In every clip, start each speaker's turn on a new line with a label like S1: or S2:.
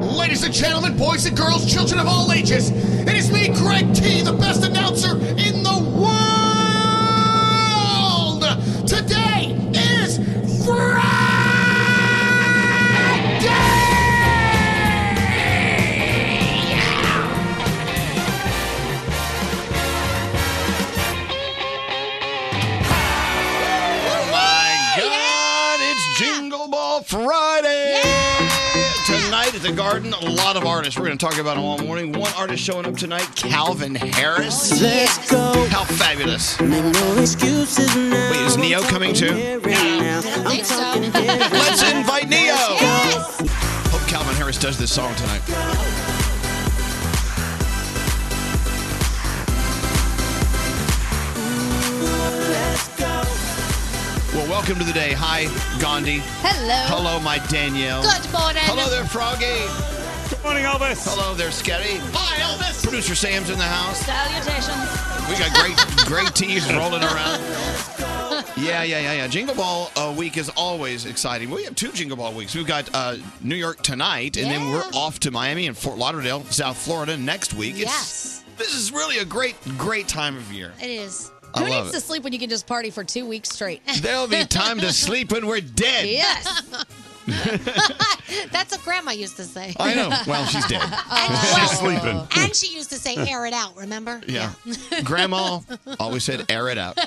S1: Ladies and gentlemen, boys and girls, children of all ages, it is me, Greg T, the best announcer in the world! Today is Friday!
S2: Oh my God! It's Jingle Ball Friday tonight at the Garden. A lot of artists. We're going to talk about them all morning. One artist showing up tonight, Calvin Harris.
S3: Oh, Let's go.
S2: How fabulous!
S3: Make no excuses now.
S2: Wait, is Neo coming too?
S3: I'm talking here and now.
S2: Let's invite Neo. Hope Calvin Harris does this song tonight. Well, welcome to the day. Hi, Gandhi.
S4: Hello.
S2: Hello, my Danielle.
S4: Good morning.
S2: Hello there, Froggy.
S5: Morning, Elvis.
S2: Hello there, Sketty. Hi, Elvis. Producer Sam's in the house.
S4: Salutations.
S2: We got great, great teas rolling around. Yeah, yeah, yeah, yeah. Jingle Ball uh, week is always exciting. We have two Jingle Ball weeks. We've got uh, New York tonight, and then we're off to Miami and Fort Lauderdale, South Florida next week.
S4: Yes.
S2: This is really a great, great time of year.
S4: It is.
S2: I
S6: Who
S2: love
S6: needs
S2: it.
S6: to sleep when you can just party for two weeks straight?
S2: There'll be time to sleep when we're dead.
S6: yes.
S4: That's what Grandma used to say.
S2: I know. Well, she's dead.
S5: She's sleeping.
S4: Oh. And she used to say, air it out, remember?
S2: Yeah. grandma always said, air it out.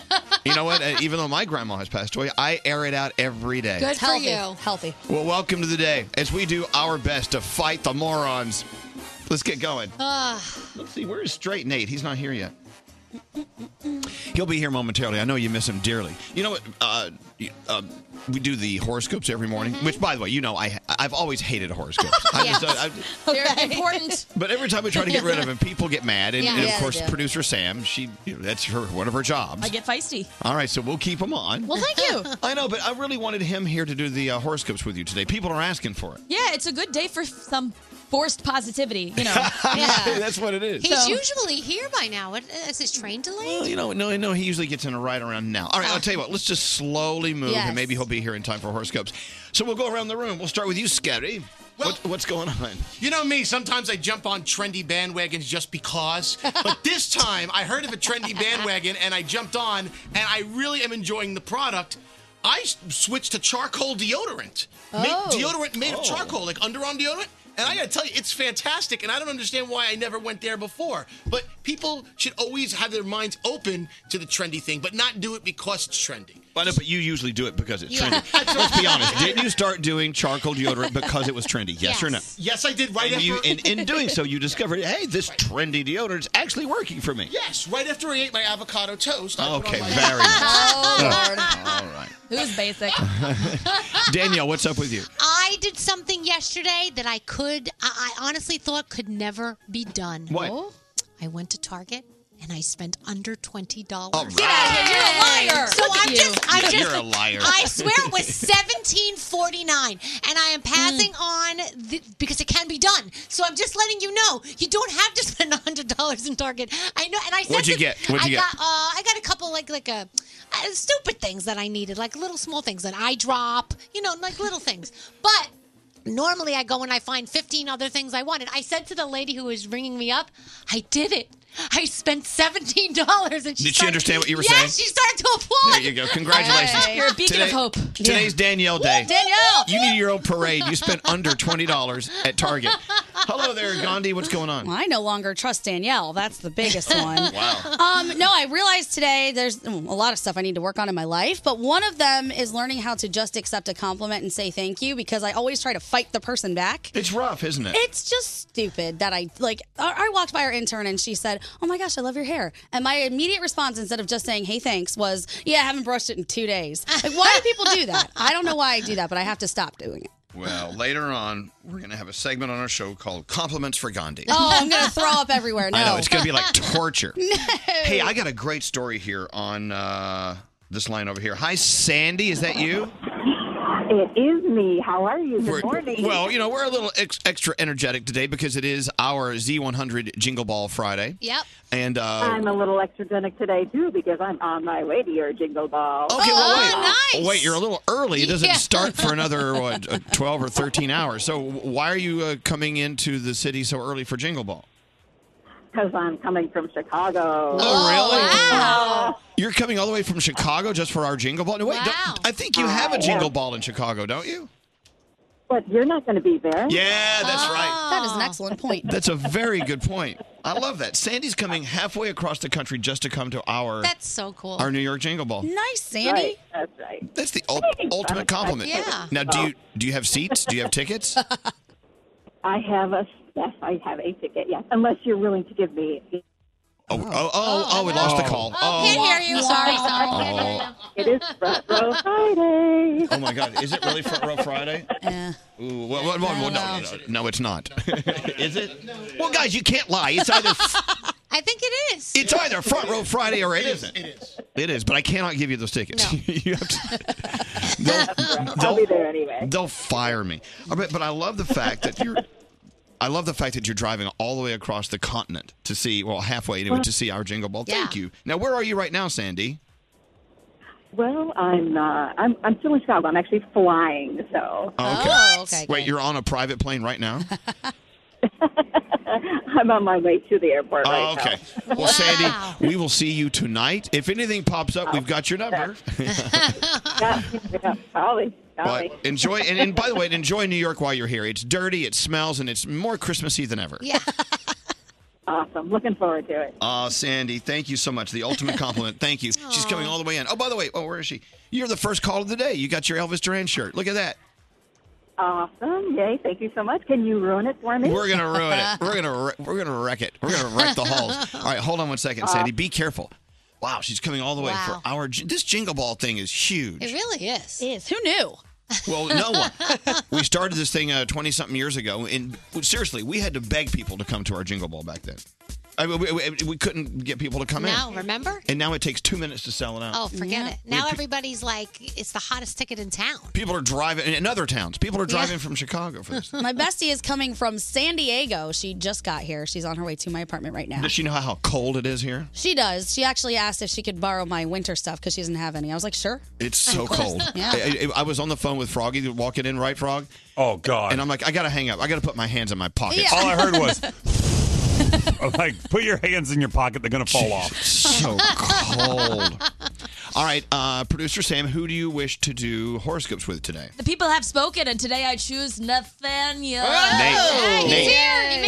S2: You know what? Uh, Even though my grandma has passed away, I air it out every day.
S4: Good for
S6: Healthy.
S4: you.
S6: Healthy.
S2: Well, welcome to the day as we do our best to fight the morons. Let's get going.
S4: Ah.
S2: Let's see, where is Straight Nate? He's not here yet. He'll be here momentarily. I know you miss him dearly. You know what? Uh, you- uh, we do the horoscopes every morning,
S4: Mm-hmm.
S2: which, by the way, you know, I I've always hated horoscopes. I just, I, I-
S6: They're important.
S2: but every time we try to get rid of them, people get mad, and,
S4: Yeah.
S2: and of
S6: Yeah, they
S2: course,
S6: do.
S2: producer Sam, she you know, that's her one of her jobs.
S7: I get feisty.
S2: All right, so we'll keep them on.
S6: Well, thank you.
S2: I know, but I really wanted him here to do the uh, horoscopes with you today. People are asking for it.
S7: Yeah, it's a good day for some forced positivity. You know,
S4: Yeah.
S2: That's what it is.
S4: He's
S7: So-
S4: usually here by now. What, is his train
S2: Well,
S4: delayed?
S2: you know, no, no, he usually gets in right around now. All right,
S4: Ah.
S2: I'll tell you what. Let's just slowly move,
S6: Yes.
S2: and maybe he'll be here in time for horoscopes. So we'll go around the room. We'll start with you, Scary. what, what's going on?
S1: You know me, sometimes I jump on trendy bandwagons just because. But this time, I heard of a trendy bandwagon and I jumped on, and I really am enjoying the product. I s- switched to charcoal deodorant. Ma-
S6: Oh.
S1: deodorant made of charcoal, like underarm deodorant. And I gotta tell you, it's fantastic, and I don't understand why I never went there before. But people should always have their minds open to the trendy thing, but not do it because it's trendy.
S2: I know, but you usually do it because it's
S4: Yeah.
S2: trendy. Let's be honest. Did you start doing charcoal deodorant because it was trendy? Yes, or no?
S4: Yes.
S1: Yes, I did right
S2: And,
S1: after.
S2: you, and in doing so, you discovered, hey, this trendy deodorant's actually working for me.
S1: yes, right after I ate my avocado toast. I put on
S2: Okay,
S1: my-
S2: very nice.
S6: Oh, Lord.
S2: All right.
S7: who's basic?
S2: Danielle, what's up with you?
S4: I did something yesterday that I could, I, I honestly thought could never be done.
S2: What?
S6: Oh.
S4: I went to Target and I spent under $20.
S2: All right.
S6: You're a liar.
S4: So I'm just, I'm just,
S2: You're a liar.
S4: I swear it was 1749, and I am passing
S6: Hmm.
S4: on the, because it can be done. So I'm just letting you know you don't have to spend hundred dollars in Target. I know, and I said
S2: What'd you
S4: to-
S2: get? What'd you
S4: I
S2: get?
S4: Got, uh, I got a couple like like a. Uh, stupid things that I needed, like little small things, an eye drop, you know, like little things. But normally I go and I find 15 other things I wanted. I said to the lady who was ringing me up, I did it. I spent $17. And she
S2: Did she
S4: started-
S2: understand what you were
S4: Yes,
S2: saying?
S4: she started to applaud.
S2: There you go. Congratulations.
S7: You're a beacon
S2: Today-
S7: of hope.
S2: Today's Danielle Day.
S6: Danielle.
S2: You need your own parade. You spent under twenty dollars at Target. Hello there, Gandhi. What's going on?
S6: I no longer trust Danielle. That's the biggest one.
S2: Wow.
S6: Um, no, I realized today there's mm, a lot of stuff I need to work on in my life, but one of them is learning how to just accept a compliment and say thank you because I always try to fight the person back.
S2: It's rough, isn't it?
S6: It's just stupid that I like. I I walked by our intern and she said, "Oh my gosh, I love your hair." And my immediate response, instead of just saying "Hey, thanks," was, "Yeah, I haven't brushed it in two days." Like, why do people do that? I don't know why I do that, but I have to stop doing it.
S2: Well, later on, we're gonna have a segment on our show called "Compliments for Gandhi."
S6: Oh, I'm gonna throw up everywhere. No,
S2: I know it's gonna be like torture. Hey, I got a great story here on uh, this line over here. Hi, Sandy. Is that you?
S8: It is me. How are you? Good morning.
S2: Well, you know, we're a little ex- extra energetic today because it is our Z100 Jingle Ball Friday.
S8: Yep.
S2: And uh,
S8: I'm a little extragenetic today too because I'm on my way to your jingle ball.
S2: Okay, well, wait,
S8: Oh,
S2: oh, wait, you're a little early. It doesn't start for another what, uh, 12 or 13 hours. So why are you uh, coming into the city so early for Jingle Ball?
S8: Because I'm coming from Chicago.
S2: Oh, really?
S8: Oh,
S2: You're coming all the way from Chicago just for our Jingle Ball? No, wait, don't- I think you have a Jingle Ball in Chicago, don't you?
S8: Uh, But you're not going to be there.
S2: Yeah,
S6: Oh.
S2: that's right.
S6: That is an excellent point.
S2: That's a very good point. I love that. Sandy's coming halfway across the country just to come to our
S6: That's so cool.
S2: our New York Jingle Ball.
S6: Nice, Sandy.
S8: Right, that's right.
S2: That's the ul- ultimate compliment.
S8: Yeah.
S2: Now, do you do you have seats? Do you have tickets?
S8: Oh. I have a yes. I have a ticket. Yes, unless you're willing to give me.
S2: Oh, oh, oh, oh, we lost the call.
S8: can't
S2: Oh,
S8: hear you. Sorry, sorry.
S2: oh,
S8: It is front row Friday.
S2: oh my God! Is it really Front Row Friday?
S6: Yeah.
S2: Ooh, well, well, well, no, no, no, no, it's not. Is it? Well, guys, you can't lie. It's either
S4: I think it is.
S2: it's either Front Row Friday or it isn't.
S1: It is.
S2: It is, but I cannot give you those tickets. you have to,
S8: I'll be there anyway.
S2: They'll fire me. Uh, But, but I love the fact that you're. I love the fact that you're driving all the way across the continent to see, well, halfway anyway, to see our Jingle Ball. Thank you. Now, where are you right now, Sandy?
S8: Well, I'm uh, I'm I'm still in Chicago. I'm actually flying. So
S2: Oh, okay. Wait, you're on a private plane right now?
S8: I'm on my way to the airport right
S2: oh, okay. Well, Sandy, we will see you tonight. If anything pops up, we've got your number.
S8: now. Probably.
S2: But enjoy, and, and by the way, enjoy New York while you're here. It's dirty, it smells, and it's more Christmassy than ever.
S8: Awesome. Looking forward to it.
S2: Ah, Sandy, thank you so much. The ultimate compliment. Thank you. She's coming all the way in. Oh, by the way, oh, where is she? You're the first call of the day. You got your Elvis Duran shirt. Look at that.
S8: Awesome. Yay. Thank you so much. Can you ruin it for me?
S2: We're gonna ruin it. We're gonna wre- we're gonna wreck it. We're gonna wreck the halls. All right, hold on one second, Sandy. Be careful. Wow, she's coming all the way
S4: Uh. Wow.
S2: for our. j- This jingle ball thing is huge.
S4: It really is.
S6: is. Who knew?
S2: Well, no one. we started this thing twenty something years ago, and seriously, we had to beg people to come to our jingle ball back then. I mean, we, we- we couldn't get people to come
S4: now,
S2: in.
S4: remember?
S2: And now it takes two minutes to sell it out.
S4: Oh, forget it.
S2: We
S4: Now
S2: had pe-
S4: everybody's like, it's the hottest ticket in town.
S2: People are driving in other towns. People are
S4: Yeah.
S2: driving from Chicago for this.
S6: My bestie is coming from San Diego. She just got here. She's on her way to my apartment right now.
S2: Does she know how, how cold it is here?
S6: She does. She actually asked if she could borrow my winter stuff because she doesn't have any. I was like, sure.
S2: It's so
S6: Of course.
S2: cold.
S6: Yeah.
S2: I, I- I was on the phone with Froggy walking in, right, Frog? Oh God! And I'm like, I gotta hang up. I gotta put my hands in my pockets.
S6: Yeah. All I heard was,
S5: I'm uh, like, put your hands in your pocket. They're going to fall off.
S2: so cold. All right, uh, producer Sam, who do you wish to do horoscopes with today?
S7: The people have spoken, and today I choose Nathaniel.
S2: Nate, Nate.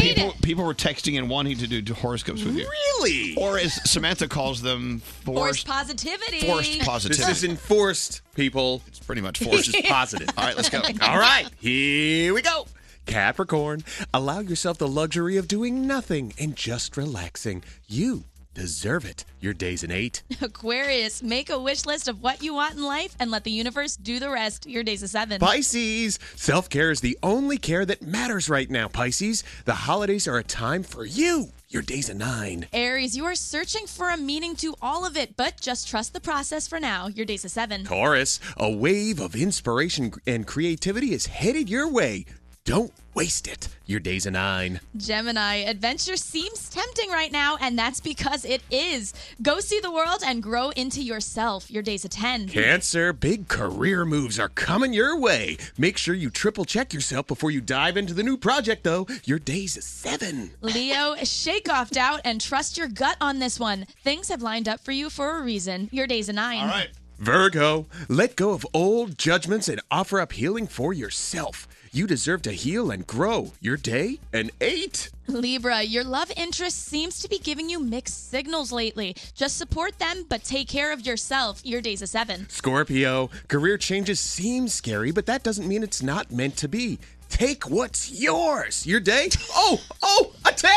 S7: made
S2: people, people were texting and wanting to do, do horoscopes with you. Really? Or as Samantha calls them,
S7: Forced
S2: forced,
S7: positivity.
S2: forced positivity.
S9: This isn't forced, people.
S2: It's pretty much
S9: forced. It's
S7: Yeah.
S9: positive.
S2: All right, let's go.
S9: All right, here we go. Capricorn, allow yourself the luxury of doing nothing and just relaxing. You deserve it. Your day's an eight.
S7: Aquarius, make a wish list of what you want in life and let the universe do the rest. Your day's a seven.
S9: Pisces, self care is the only care that matters right now, Pisces. The holidays are a time for you. Your day's a nine.
S7: Aries, you are searching for a meaning to all of it, but just trust the process for now. Your day's a seven.
S9: Taurus, a wave of inspiration and creativity is headed your way. Don't waste it. Your day's a nine.
S7: Gemini, adventure seems tempting right now, and that's because it is. Go see the world and grow into yourself. Your day's a 10.
S9: Cancer, big career moves are coming your way. Make sure you triple check yourself before you dive into the new project, though. Your day's a seven.
S7: Leo, shake off doubt and trust your gut on this one. Things have lined up for you for a reason. Your day's a nine. All right.
S9: Virgo, let go of old judgments and offer up healing for yourself. You deserve to heal and grow. Your day, an eight.
S7: Libra, your love interest seems to be giving you mixed signals lately. Just support them, but take care of yourself. Your day's a seven.
S9: Scorpio, career changes seem scary, but that doesn't mean it's not meant to be. Take what's yours. Your day, oh, oh, a 10.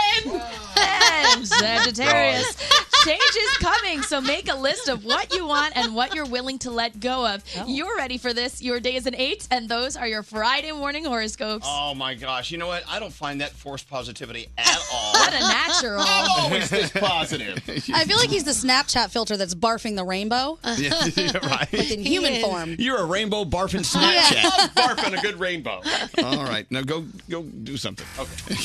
S7: And Sagittarius, Change is coming, so make a list of what you want and what you're willing to let go of. You're ready for this. Your day is an eight, and those are your Friday morning horoscopes.
S2: Oh my gosh! You know what? I don't find that forced positivity at all.
S7: What a natural.
S2: I'm always this positive.
S6: I feel like he's the Snapchat filter that's barfing the rainbow.
S2: Yeah, yeah, right. E.
S6: But in human He is. form.
S2: You're a rainbow barfing Snapchat.
S6: Yeah.
S2: I love barfing a good rainbow. All right, now go go do something. Okay.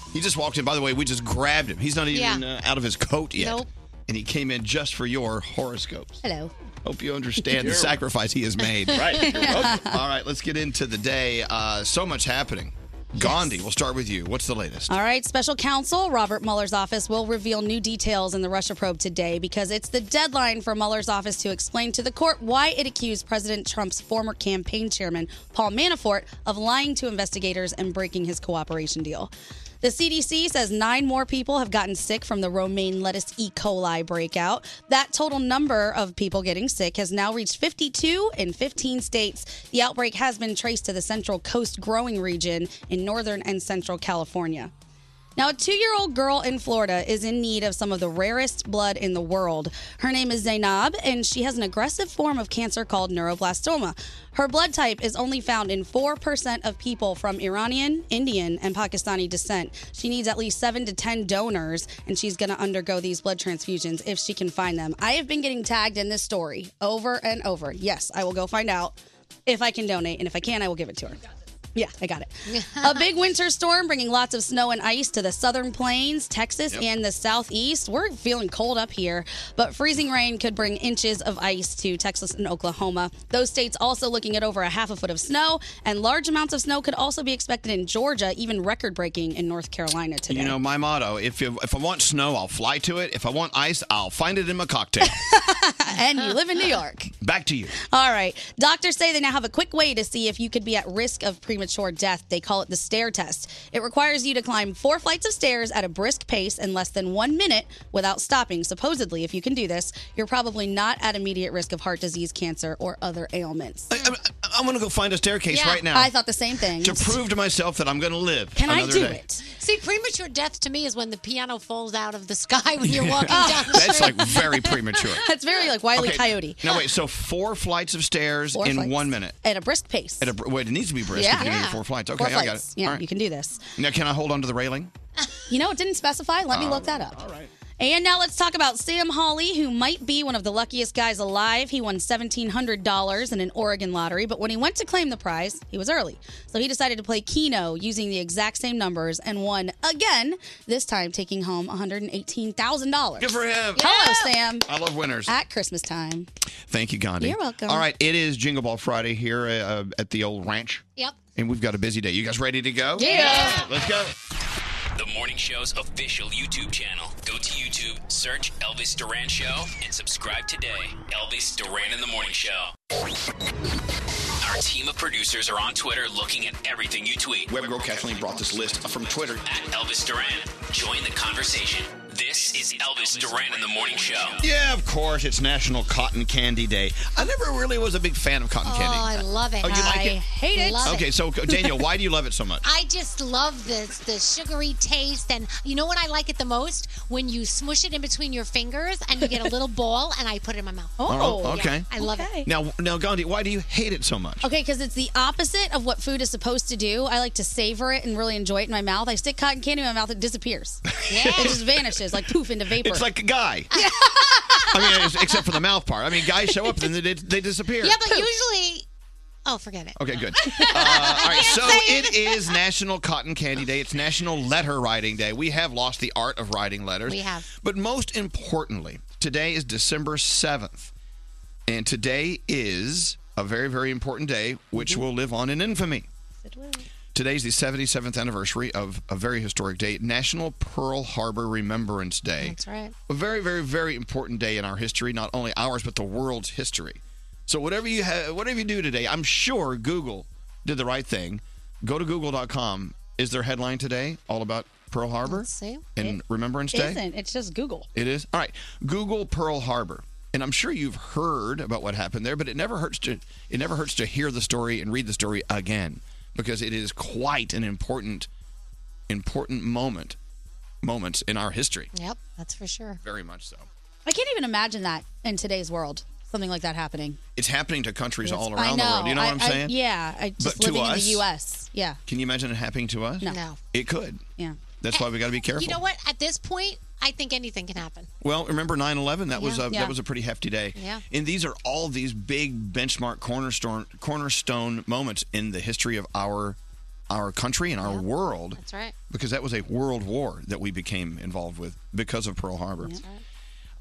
S2: he just walked in. By the way, we just grabbed him. He's not even
S6: Yeah.
S2: uh, out of his coat yet.
S6: Nope.
S2: And he came in just for your horoscopes.
S6: Hello.
S2: Hope you understand the
S6: You're-
S2: sacrifice he has made.
S6: Right, you're welcome.
S2: All right, let's get into the day. Uh, so much happening. Gandhi, we'll start with you. What's the latest?
S6: All right, special counsel Robert Mueller's office will reveal new details in the Russia probe today because it's the deadline for Mueller's office to explain to the court why it accused President Trump's former campaign chairman, Paul Manafort, of lying to investigators and breaking his cooperation deal. The CDC says nine more people have gotten sick from the romaine lettuce E. coli breakout. That total number of people getting sick has now reached 52 in 15 states. The outbreak has been traced to the Central Coast growing region in northern and central California. Now, a two year old girl in Florida is in need of some of the rarest blood in the world. Her name is Zainab, and she has an aggressive form of cancer called neuroblastoma. Her blood type is only found in 4% of people from Iranian, Indian, and Pakistani descent. She needs at least 7 to 10 donors, and she's going to undergo these blood transfusions if she can find them. I have been getting tagged in this story over and over. Yes, I will go find out if I can donate, and if I can, I will give it to her. Yeah, I got it. a big winter storm bringing lots of snow and ice to the southern plains, Texas, and the southeast. We're feeling cold up here, but freezing rain could bring inches of ice to Texas and Oklahoma. Those states also looking at over a half a foot of snow, and large amounts of snow could also be expected in Georgia, even record breaking in North Carolina today.
S2: You know my motto: if you, if I want snow, I'll fly to it. If I want ice, I'll find it in my cocktail.
S6: and you live in New York.
S2: Back to you.
S6: All right. Doctors say they now have a quick way to see if you could be at risk of premature death. They call it the stair test. It requires you to climb four flights of stairs at a brisk pace in less than one minute without stopping. Supposedly, if you can do this, you're probably not at immediate risk of heart disease, cancer, or other ailments.
S2: I'm gonna go find a staircase right Uh, now.
S6: I thought the same thing.
S2: to prove to myself that I'm gonna live.
S6: Can I
S2: another
S6: do
S2: day.
S6: it?
S4: See, premature death to me is when the piano falls out of the sky when you're walking
S6: Ah.
S4: down the
S2: That's
S4: street.
S2: like very premature.
S6: That's very like Wiley
S2: Okay,
S6: Coyote.
S2: Now wait, so four flights of stairs
S6: Four
S2: in
S6: flights.
S2: one minute.
S6: At a brisk pace.
S2: At a br- wait, it needs to be brisk.
S6: Yeah.
S2: if you're gonna do
S6: Yeah.
S2: four flights. Okay,
S6: Four
S2: I got
S6: flights.
S2: it.
S6: Yeah,
S2: All right.
S6: you can do this.
S2: Now can I hold onto the railing?
S6: You know, it didn't specify. Let me
S2: Oh,
S6: look that up. All right. And now let's talk about Sam Hawley, who might be one of the luckiest guys alive. He won $1,700 in an Oregon lottery, but when he went to claim the prize, he was early. So he decided to play Keno using the exact same numbers and won again, this time taking home $118,000.
S2: Good for him.
S6: Hello, Sam.
S2: I love winners.
S6: At Christmas time.
S2: Thank you, Gandhi.
S6: You're welcome.
S2: All right, it is Jingle Ball Friday here uh, at the old ranch,
S4: Yep.
S2: and we've got a busy day. You guys ready to go?
S10: Yeah.
S2: Let's go.
S10: The morning show's official YouTube channel. Go to YouTube, search Elvis Duran Show, and subscribe today. Elvis Duran in the Morning Show. Our team of producers are on Twitter looking at everything you tweet.
S2: Web girl Kathleen brought this list from Twitter.
S10: At Elvis Duran. Join the conversation. This is Elvis Duran in the Morning Show.
S2: Yeah, of course, it's National Cotton Candy Day. I never really was a big fan of cotton
S4: Oh,
S2: candy.
S4: I love it.
S2: Oh, you like
S4: I
S2: it?
S4: hate it. Love
S2: okay,
S4: it.
S2: so uh, Daniel, why do you love it so much?
S4: I just love this the sugary taste and you know what I like it the most when you smush it in between your fingers and you get a little ball and I put it in my mouth.
S2: Oh, okay.
S4: Yeah, I love it.
S2: Now, now, Gandhi, why do you hate it so much?
S6: Okay, because it's the opposite of what food is supposed to do. I like to savor it and really enjoy it in my mouth. I stick cotton candy in my mouth, it disappears. It just vanishes, like poof into vapor.
S2: It's like a guy. I mean, it's- except for the mouth part. I mean, guys show up and then they, they disappear.
S4: Yeah, but usually Oh, forget it.
S2: Okay, good. Uh, all right, so it is National Cotton Candy Day. It's National Letter Writing Day. We have lost the art of writing letters.
S4: We have.
S2: But most importantly, today is December 7th. And today is a very, very important day, which
S4: Mm-hmm.
S2: will live on in infamy. Today's the 77th anniversary of a very historic day, National Pearl Harbor Remembrance Day.
S4: That's right.
S2: A very, very, very important day in our history, not only ours, but the world's history. So whatever you ha- whatever you do today, I'm sure Google did the right thing. Go to google.com. Is their headline today all about Pearl Harbor
S6: see.
S2: and Remembrance Day?
S6: isn't. It's just Google.
S2: It is. All right. Google Pearl Harbor. And I'm sure you've heard about what happened there, but it never hurts to it never hurts to hear the story and read the story again because it is quite an important important moment moments in our history.
S4: Yep, that's for sure.
S2: Very much so.
S6: I can't even imagine that in today's world. Something like that happening.
S2: It's happening to countries all
S6: I
S2: around the world. You know
S6: I-
S2: what I'm
S6: I-
S2: saying?
S6: yeah. I,
S2: But
S6: just
S2: to
S6: living in
S2: us?
S6: the U.S. Yeah.
S2: Can you imagine it happening to us?
S6: No. No.
S2: It could.
S6: Yeah.
S2: That's why we got to be careful.
S4: You know what? At this point, I think anything can happen.
S2: Well, remember 9/11? That was
S4: Yeah.
S2: a
S4: Yeah.
S2: that was a pretty hefty day.
S4: Yeah.
S2: And these are all these big benchmark cornerstone cornerstone moments in the history of our our country and our world.
S4: That's right.
S2: Because that was a world war that we became involved with because of Pearl Harbor.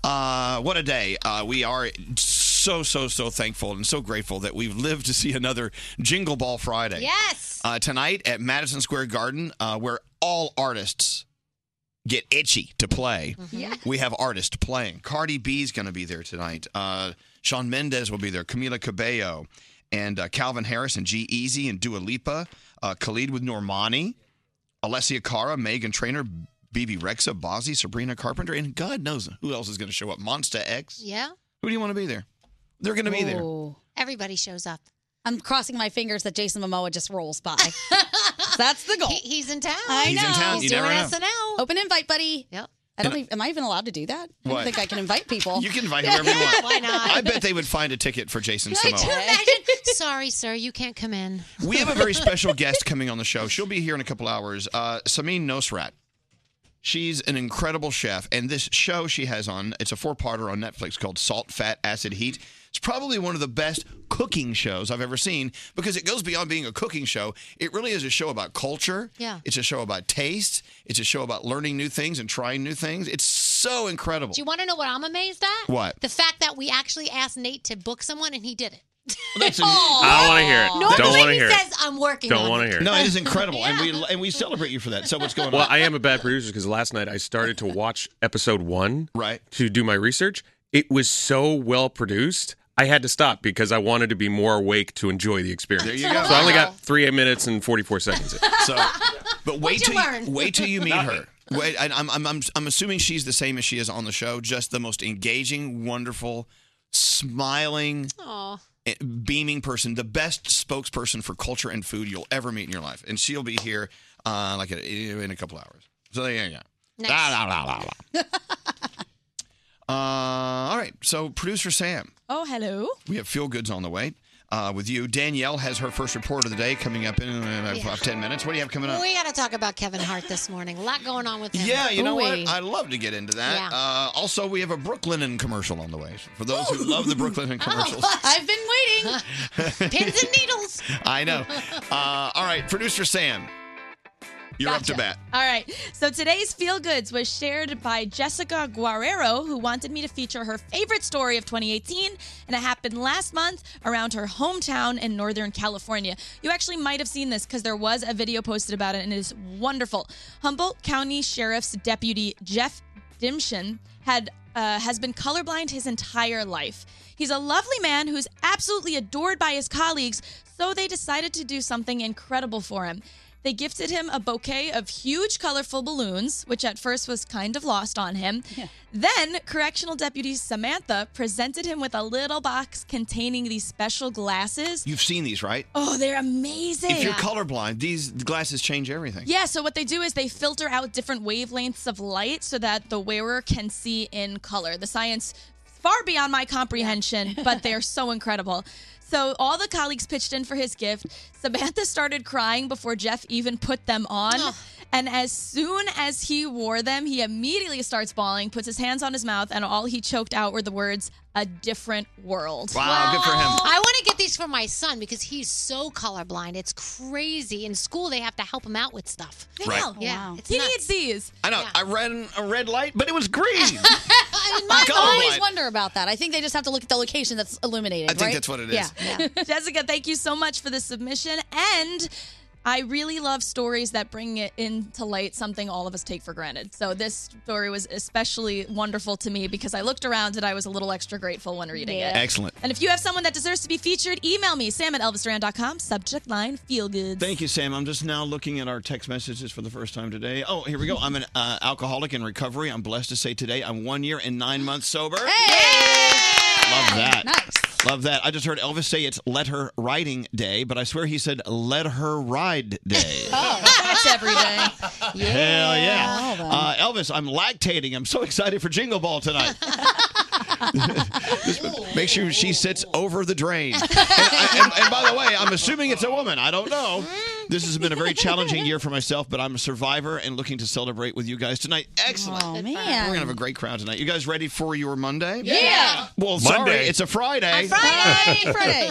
S2: Uh, what a day. Uh, we are so, so, so thankful and so grateful that we've lived to see another Jingle Ball Friday.
S4: Yes.
S2: Uh, tonight at Madison Square Garden, uh, where all artists get itchy to play.
S3: Yes.
S2: We have artists playing. Cardi B's going to be there tonight. Uh, Sean Mendez will be there. Camila Cabello and uh, Calvin Harris and G Easy and Dua Lipa. Uh, Khalid with Normani. Alessia Cara, Megan Trainer, BB Rexa, Bozzy, Sabrina Carpenter, and God knows who else is going to show up. Monsta X.
S4: Yeah.
S2: Who do you want to be there? They're going to be there.
S4: Everybody shows up.
S6: I'm crossing my fingers that Jason Momoa just rolls by. That's the goal.
S4: he's in town.
S6: I
S2: He's
S6: know.
S2: in town. You never know.
S6: SNL. Open invite, buddy.
S4: Yep.
S6: I don't. Even, am I even allowed to do that? I
S2: What?
S6: don't think I can invite people.
S2: You can invite whoever you want.
S4: Why not?
S2: I bet they would find a ticket for Jason
S4: Could you
S2: Samoa.
S4: imagine? Sorry, sir, you can't come in.
S2: We have a very special guest coming on the show. She'll be here in a couple hours. Uh, Samin Nosrat. She's an incredible chef, and this show she has on, it's a four-parter on Netflix called Salt, Fat, Acid, Heat. It's probably one of the best cooking shows I've ever seen because it goes beyond being a cooking show. It really is a show about culture.
S4: Yeah.
S2: It's a show about taste. It's a show about learning new things and trying new things. It's so incredible.
S4: Do you want to know what I'm amazed at?
S2: What?
S4: The fact that we actually asked Nate to book someone and he did it.
S2: That's
S9: I don't wanna hear it.
S4: Normally
S9: Don't wanna
S4: he
S9: hear it.
S4: says I'm working.
S9: Don't
S4: on
S9: wanna
S4: it."
S9: hear it.
S2: No, it is incredible, and we and we celebrate you for that. So what's going
S9: Well,
S2: on?
S9: I am a bad producer because last night I started to watch episode one
S2: right.
S9: to do my research. It was so well produced. I had to stop because I wanted to be more awake to enjoy the experience.
S2: There you go.
S9: So I only got three minutes and 44 seconds. in.
S2: So, but wait
S9: What'd
S2: till
S9: you
S2: you,
S9: learn?
S2: wait till you meet
S9: Nothing.
S2: her. Wait, I- I'm, I'm I'm I'm assuming she's the same as she is on the show, just the most engaging, wonderful, smiling,
S4: Aw.
S2: eh, beaming person, the best spokesperson for culture and food you'll ever meet in your life, and she'll be here uh, like in- in a couple hours. So there you go.
S4: Nice.
S2: La, la, la, la, la. uh, all right. So producer Sam.
S7: Oh, hello.
S2: We have feel goods on the way uh, with you. Danielle has her first report of the day coming up in uh,
S4: Yeah.
S2: about 10 minutes. What do you have coming up?
S4: We got to talk about Kevin Hart this morning. A lot going on with him.
S2: Yeah, you know
S4: Ooh-wee.
S2: what? I'd love to get into that.
S4: Yeah.
S2: Uh, also, we have a Brooklinen commercial on the way. For those who love the Brooklinen
S4: Oh.
S2: commercials,
S6: Oh, I've been
S4: waiting. Pins and needles.
S2: I know. Uh, all right, producer Sam, you're up to bat.
S7: All right. So today's Feel Goods was shared by Jessica Guerrero, who wanted me to feature her favorite story of 2018. And it happened last month around her hometown in Northern California. You actually might have seen this because there was a video posted about it, and it is wonderful. Humboldt County Sheriff's Deputy Jeff Dimshin had uh, has been colorblind his entire life. He's a lovely man who's absolutely adored by his colleagues, so they decided to do something incredible for him. They gifted him a bouquet of huge colorful balloons, which at first was kind of lost on him. Then, correctional deputy Samantha presented him with a little box containing these special glasses.
S2: You've seen these, right?
S7: Oh, they're amazing.
S2: If you're colorblind, these glasses change everything.
S7: Yeah, so what they do is they filter out different wavelengths of light so that the wearer can see in color. The science far beyond my comprehension, but they're so incredible. So all the colleagues pitched in for his gift. Samantha started crying before Jeff even put them on. And as soon as he wore them, he immediately starts bawling, puts his hands on his mouth, and all he choked out were the words, a different world.
S2: Wow, good for him.
S4: I want to get these for my son because he's so colorblind. It's crazy. In school, they have to help him out with stuff.
S2: Right. Oh,
S4: Yeah.
S7: He needs these.
S2: I know. I ran a red light, but it was green.
S6: waiting.
S2: I'm
S6: I
S2: colorblind.
S6: always wonder about that. I think they just have to look at the location that's illuminated.
S2: I think
S6: right?
S2: that's what it is.
S6: Yeah.
S7: Jessica, thank you so much for the submission. And I really love stories that bring it into light something all of us take for granted. So this story was especially wonderful to me because I looked around and I was a little extra grateful when reading it.
S2: Excellent.
S7: And if you have someone that deserves to be featured, email me, sam at elvisduran.com, subject line, feel good.
S2: Thank you, Sam. I'm just now looking at our text messages for the first time today. Oh, here we go. I'm an uh, alcoholic in recovery. I'm blessed to say today I'm one year and nine months sober. Love that.
S6: Nice.
S2: Love that. I just heard Elvis say it's Let Her Riding Day, but I swear he said Let Her Ride Day.
S6: oh,
S7: That's every day.
S2: Hell yeah.
S7: Well, then.
S2: Uh, Elvis, I'm lactating. I'm so excited for Jingle Ball tonight. Make sure she sits over the drain. And, I- and- and by the way, I'm assuming it's a woman. I don't know. This has been a very challenging year for myself, but I'm a survivor and looking to celebrate with you guys tonight. Excellent.
S6: Oh,
S2: We're
S6: man.
S2: gonna have a great crowd tonight. You guys ready for your Monday?
S6: Yeah.
S2: Well, sorry,
S5: Monday.
S2: it's a Friday.
S6: Friday, Friday.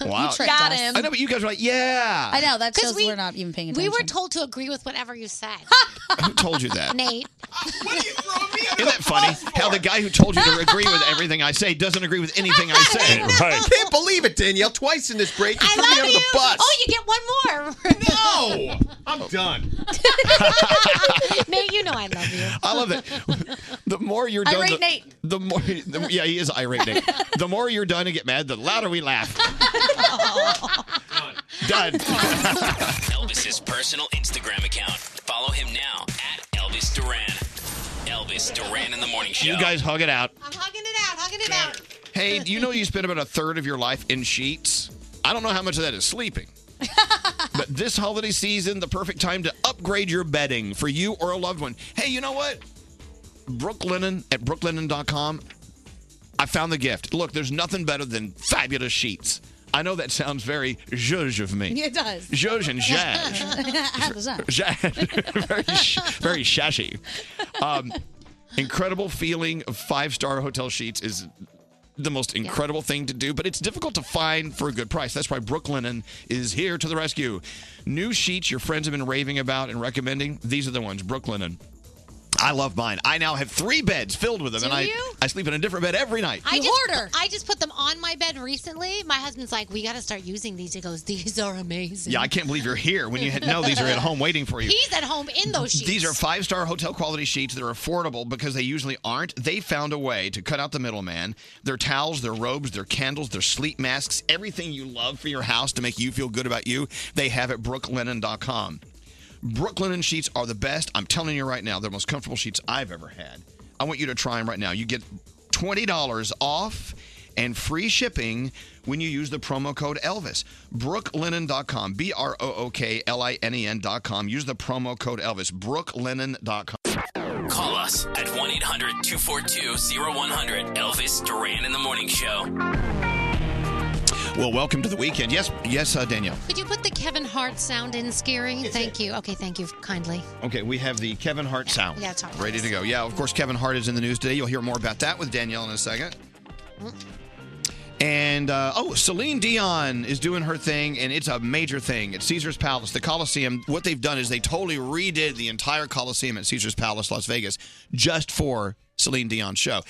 S2: wow.
S6: You tricked Got us. him.
S2: I know, but you guys were like, yeah.
S6: I know Oh, that
S4: 'Cause
S6: shows
S4: we-
S6: we, are not even paying
S4: We
S6: attention.
S4: were told to agree with whatever you said.
S2: Who told you that?
S4: Nate.
S2: Isn't that funny? How the guy who told you to agree with everything I say doesn't agree with anything I say.
S9: I can't believe it, Danielle. Twice in this break, you threw me under the bus.
S4: Oh, you get one
S9: more. No. I'm done.
S4: Nate, you know I love you.
S2: I love that. The more you're done,
S4: Irate
S2: the,
S4: Nate.
S2: the more. The, yeah, he is irate Nate. The more you're done and get mad, the louder we laugh. done.
S10: Elvis's personal Instagram account. Follow him now at Elvis Duran. Elvis Duran in the morning show.
S2: You guys hug it out.
S4: I'm hugging it out, hugging it out.
S2: Hey, do you know you spend about a third of your life in sheets? I don't know how much of that is sleeping. but this holiday season, the perfect time to upgrade your bedding for you or a loved one. Hey, you know what? Brooklinen at brooklinen.com. I found the gift. Look, there's nothing better than fabulous sheets. I know that sounds very zhuzh of me.
S6: It does.
S2: Zhuzh and zhazh. Zhazh. very, sh- very shashy. Um, incredible feeling of five star hotel sheets is the most incredible thing to do, but it's difficult to find for a good price. That's why Brooklinen is here to the rescue. New sheets your friends have been raving about and recommending. These are the ones, Brooklinen. I love mine. I now have three beds filled with them,
S4: Do
S2: and I,
S4: you?
S2: I sleep in a different bed every night.
S4: I just, I just put them on my bed recently. My husband's like, we got to start using these. He goes, these are amazing.
S2: yeah, I can't believe you're here when you had, no, these are at home waiting for you.
S4: He's at home in those sheets.
S2: These are five star hotel quality sheets. They're affordable because they usually aren't. They found a way to cut out the middleman. Their towels, their robes, their candles, their sleep masks, everything you love for your house to make you feel good about you, they have at brooklinen.com. Brooklinen sheets are the best. I'm telling you right now, they're the most comfortable sheets I've ever had. I want you to try them right now. You get $20 off and free shipping when you use the promo code Elvis. Brooklinen.com. B R O O K L I N E N.com. Use the promo code Elvis. Brooklinen.com.
S10: Call us at 1 800 242 0100. Elvis Duran in the morning show.
S2: Well, welcome to the weekend. Yes, yes, uh, Danielle.
S4: Could you put the Kevin Hart sound in scary? thank you. Okay, thank you kindly.
S2: Okay, we have the Kevin Hart sound.
S4: yeah, it's all right.
S2: Ready to go. Yeah, of course, Kevin Hart is in the news today. You'll hear more about that with Danielle in a second. And uh, oh, Celine Dion is doing her thing, and it's a major thing at Caesar's Palace, the Coliseum. What they've done is they totally redid the entire Coliseum at Caesar's Palace, Las Vegas, just for Celine Dion's show.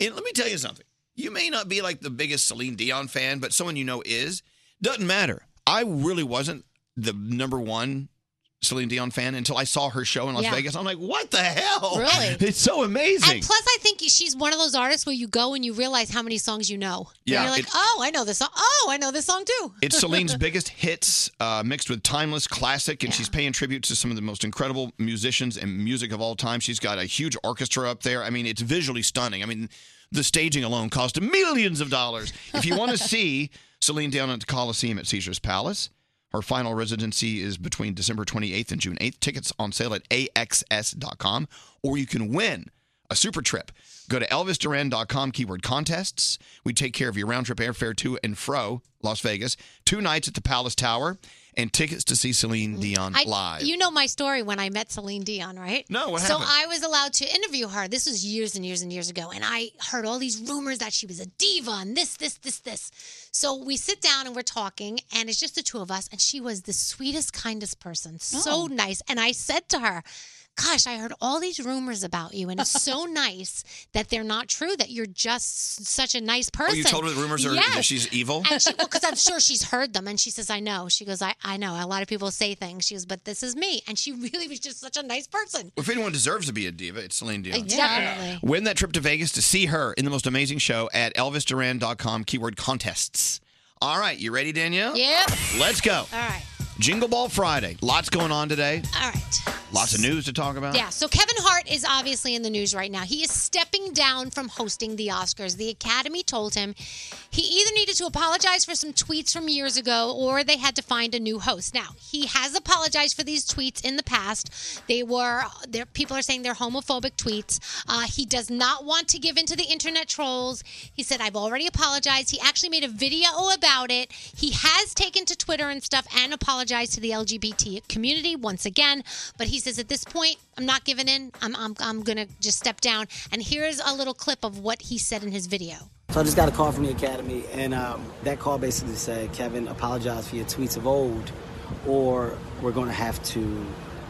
S2: And let me tell you something: you may not be like the biggest Celine Dion fan, but someone you know is. Doesn't matter. I really wasn't the number one Celine Dion fan until I saw her show in Las
S4: Yeah.
S2: Vegas. I'm like, what the hell?
S4: Really?
S2: It's so amazing.
S4: And plus, I think she's one of those artists where you go and you realize how many songs you know. And
S2: Yeah,
S4: you're like,
S2: it-
S4: oh, I know this song. Oh, I know this song too.
S2: It's Celine's biggest hits uh, mixed with timeless classic, and she's paying tribute to some of the most incredible musicians and music of all time. She's got a huge orchestra up there. I mean, it's visually stunning. I mean, the staging alone cost millions of dollars. If you want to see Celine Dion at the Coliseum at Caesar's Palace, her final residency is between December 28th and June 8th. Tickets on sale at axs.com, or you can win a super trip. Go to elvisduran.com, keyword contests. We take care of your round trip airfare to and fro Las Vegas, two nights at the Palace Tower, and tickets to see Celine Dion
S4: I,
S2: live.
S4: You know my story when I met Celine Dion, right?
S2: No, what
S4: so
S2: happened?
S4: I was allowed to interview her. This was years and years and years ago, and I heard all these rumors that she was a diva and this, this, this, this. So we sit down and we're talking, and it's just the two of us, and she was the sweetest, kindest person, so nice. And I said to her. Gosh, I heard all these rumors about you, and it's so nice that they're not true. That you're just s- such a nice person.
S2: oh, you told her the rumors are that
S4: Yes.
S2: she's evil?
S4: And she, well, because I'm sure she's heard them, and she says, "I know." She goes, "I, I know." A lot of people say things. She goes, "But this is me," and she really was just such a nice person.
S2: If anyone deserves to be a diva, it's Celine Dion.
S4: Uh, definitely.
S2: Win that trip to Vegas to see her in the most amazing show at elvisduran.com, keyword contests. All right, you ready, Danielle?
S4: Yep.
S2: Let's go.
S4: All right.
S2: Jingle Ball Friday. Lots going on today.
S4: All right.
S2: Lots of news to talk about.
S4: Yeah, so Kevin Hart is obviously in the news right now. He is stepping down from hosting the Oscars. The Academy told him he either needed to apologize for some tweets from years ago or they had to find a new host. Now, he has apologized for these tweets in the past. They were, they're- people are saying they're homophobic tweets. Uh, he does not want to give in to the internet trolls. He said, I've already apologized. He actually made a video about it. He has taken to Twitter and stuff and apologized to the LGBT community once again. But he says, at this point, I'm not giving in. I'm, I'm, I'm going to just step down. And here's a little clip of what he said in his video.
S11: So I just got a call from the academy, and um, that call basically said, "Kevin, apologize for your tweets of old, or we're going to have to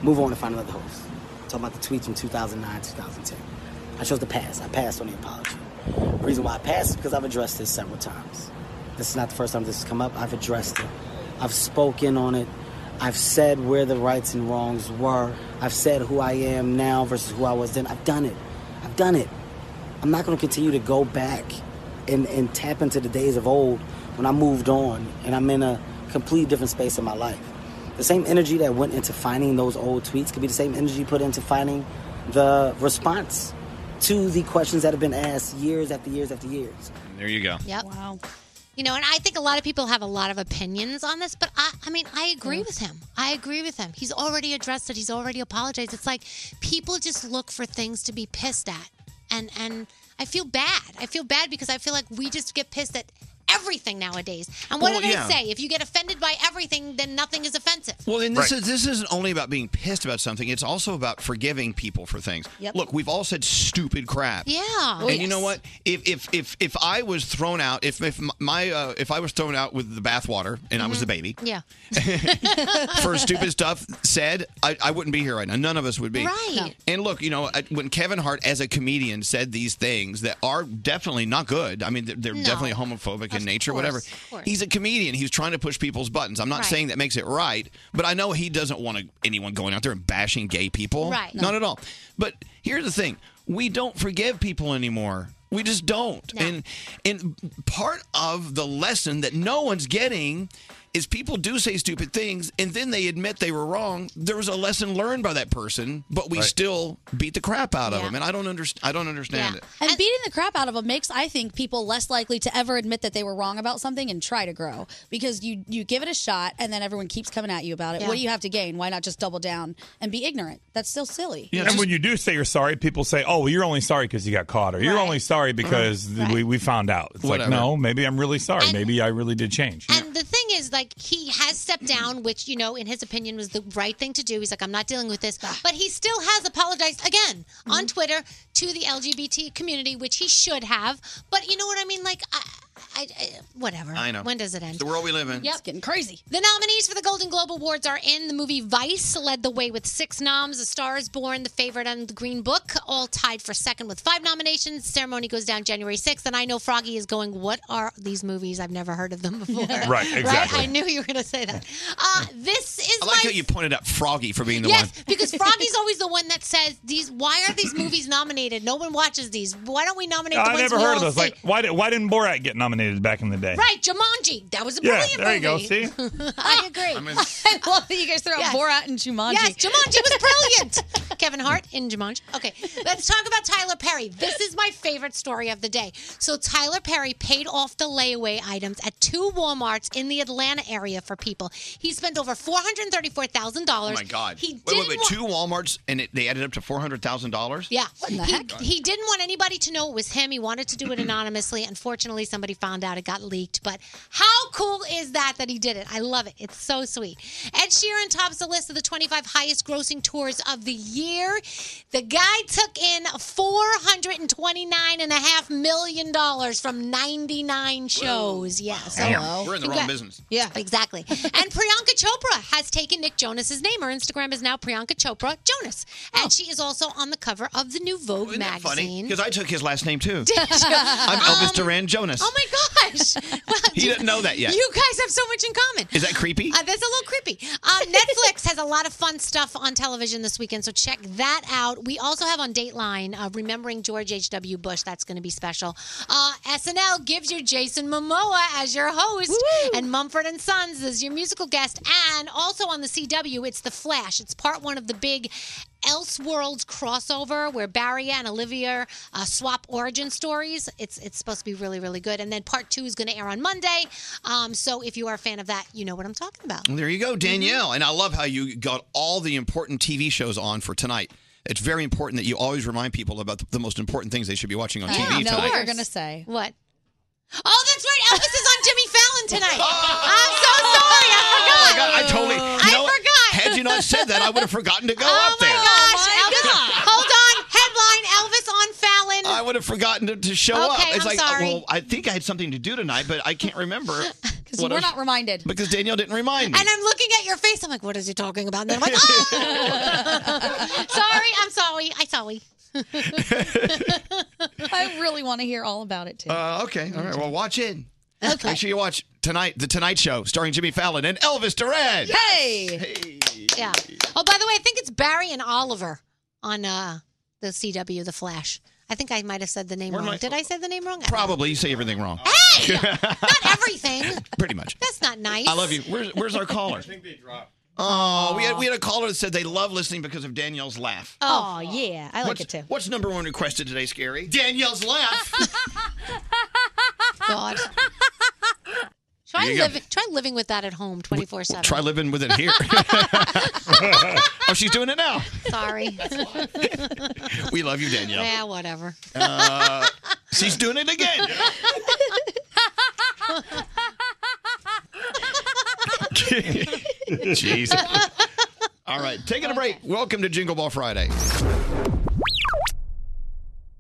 S11: move on and find another host." Talking about the tweets from 2009, 2010. I chose to pass. I passed on the apology. reason why I passed is because I've addressed this several times. This is not the first time this has come up. I've addressed it. I've spoken on it. I've said where the rights and wrongs were. I've said who I am now versus who I was then. I've done it. I've done it. I'm not going to continue to go back and, and tap into the days of old when I moved on and I'm in a completely different space in my life. The same energy that went into finding those old tweets could be the same energy put into finding the response to the questions that have been asked years after years after years.
S2: There you go.
S4: Yep. Wow. You know, and I think a lot of people have a lot of opinions on this, but I, I mean, I agree with him. I agree with him. He's already addressed it. He's already apologized. It's like people just look for things to be pissed at, and and I feel bad. I feel bad because I feel like we just get pissed at everything nowadays. And what
S2: Well,
S4: do they
S2: yeah.
S4: say? If you get offended by everything, then nothing is offensive.
S2: Well, and this is this isn't only about being pissed about something. It's also about forgiving people for things.
S4: Yep.
S2: Look, we've all said stupid crap.
S4: Yeah.
S2: and you know what? If if if if I was thrown out, if if my uh, if I was thrown out with the bathwater and I was the baby
S4: Yeah.
S2: for stupid stuff said, I, I wouldn't be here right now. None of us would be.
S4: Right. No.
S2: And look, you know, I- when Kevin Hart as a comedian said these things that are definitely not good. I mean, they're, they're
S12: No.
S2: definitely homophobic in nature,
S12: course,
S2: whatever.
S12: of course.
S2: He's a comedian. He's trying to push people's buttons. I'm not
S12: Right.
S2: saying that makes it right, but I know he doesn't want to, anyone going out there and bashing gay people.
S12: Right.
S2: Not at all. But here's the thing: we don't forgive people anymore. We just don't. And and part of the lesson that no one's getting is people do say stupid things and then they admit they were wrong. There was a lesson learned by that person, but we
S6: Right.
S2: still beat the crap out of
S6: Yeah.
S2: them. And I don't understand. I don't understand it.
S6: And beating the crap out of them makes, I think, people less likely to ever admit that they were wrong about something and try to grow because you you give it a shot and then everyone keeps coming at you about it.
S4: Yeah.
S6: What do you have to gain? Why not just double down and be ignorant? That's still silly. Uh,
S5: and when you do say you're sorry, people say, "Oh, well, you're only sorry because you got caught, or you're only sorry because we, we found out." It's
S2: Whatever.
S5: like, no, maybe I'm really sorry. maybe I really did change.
S4: And the thing is, like, he has stepped down, which, you know, in his opinion was the right thing to do. He's like, I'm not dealing with this. But he still has apologized again on Twitter to the LGBT community, which he should have. But you know what I mean? Like, I, I, I whatever.
S2: I know.
S4: When does it end?
S2: It's the world we live in.
S4: Yep.
S6: getting crazy.
S4: The nominees for the Golden Globe Awards are in. The movie Vice led the way with six noms. A Star is Born, The Favorite, and The Green Book all tied for second with five nominations. Ceremony goes down January 6th. And I know Froggy is going, What are these movies? I've never heard of them before.
S2: Right, exactly.
S4: I knew you were going to say that. Uh, this is
S2: I like
S4: my
S2: how you pointed out Froggy for being the
S4: yes,
S2: one.
S4: because Froggy's always the one that says these. Why are these movies nominated? No one watches these. Why don't we nominate? the
S5: I
S4: ones
S5: never
S4: we
S5: heard of
S4: all
S5: those.
S4: see?
S5: Like, why did why didn't Borat get nominated back in the day?
S4: right, Jumanji. That was a
S5: Yeah,
S4: brilliant
S5: there you go,
S4: movie.
S5: see?
S4: I agree.
S5: I mean-
S6: I love that you guys throw out Borat and Jumanji.
S4: Yes, Jumanji was brilliant. Kevin Hart in Jumanji. Okay, let's talk about Tyler Perry. This is my favorite story of the day. So Tyler Perry paid off the layaway items at two WalMarts in the Atlanta area for people. He spent over four hundred thirty-four thousand
S2: Oh
S4: dollars.
S2: my God!
S4: He
S2: wait, wait,
S4: didn't
S2: wait!
S4: wa-
S2: Two WalMarts and it, they added up to four hundred thousand dollars.
S4: Yeah. he, he didn't want anybody to know it was him. He wanted to do it anonymously. Unfortunately, somebody found out it got leaked. But how cool is that that he did it? I love it. It's so sweet. Ed Sheeran tops the list of the 25 highest grossing tours of the year. The guy took in $429.5 million dollars from 99 shows. Yeah. So
S2: Damn. We're in the wrong
S4: Congra-
S2: business.
S4: yeah, exactly. and Priyanka Chopra has taken Nick Jonas's name. Her Instagram is now Priyanka Chopra Jonas, and she is also on the cover of the new Vogue
S2: Oh. Funny,
S4: magazine.
S2: because I took his last name too.
S4: Did you?
S2: I'm Elvis Duran Jonas.
S4: Oh my gosh!
S2: he didn't know that yet.
S4: You guys have so much in common.
S2: Is that creepy?
S4: Uh, that's a little creepy. Um, Netflix has a lot of fun stuff on television this weekend, so check check that out. We also have on Dateline, uh, remembering George H.W. Bush. That's going to be special. Uh, SNL gives you Jason Momoa as your host, and Mumford and Sons is your musical guest. And also on the CW, it's The Flash. It's part one of the big Elseworlds crossover where Barry and Olivia uh, swap origin stories. It's it's supposed to be really really good. And then part two is going to air on Monday. Um, so if you are a fan of that, you know what I'm talking about.
S2: There you go, Danielle. And I love how you got all the important TV shows on for tonight. It's very important that you always remind people about the, the most important things they should be watching on TV
S6: no,
S2: tonight.
S6: we're gonna say
S4: what? Oh, that's right. Elvis is on Jimmy Fallon tonight. I'm so sorry. I forgot.
S2: Oh my God, I totally. I forgot. Had you not said that, I would have forgotten to go up there.
S4: Oh
S6: Oh
S4: Gosh, Elvis. Hold on. Headline: Elvis on Fallon.
S2: I would have forgotten to, to show up.
S4: Okay,
S2: It's
S4: I'm
S2: like, oh,
S4: sorry.
S2: well, I think I had something to do tonight, but I can't remember.
S6: because
S2: what
S6: we're
S2: I was-
S6: not reminded.
S2: Because Danielle didn't remind me.
S4: And I'm looking at your face. I'm like, what is he talking about? And then I'm like, oh! sorry, I'm sorry. I sorry.
S6: I really want to hear all about it too.
S2: Uh, okay. All right. Well, watch it. Okay. Make sure you watch tonight, The Tonight Show, starring Jimmy Fallon and Elvis Duran.
S4: Hey. Yeah. Oh, by the way, I think it's Barry and Oliver on uh, the CW, The Flash. I think I might have said the name
S2: Where am
S4: wrong.
S2: I-
S4: Did I say the name wrong?
S2: Probably you say everything wrong.
S4: Not everything.
S2: Pretty much.
S4: That's not nice.
S2: I love you. Where's, where's our caller? Oh, we had we had a caller that said they love listening because of Danielle's laugh.
S6: Oh, yeah, I like
S2: what's,
S6: it too.
S2: What's number one requested today, Scary? Danielle's laugh.
S4: God. Try
S2: There you go.
S4: living. Try living with that at home, twenty four seven.
S2: Try living with it here. oh, she's doing it now.
S4: Sorry.
S2: We love you, Danielle.
S4: Yeah, whatever.
S2: Uh, she's doing it again. Jeez. All right, taking a break. Welcome to Jingle Ball Friday.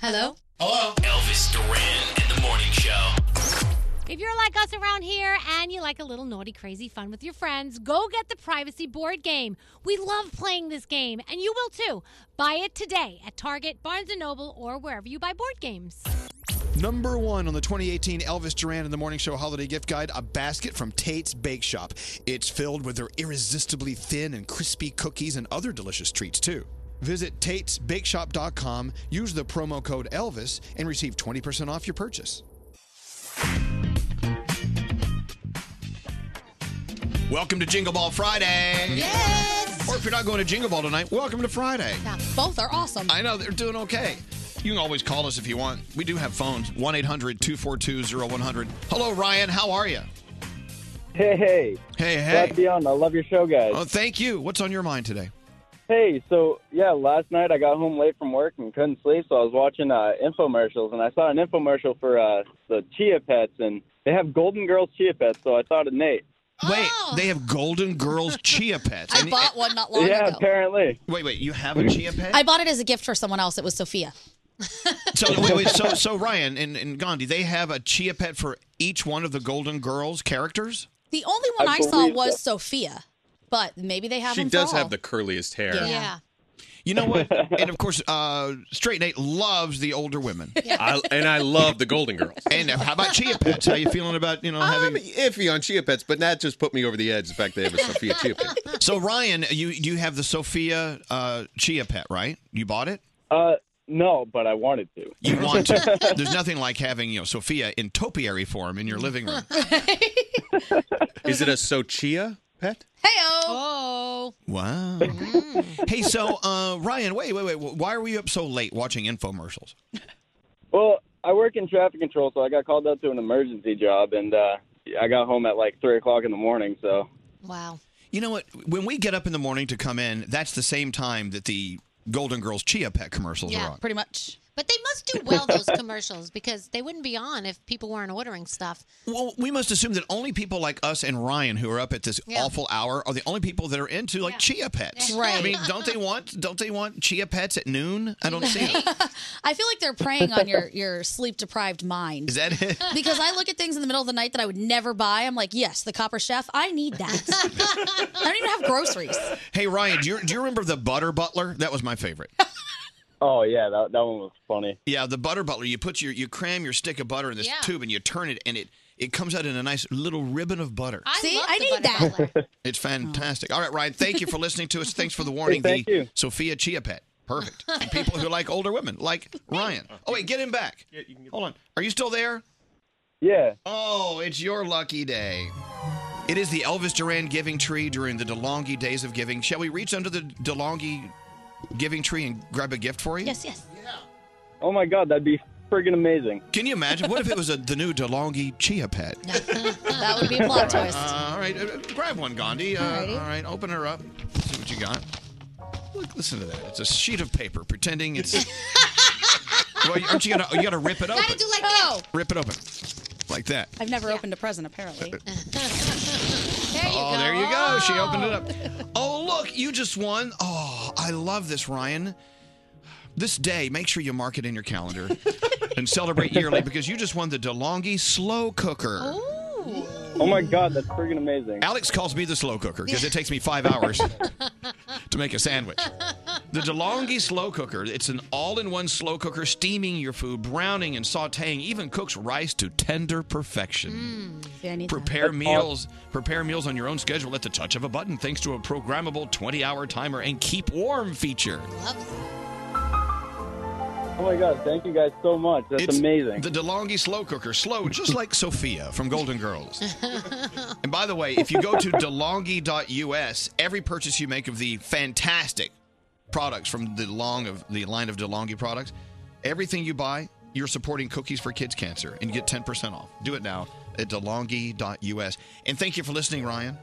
S4: Hello?
S10: Hello? Elvis Duran and the Morning Show.
S12: If you're like us around here and you like a little naughty, crazy fun with your friends, go get the privacy board game. We love playing this game, and you will too. Buy it today at Target, Barnes & Noble, or wherever you buy board games.
S2: Number one on the 2018 Elvis Duran and the Morning Show Holiday Gift Guide, a basket from Tate's Bake Shop. It's filled with their irresistibly thin and crispy cookies and other delicious treats, too. Visit Tate'sBakeShop.com, use the promo code Elvis, and receive 20% off your purchase. Welcome to Jingle Ball Friday. Yes! Or if you're not going to Jingle Ball tonight, welcome to Friday.
S6: Both are awesome.
S2: I know they're doing okay. You can always call us if you want. We do have phones 1 800 242 0100. Hello, Ryan. How are you?
S13: Hey, hey.
S2: Hey, hey.
S13: Glad to be on. I love your show, guys.
S2: Oh, thank you. What's on your mind today?
S13: Hey, so, yeah, last night I got home late from work and couldn't sleep, so I was watching uh, infomercials, and I saw an infomercial for uh, the Chia Pets, and they have Golden Girls Chia Pets, so I thought of Nate.
S2: Wait, they have Golden Girls Chia Pets.
S6: I bought one not long ago.
S13: apparently.
S2: Wait, wait. You have a Chia Pet?
S6: I bought it as a gift for someone else. It was Sophia.
S2: So, wait, wait. So, so Ryan and, and Gandhi, they have a Chia Pet for each one of the Golden Girls characters?
S6: The only one
S2: I
S6: I, saw
S2: believe
S6: was
S2: so.
S6: Sophia, but maybe they have.
S9: She
S6: them
S9: does
S6: for all.
S9: have the curliest hair.
S6: Yeah.
S2: You know what? and of course, uh, Straight Nate loves the older women.
S9: I, and I love the Golden Girls.
S2: And how about Chia Pets? How you feeling about you know having?
S9: I'm iffy on Chia Pets, but that just put me over the edge. The fact they have a Sophia Chia Pet.
S2: So Ryan, you you have the Sophia uh, Chia Pet, right? You bought it?
S13: Uh, no, but I wanted to.
S2: You want to? There's nothing like having you know Sophia in topiary form in your living room.
S9: Is it a Sochia pet?
S6: Heyo.
S4: Oh.
S2: Wow. hey, so uh, Ryan, wait, wait, wait. Why were you up so late watching infomercials?
S13: Well, I work in traffic control, so I got called out to an emergency job, and uh, I got home at like 3 o'clock in the morning, so.
S4: Wow.
S2: You know what? When we get up in the morning to come in, that's the same time that the Golden Girls Chia Pet commercials are on.
S6: pretty much.
S4: But they must do well those commercials because they wouldn't be on if people weren't ordering stuff.
S2: Well, we must assume that only people like us and Ryan, who are up at this
S4: Yeah.
S2: awful hour, are the only people that are into like chia pets.
S6: Right.
S2: I mean, don't they want don't they want chia pets at noon? I don't see it.
S6: I feel like they're preying on your your sleep deprived mind.
S2: Is that it?
S6: Because I look at things in the middle of the night that I would never buy. I'm like, yes, the Copper Chef. I need that. I don't even have groceries.
S2: Hey Ryan, do you, do you remember the Butter Butler? That was my favorite.
S13: Oh, yeah, that, that one was funny.
S2: Yeah, the Butter Butler. You put your you cram your stick of butter in this
S13: Yeah.
S2: tube and you turn it, and it It comes out in a nice little ribbon of butter.
S6: See, I need that.
S2: It's fantastic. All right, Ryan, thank you for listening to us. Thanks for the warning.
S13: Oh. thank
S2: the Sophia Chia Pet. Perfect. And people who like older women, like Ryan. Oh, wait, get him back. Hold on. Are you still there?
S13: Yeah.
S2: Oh, it's your lucky day. It is the Elvis Duran Giving Tree during the DeLonghi Days of Giving. Shall we reach under the DeLonghi Giving Tree and grab a gift for you?
S6: Yes, yes.
S13: Oh my God, that'd be friggin' amazing.
S2: Can you imagine? What if it was a, the new DeLonghi Chia Pet?
S6: That would be a plot
S2: All right,
S6: twist.
S2: uh, all right, uh, uh, grab one, Gandhi. Uh,
S6: Alrighty.
S2: all right, open her up. See what you got. Look, listen to that. It's a sheet of paper pretending it's. well, aren't you gonna? You gotta rip it open.
S6: Gotta do like oh.
S2: Rip it open, like that.
S6: I've never opened a present, apparently.
S2: oh, there you go. She opened it up. Oh, look, you just won. Oh, I love this, Ryan. This day, make sure you mark it in your calendar and celebrate yearly because you just won the DeLonghi Slow Cooker.
S13: Oh my God, that's friggin' amazing.
S2: Alex calls me the slow cooker because it takes me five hours to make a sandwich. The DeLonghi slow cooker. It's an all-in-one slow cooker, steaming your food, browning and sautéing, even cooks rice to tender
S6: Mm,
S2: perfection.
S6: See, I need
S2: Prepare
S6: that.
S2: meals. Prepare meals on your own schedule at the touch of a button, thanks to a programmable 20-hour timer and keep warm feature.
S13: Oh my God, thank you guys so much. That's amazing.
S2: The DeLonghi slow cooker, slow just like Sophia from Golden Girls. And by the way, if you go to DeLonghi.us, every purchase you make of the fantastic products from the long of the line of DeLonghi products, everything you buy, you're supporting Cookies for Kids Cancer and you get 10% off. Do it now at DeLonghi.us. And thank you for listening, Ryan.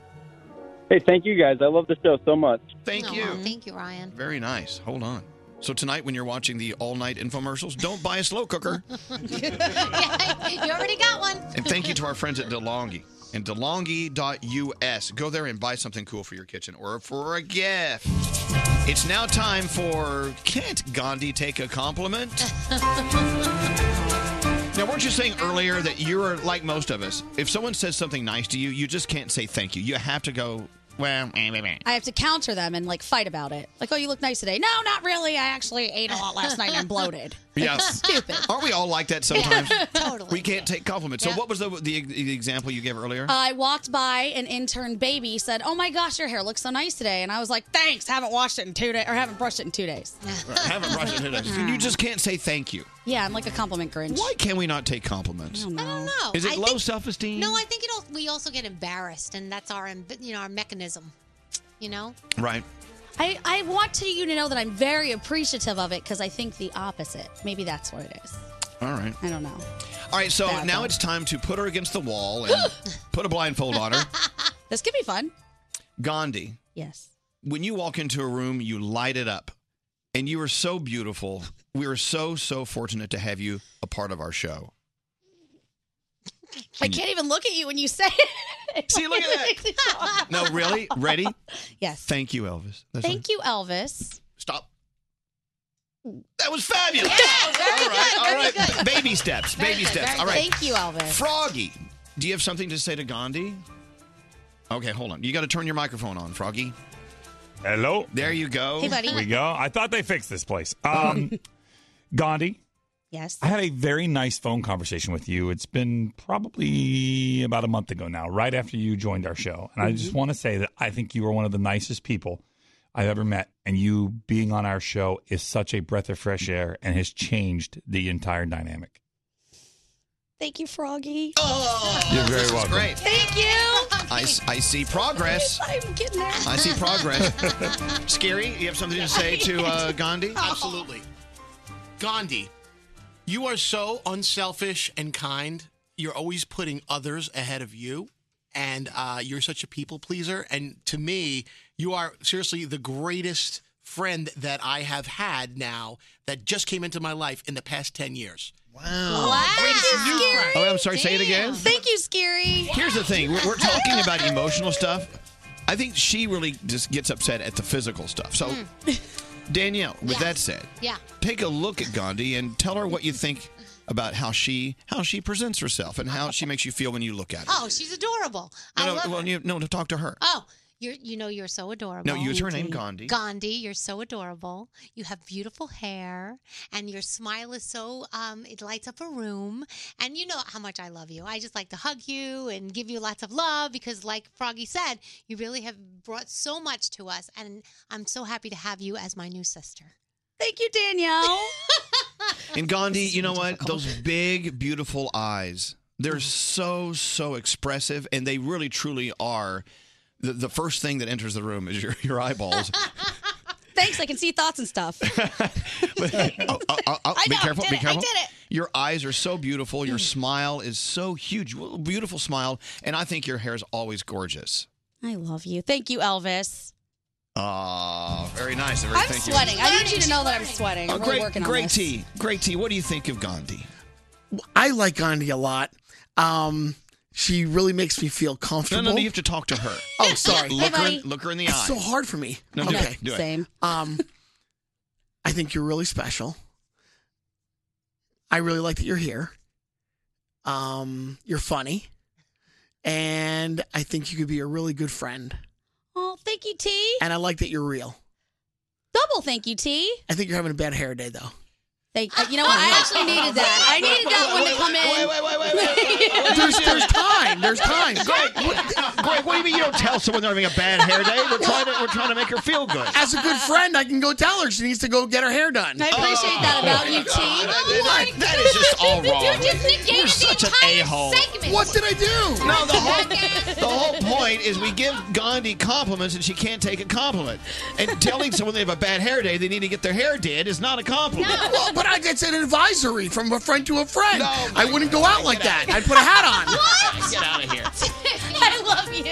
S13: Hey, thank you guys. I love the show so much.
S2: Thank
S4: Aw,
S2: you.
S4: Thank you, Ryan.
S2: Very nice. Hold on. So tonight when you're watching the all-night infomercials, don't buy a slow cooker.
S4: yeah, you already got one.
S2: And thank you to our friends at DeLonghi and DeLonghi.us. Go there and buy something cool for your kitchen or for a gift. It's now time for Can't Gandhi Take a Compliment? Now, weren't you saying earlier that you're like most of us? If someone says something nice to you, you just can't say thank you. You have to go, well, eh, meh, meh."
S6: I have to counter them and like fight about it. Like, oh, you look nice today. No, not really. I actually ate a lot last night and I'm bloated.
S2: Yeah.
S6: Stupid.
S2: Aren't we all like that sometimes?
S6: Totally.
S2: We can't take compliments.
S6: Yeah.
S2: So, what was the, the, the example you gave earlier?
S6: I walked by an intern baby said, "Oh my gosh, your hair looks so nice today," and I was like, "Thanks, haven't washed it in two days or haven't brushed it in two days."
S2: I haven't brushed it today. You just can't say thank you.
S6: Yeah, I'm like a compliment Grinch.
S2: Why can we not take
S4: Oh
S2: compliments?
S6: I don't
S4: know.
S2: Is it
S4: I
S2: low
S4: think-
S2: self-esteem?
S4: No, I think it. All, we also get embarrassed, and that's our, em- you know, our mechanism. You know,
S2: Right.
S6: I, I want to you to know that I'm very appreciative of it because I think the opposite. Maybe that's what it is.
S2: All right.
S6: I don't know.
S2: All right, so
S6: Bad
S2: now
S6: dog.
S2: it's time to put her against the wall and put a blindfold on her.
S6: This could be fun.
S2: Gandhi,
S6: Yes.
S2: when you walk into a room, you light it up. And you are so beautiful. We are so, so fortunate to have you a part of our show.
S6: I can't even look at you when you say it.
S2: See, look at
S6: that.
S2: No, really? Ready?
S6: Yes.
S2: Thank you, Elvis. That's
S6: Thank you, Elvis.
S2: Stop. That was fabulous. all right, all right. Baby steps,
S6: Very
S2: baby
S6: good,
S2: steps.
S6: very
S2: All right.
S6: good. Thank you, Elvis.
S2: Froggy, do you have something to say to Gandhi? Okay, hold on. You got to turn your microphone on, Froggy.
S5: Hello.
S2: There you go.
S5: Hey,
S6: buddy.
S5: Here we go. I thought they fixed this place. Um, Gandhi,
S6: Yes.
S5: I had a very nice phone conversation with you. It's been probably about a month ago now, right after you joined our show. And I just
S14: Mhm.
S5: want to say that I think you are one of the nicest people I've ever met. And you being on our show is such a breath of fresh air and has changed the entire dynamic.
S6: Thank you, Froggy.
S2: Oh,
S5: You're very
S2: this is
S5: welcome.
S2: great.
S6: Thank you.
S2: I, s- I see progress.
S6: I'm getting there.
S2: I see progress. Scary, you have something to say to uh, Gandhi?
S1: Absolutely. Gandhi, you are so unselfish and kind. You're always putting others ahead of you. And uh, you're such a people pleaser. And to me, you are seriously the greatest friend that I have had now that just came into my life in the past 10 years.
S2: Wow.
S1: Greatest new friend.
S2: Oh, I'm sorry. Say it again.
S6: Thank you, Scary.
S2: Here's the thing we're, we're talking about emotional stuff. I think she really just gets upset at the physical stuff. So, Danielle, with that said,
S4: Hmm. yeah.
S2: take a look at Gandhi and tell her what you think about how she how she presents herself and how she makes you feel when you look at her.
S4: Oh, she's adorable. I
S2: no,
S4: love
S2: no, well, you, no, no, talk to her.
S4: Oh, You're, you know, you're so adorable.
S2: No, use her name, Gandhi.
S4: Gandhi, you're so adorable. You have beautiful hair, and your smile is so um, it lights up a room. And you know how much I love you. I just like to hug you and give you lots of love because, like Froggy said, you really have brought so much to us, and I'm so happy to have you as my new sister.
S6: Thank you, Danielle.
S2: And Gandhi, you know what? Those big, beautiful eyes. They're so, so expressive, and they really, truly are. The, the first thing that enters the room is your, your eyeballs.
S6: Thanks, I can see thoughts and stuff.
S2: Oh, oh, oh,
S6: I
S2: be
S6: know,
S2: careful,
S6: did
S2: be
S6: it, I
S2: careful.
S6: did it. Mm.
S2: Your eyes are so beautiful. Your smile is so huge. Well, Beautiful smile. And I think your hair is always gorgeous.
S6: I love you. Thank you, Elvis.
S2: Ah, very nice. Very,
S6: I'm
S2: thank you.
S6: sweating. I need you to know that I'm sweating.
S2: Oh,
S6: We're
S2: great,
S6: working on
S2: great
S6: this.
S2: tea. Great tea. What do you think of Gandhi?
S14: I like Gandhi a lot. Um, she really makes me feel
S2: No,
S14: comfortable.
S2: no, no, you have to talk to her.
S14: Oh, sorry.
S2: Look, her, in- look her in the eye.
S14: It's so hard for me.
S2: No, do it. Do it.
S14: Um, I think you're really special. I really like that you're here. Um, you're funny, and I think you could be a really good friend.
S6: Oh, thank you, T.
S14: And I like that you're real.
S6: Double thank you, T.
S14: I think you're having a bad hair day though.
S6: Thank uh, you. know what? I actually needed that. I needed that one to come in. Wait, wait,
S2: wait,
S14: There's, there's time. There's time.
S2: Greg, what, Greg, what do you mean you don't tell someone they're having a bad hair day? We're trying to, we're trying to make her feel good.
S14: As a good friend, I can go tell her she needs to go get her hair done.
S6: I appreciate that about you, T.
S2: Oh, That- that is just all
S14: You
S2: wrong.
S14: just negated
S2: You're such an a-hole.
S14: What did I do?
S2: No, the whole, the whole point is we give Gandhi compliments and she can't take a compliment. And telling someone they have a bad hair day, they need to get their hair did is not a compliment.
S14: Well, but I, it's an advisory from a friend to a friend. I wouldn't go out like that. I'd put a hat on.
S2: What? Get out of here.
S6: I love you.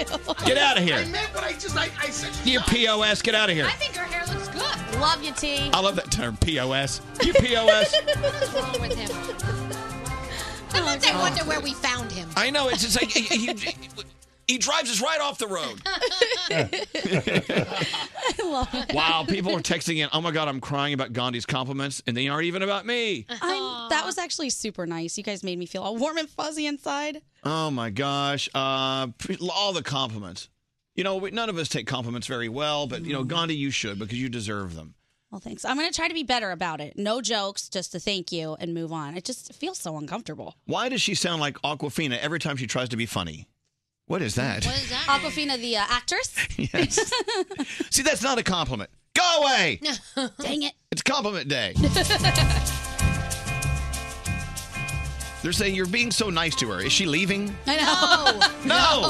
S2: Get out of here.
S14: I meant what I just, I, I said.
S2: You POS, get out of here.
S6: think her hair looks good. Love you, T.
S2: I love that term, POS. You POS.
S4: What's wrong with him? Sometimes I wonder where we found him.
S2: I know, it's just like he, he, he drives us right off the road.
S6: I love it.
S2: Wow, people are texting in, oh my God, I'm crying about Gandhi's compliments, and they aren't even about me.
S6: I'm, that was actually super nice. You guys made me feel all warm and fuzzy inside.
S2: Oh my gosh! Uh, pre- all the compliments. You know, we, none of us take compliments very well, but you know, Gandhi, you should because you deserve them.
S6: Well, thanks. I'm going to try to be better about it. No jokes, just a thank you and move on. It just feels so uncomfortable.
S2: Why does she sound like Aquafina every time she tries to be funny? What is that?
S6: is that? Aquafina, the uh, actress.
S2: Yes. See, that's not a compliment. Go away.
S6: Dang it.
S2: It's compliment day. They're saying you're being so nice to her. Is she leaving?
S6: I know.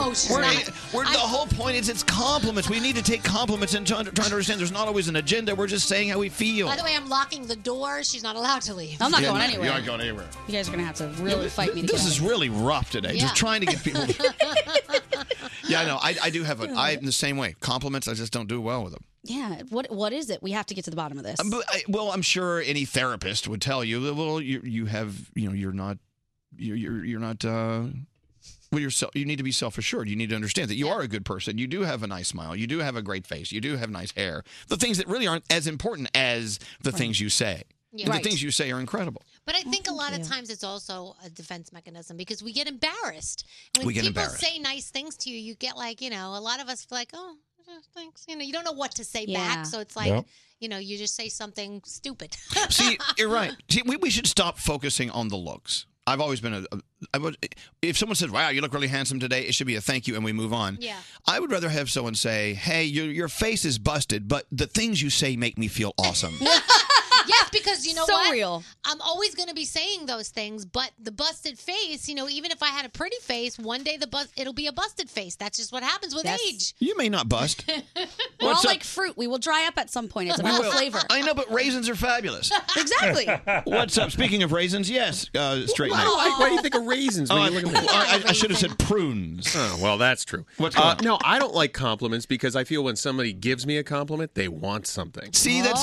S2: No,
S6: she's
S2: we're,
S6: not.
S2: we're- the whole point is it's compliments. We need to take compliments and try to, try to understand there's not always an agenda. We're just saying how we feel.
S4: By the way, I'm locking the door. She's not allowed to leave.
S2: Yeah, no, You aren't going anywhere.
S6: You guys are going to have to really fight me to
S2: This
S6: get
S2: is really rough today.
S6: Yeah.
S2: Just trying to get people. yeah, I know. I, I do have a. I'm the same way. Compliments, I just don't do well with them.
S6: Yeah. What What is it? We have to get to the bottom of this.
S2: Um, but I, well, I'm sure any therapist would tell you. that, Well, you you have you know you're not you're you're, you're not. Uh, well, you're self, you need to be self assured. You need to understand that you are a good person. You do have a nice smile. You do have a great face. You do have nice hair. The things that really aren't as important as the things you say.
S4: Yeah.
S2: The
S4: Right.
S2: things you say are incredible.
S4: But I think a lot of times it's also a defense mechanism because we get embarrassed. And when
S2: We get
S4: people
S2: embarrassed.
S4: say nice things to you, you get like, you know, a lot of us feel like, oh, eh, thanks. You know, you don't know what to say
S2: Yeah.
S4: back. So it's like,
S2: Yep.
S4: you know, you just say something stupid.
S2: See, you're right. See, we, we should stop focusing on the looks. I've always been a, a I would, if someone says, "Wow, you look really handsome today," it should be a thank you and we move on.
S15: Yeah.
S2: I would rather have someone say, "Hey, your your face is busted, but the things you say make me feel awesome."
S4: yes, because you know
S6: So
S4: what?
S6: real.
S4: I'm always going to be saying those things, but the busted face, you know, even if I had a pretty face, one day the bus it'll be a busted face. That's just what happens with age.
S2: you may not bust.
S6: We're
S2: What's
S6: all
S2: up?
S6: like fruit. We will dry up at some point. It's
S2: We
S6: about
S2: will.
S6: flavor.
S2: I know, but raisins are fabulous.
S6: Exactly.
S2: What's up? Speaking of raisins, yes, uh, straight.
S9: Why,
S2: neck.
S9: why- why do you think of raisins?
S2: Oh,
S9: when
S2: I,
S9: you look at me?
S2: I- I should have said prunes.
S9: Oh, well, that's true.
S2: What's
S9: uh, no, I don't like compliments because I feel when somebody gives me a compliment, they want something.
S2: See, that's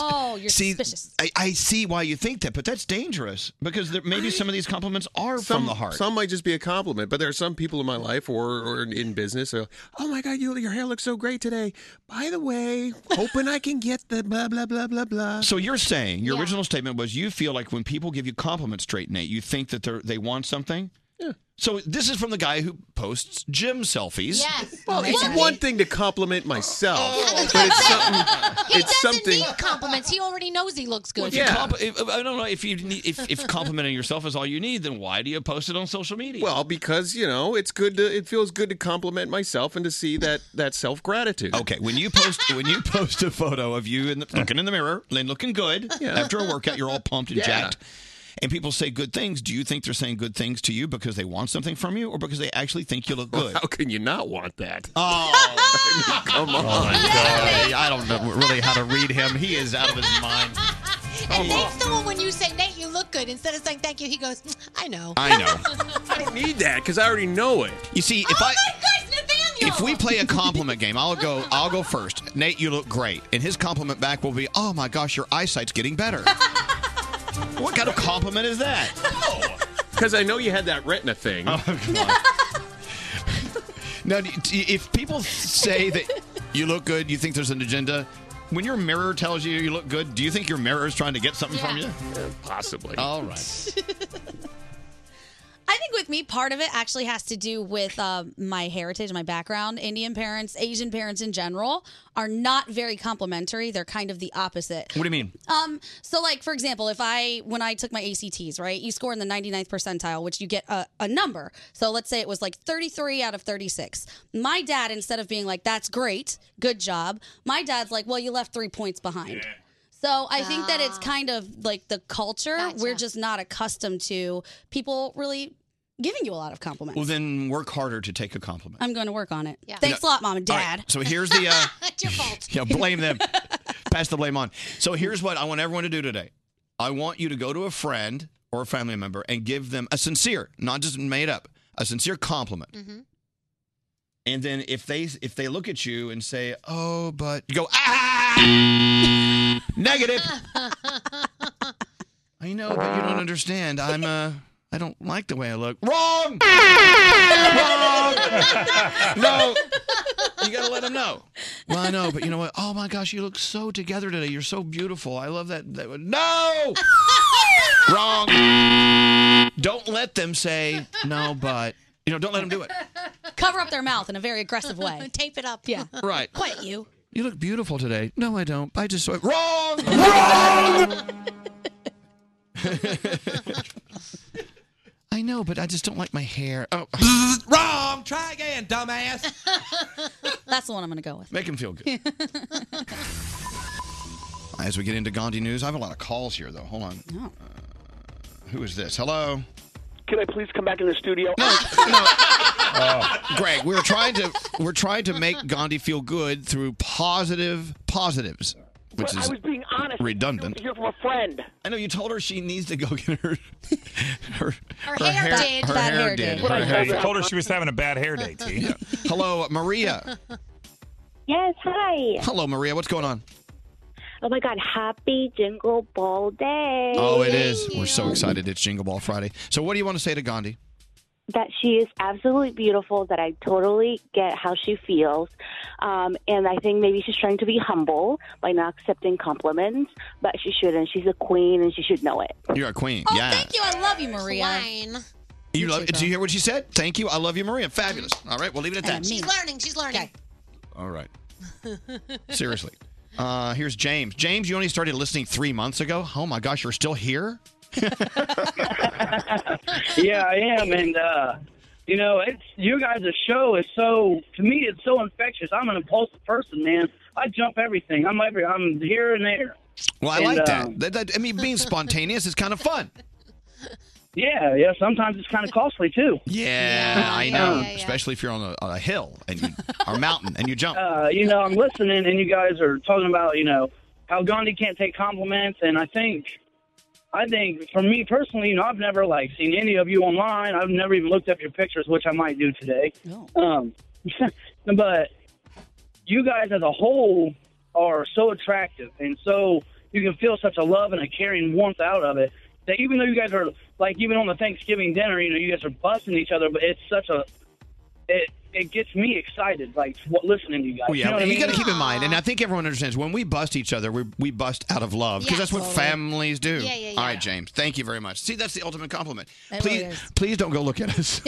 S2: see, I, I see why you think that, but that's dangerous because there, maybe some of these compliments are
S9: some,
S2: from the heart.
S9: Some might just be a compliment, but there are some people in my life or, or in- in business. Who, oh my God, you, your hair looks so great today. By the way, hoping I can get the blah blah blah blah blah.
S2: So you're saying your original statement was you feel like when people give you compliments, straight Nate, you think that they are they want something. So this is from the guy who posts gym selfies.
S4: Yes.
S9: Well, it's one thing to compliment myself, but it's something.
S4: He
S9: it's
S4: doesn't
S9: something.
S4: need compliments. He already knows he looks
S2: Well,
S4: good.
S2: if you compli- if- I don't know if you need, if, if complimenting yourself is all you need, then why do you post it on social media?
S9: Well, because you know, it's good to. It feels good to compliment myself and to see that that self gratitude.
S2: Okay, when you post when you post a photo of you in the, looking in the mirror and looking good after a workout, you're all pumped and
S9: Yeah.
S2: jacked. And people say good things. Do you think they're saying good things to you because they want something from you, or because they actually think you look good?
S9: How can you not want that?
S2: Oh,
S9: come on!
S2: I don't know really how to read him. He is out of his mind.
S4: And Nate's the one when you say, Nate, you look good, instead of saying thank you, he goes, "Mm, I know.
S2: I know.
S9: I don't need that because I already know it.
S2: You see, if I if we play a compliment game, I'll go I'll go first. Nate, you look great, and his compliment back will be, "Oh my gosh, your eyesight's getting better." what kind of compliment is that? Oh,
S9: Because I know you had that retina thing.
S2: Now, do you- do you- if people say that you look good, you think there's an agenda. When your mirror tells you you look good, do you think your mirror is trying to get something from you?
S9: Possibly.
S2: All right.
S6: I think with me, part of it actually has to do with um, my heritage, my background. Indian parents, Asian parents in general, are not very complimentary. They're kind of the opposite.
S2: What do you mean?
S6: Um, so like for example, if I when I took my ACTs, right, you score in the 99th percentile, which you get a, a number. So let's say it was like 33 out of 36. My dad, instead of being like, "That's great, good job," my dad's like, "Well, you left three points behind." So I think that it's kind of like the culture we're just not accustomed to people really giving you a lot of compliments.
S2: Well, then work harder to take a compliment.
S6: I'm going to work on it. Thanks a
S2: No.
S6: lot, mom and
S2: All
S6: dad.
S2: right, so here's the uh,
S6: That's your fault.
S2: Yeah, blame them. Pass the blame on. So here's what I want everyone to do today. I want you to go to a friend or a family member and give them a sincere, not just made up, a sincere compliment.
S4: Mm-hmm.
S3: Mhm.
S2: And then if they if they look at you and say, "Oh, but," you go, "Ah, negative." I know, but you don't understand. I'm uh, I don't like the way I look. Wrong. Wrong. no. You gotta let them know. Well, I know, but you know what? Oh my gosh, you look so together today. You're so beautiful. I love that. that no. Wrong. Don't let them say no, but you know, don't let them do it.
S6: Cover up their mouth in a very aggressive way. Tape it up. Yeah.
S2: Right.
S6: Quiet you.
S2: You look beautiful today. No, I don't. I just wrong. Wrong. I know, but I just don't like my hair. Oh, wrong. Um, Try again, dumbass.
S6: That's the one I'm going to go with.
S2: Make him feel good. As we get into Gandhi news, I have a lot of calls here, though. Hold on. Uh, who is this? Hello.
S15: Can I please come back in the studio?
S2: Uh, Greg, we're trying to we're trying to make Gandhi feel good through positive positives, which
S15: But
S2: is
S15: I was being honest.
S2: redundant.
S15: I hear from a friend.
S2: I know you told her she needs to go get her her,
S15: Her hair did.
S2: Her
S15: Bad
S2: hair,
S15: hair
S2: did.
S15: did. What I
S5: told her- I told her she was having a bad hair day. T.
S2: Hello, Maria.
S16: Yes, hi.
S2: Hello, Maria. What's going on?
S16: Oh my God, happy Jingle Ball Day.
S2: Oh, it is. We're so excited. It's Jingle Ball Friday. So, what do you want to say to Gandhi?
S16: That she is absolutely beautiful, that I totally get how she feels. Um, and I think maybe she's trying to be humble by not accepting compliments, but she shouldn't. She's a queen and she should know it.
S2: You're a queen.
S15: Oh,
S2: yeah.
S6: Oh, Thank you. I love you, Maria.
S2: You love, do you hear what she said? Thank you. I love you, Maria. Fabulous. All right, we'll leave it at that.
S4: She's learning. She's learning.
S2: All right. Seriously. Uh, here's James. James, you only started listening three months ago. Oh my gosh, you're still here?
S15: yeah, I am, and uh, you know, it's you guys' show is so to me, it's so infectious. I'm an impulsive person, man. I jump everything. I'm every. I'm here and there.
S2: Well, I
S15: And,
S2: like
S15: um,
S2: that. That, that. I mean, being spontaneous is kind of fun.
S15: Yeah, yeah. Sometimes it's kind of costly too.
S2: Yeah, I know. Especially if you're on a, on a hill and you, or mountain and you jump.
S15: Uh, you know, I'm listening, and you guys are talking about you know how Gandhi can't take compliments, and I think, I think for me personally, you know, I've never like seen any of you online. I've never even looked up your pictures, which I might do today. Um, but you guys as a whole are so attractive, and so you can feel such a love and a caring warmth out of it. That even though you guys are like even on the Thanksgiving dinner, you know, you guys are busting each other, but it's such a it it gets me excited, like what, listening to you guys.
S2: Oh, yeah,
S15: you know what I
S2: you
S15: mean?
S2: got to keep in mind, and I think everyone understands when we bust each other, we, we bust out of love because
S15: Yeah,
S2: that's what
S15: totally.
S2: families do.
S15: Yeah, yeah,
S2: All right, James, thank you very much. See, that's the ultimate compliment.
S6: It really
S2: please, please don't go look at us.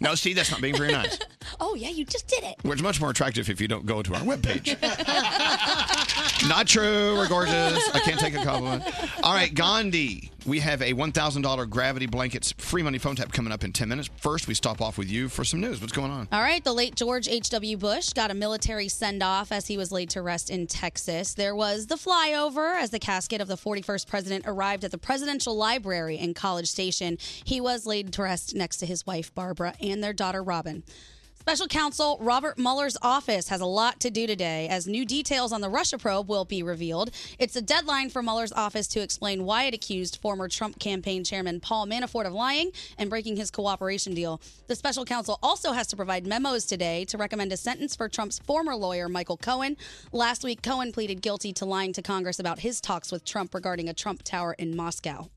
S2: no, see, that's not being very nice.
S6: Oh yeah, you just did it.
S2: We're much more attractive if you don't go to our webpage. Not true. We're gorgeous. I can't take a compliment. All right, Gandhi. We have a $1,000 gravity blankets free money phone tap coming up in 10 minutes. First, we stop off with you for some news. What's going on?
S6: All right, the late George H.W. Bush got a military send off as he was laid to rest in Texas. There was the flyover as the casket of the 41st president arrived at the Presidential Library in College Station. He was laid to rest next to his wife, Barbara, and their daughter, Robin. Special counsel Robert Mueller's office has a lot to do today as new details on the Russia probe will be revealed. It's a deadline for Mueller's office to explain why it accused former Trump campaign chairman Paul Manafort of lying and breaking his cooperation deal. The special counsel also has to provide memos today to recommend a sentence for Trump's former lawyer Michael Cohen. Last week, Cohen pleaded guilty to lying to Congress about his talks with Trump regarding a Trump tower in Moscow.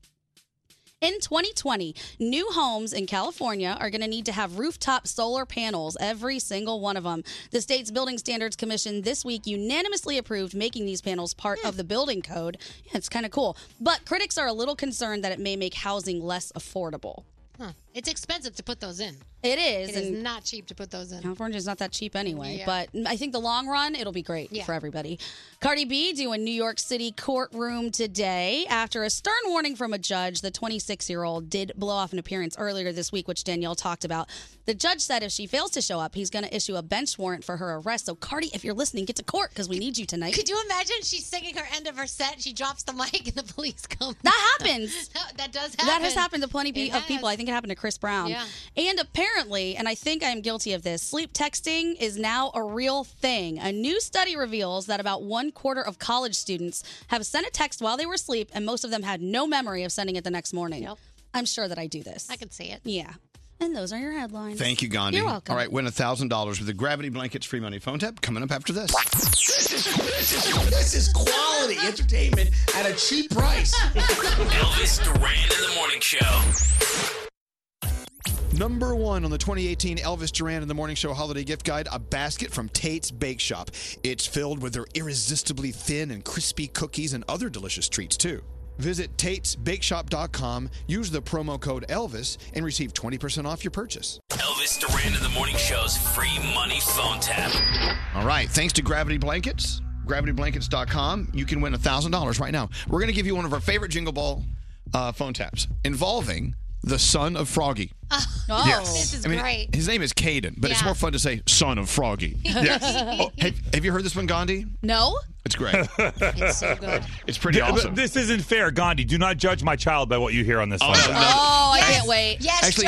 S6: In 2020, new homes in California are going to need to have rooftop solar panels, every single one of them. The state's Building Standards Commission this week unanimously approved making these panels part of the building code. Yeah, it's kind of cool. But critics are a little concerned that it may make housing less affordable.
S4: Huh. It's expensive to put those in.
S6: It is.
S4: It is
S6: and-
S4: not cheap to put those in.
S6: California's not that cheap anyway,
S4: Yeah.
S6: but I think the long run it'll be great
S4: Yeah.
S6: for everybody. Cardi B due in New York City courtroom today after a stern warning from a judge. The 26-year-old did blow off an appearance earlier this week, which Danielle talked about. The judge said if she fails to show up, he's going to issue a bench warrant for her arrest. So Cardi, if you're listening, get to court because we need you tonight.
S4: Could you imagine she's singing her end of her set? She drops the mic and the police come.
S6: That happens.
S4: that, that does happen.
S6: That has happened to plenty
S4: It
S6: pe- of people.
S4: has.
S6: I think it happened to Chris Brown.
S4: Yeah.
S6: And apparently, and I think I'm guilty of this, sleep texting is now a real thing. A new study reveals that about one quarter of college students have sent a text while they were asleep, and most of them had no memory of sending it the next morning. I'm sure that I do this. I
S4: can see it.
S6: Yeah. And those are your headlines.
S2: Thank you, Gandhi.
S6: You're welcome.
S2: All right, win $1,000 with the Gravity Blankets free money phone tap coming up after this.
S17: This is quality entertainment at a cheap price.
S10: Elvis Duran in the Morning Show.
S2: Number one on the 2018 Elvis Duran in the Morning Show Holiday Gift Guide, a basket from Tate's Bake Shop. It's filled with their irresistibly thin and crispy cookies and other delicious treats, too. Visit Tate'sBakeShop.com, use the promo code Elvis, and receive 20% off your purchase.
S10: Elvis Duran in the Morning Show's free money phone tap.
S2: All right, thanks to Gravity Blankets, gravityblankets.com, you can win $1,000 right now. We're going to give you one of our favorite Jingle Ball uh, phone taps involving the son of Froggy.
S4: Oh,
S2: Yes.
S4: this is
S2: I mean,
S4: great.
S2: His name is Caden, but it's
S4: Yeah.
S2: more fun to say son of Froggy. Yes. Oh, have, have you heard this one, Gandhi?
S6: No?
S2: It's great.
S6: It's so good.
S2: It's pretty
S5: Th-
S2: awesome.
S5: This isn't fair, Gandhi. Do not judge my child by what you hear on this. phone.
S6: Oh, I can't wait.
S2: Actually,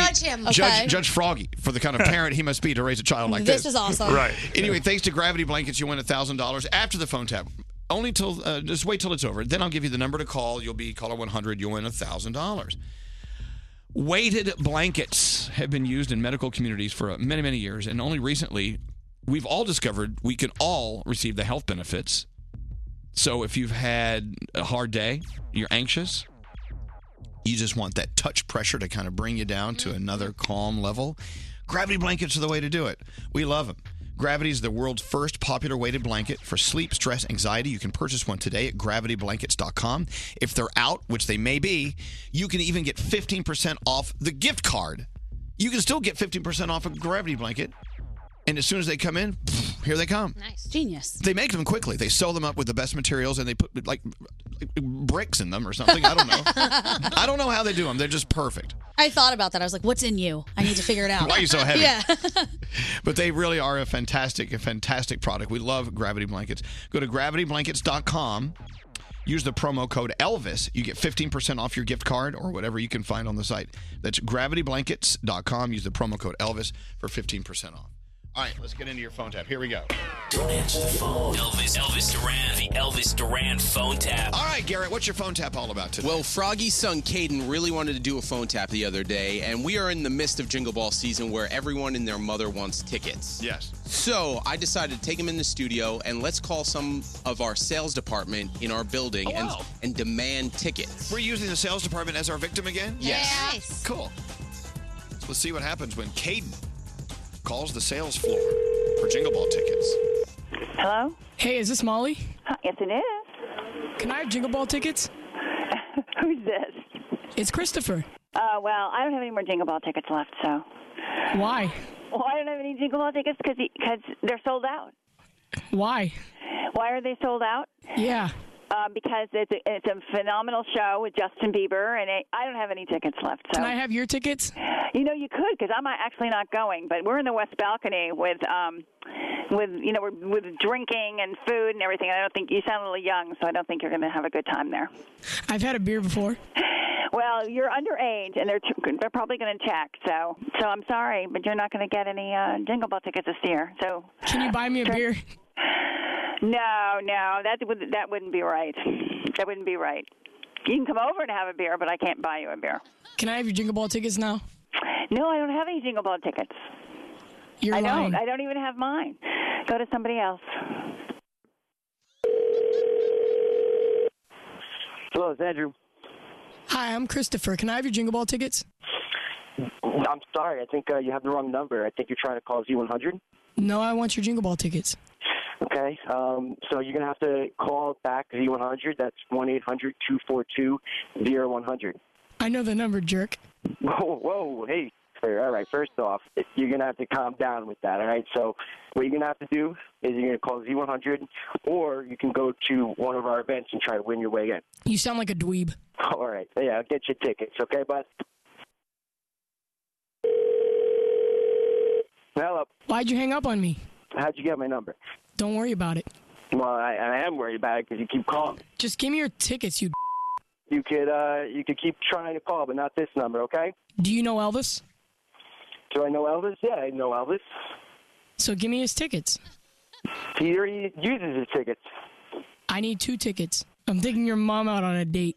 S2: Judge, judge Froggy for the kind of parent he must be to raise a child like this.
S6: This is awesome. Right.
S2: Anyway, thanks to Gravity Blankets, you win $1,000 after the phone tap. Only till, uh, just wait till it's over. Then I'll give you the number to call. You'll be caller 100. You'll win $1,000. Weighted blankets have been used in medical communities for uh, many, many years, and only recently we've all discovered we can all receive the health benefits. So if you've had a hard day, you're anxious, you just want that touch pressure to kind of bring you down to another calm level. Gravity blankets are the way to do it. We love them. Gravity is the world's first popular weighted blanket for sleep, stress, anxiety. You can purchase one today at gravityblankets.com. If they're out, which they may be, you can even get 15% off the gift card. You can still get 15% off a gravity blanket. And as soon as they come in, here they come.
S4: Nice.
S6: Genius.
S2: They make them quickly. They sew them up with the best materials and they put like, like bricks in them or something. I don't know. I don't know how they do them. They're just perfect.
S6: I thought about that. I was like, what's in you? I need to figure it out.
S2: Why are you so heavy?
S6: Yeah.
S2: But they really are a fantastic, a fantastic product. We love Gravity Blankets. Go to gravityblankets.com. Use the promo code Elvis. You get 15% off your gift card or whatever you can find on the site. That's gravityblankets.com. Use the promo code Elvis for 15% off. All right, let's get into your phone tap. Here we go.
S10: Don't answer the phone. Elvis, Elvis Duran, the Elvis Duran phone tap.
S2: All right, Garrett, what's your phone tap all about today?
S17: Well, Froggy's son Caden really wanted to do a phone tap the other day, and we are in the midst of Jingle Ball season where everyone and their mother wants tickets.
S2: Yes.
S17: So I decided to take him in the studio and let's call some of our sales department in our building and, and demand tickets.
S2: We're using the sales department as our victim again?
S17: Yes.
S2: Cool. Let's see what happens when Caden calls the sales floor for Jingle Ball tickets.
S18: Hello? Hey, is this Molly? Yes, it is. Can I have Jingle Ball tickets? Who's this? It's Christopher.
S19: Uh, well, I don't have any more Jingle Ball tickets left, so.
S18: Why?
S19: Well, I don't have any Jingle Ball tickets because they're sold out.
S18: Why?
S19: Why are they sold out?
S18: Yeah.
S19: Uh, because it's a, it's a phenomenal show with Justin Bieber, and it, I don't have any tickets left. So.
S18: Can I have your tickets?
S19: You know, you could because I'm not- actually not going, but we're in the West Balcony with, um, with you know, we're, with drinking and food and everything. I don't think you sound a little young, so I don't think you're going to have a good time there.
S18: I've had a beer before.
S19: Well, you're underage, and they're they're probably going to check. So, so I'm sorry, but you're not going to get any uh, Jingle Ball tickets this year. So,
S18: Can you buy me a beer?
S19: no, no, that would that wouldn't be right. That wouldn't be right. You can come over and have a beer, but I can't buy you a beer.
S18: Can I have your Jingle Ball tickets now?
S19: No, I don't have any Jingle Ball tickets.
S18: You're
S19: I
S18: lying.
S19: don't. I don't even have mine. Go to somebody else.
S20: Hello, it's Andrew.
S18: Hi, I'm Christopher. Can I have your Jingle Ball tickets?
S20: I'm sorry. I think uh, you have the wrong number. I think you're trying to call Z100.
S18: No, I want your Jingle Ball tickets.
S20: Okay. Um, so you're gonna have to call back Z100. That's one eight hundred two four two zero one hundred.
S18: I know the number, jerk.
S20: Whoa, whoa, hey. All right. First off, you're gonna have to calm down with that. All right. So what you're gonna have to do is you're gonna call Z100, or you can go to one of our events and try to win your way in.
S18: You sound like a dweeb.
S20: All right. Yeah, I'll get your tickets. Okay, bud. Hello.
S18: Why'd you hang up on me?
S20: How'd you get my number?
S18: Don't worry about it.
S20: Well, I, I am worried about it because you keep calling.
S18: Just give me your tickets, you.
S20: You could uh, you could keep trying to call, but not this number, okay?
S18: Do you know Elvis?
S20: Do I know Elvis? Yeah, I know Elvis.
S18: So give me his tickets.
S20: He already uses his tickets.
S18: I need two tickets. I'm taking your mom out on a date.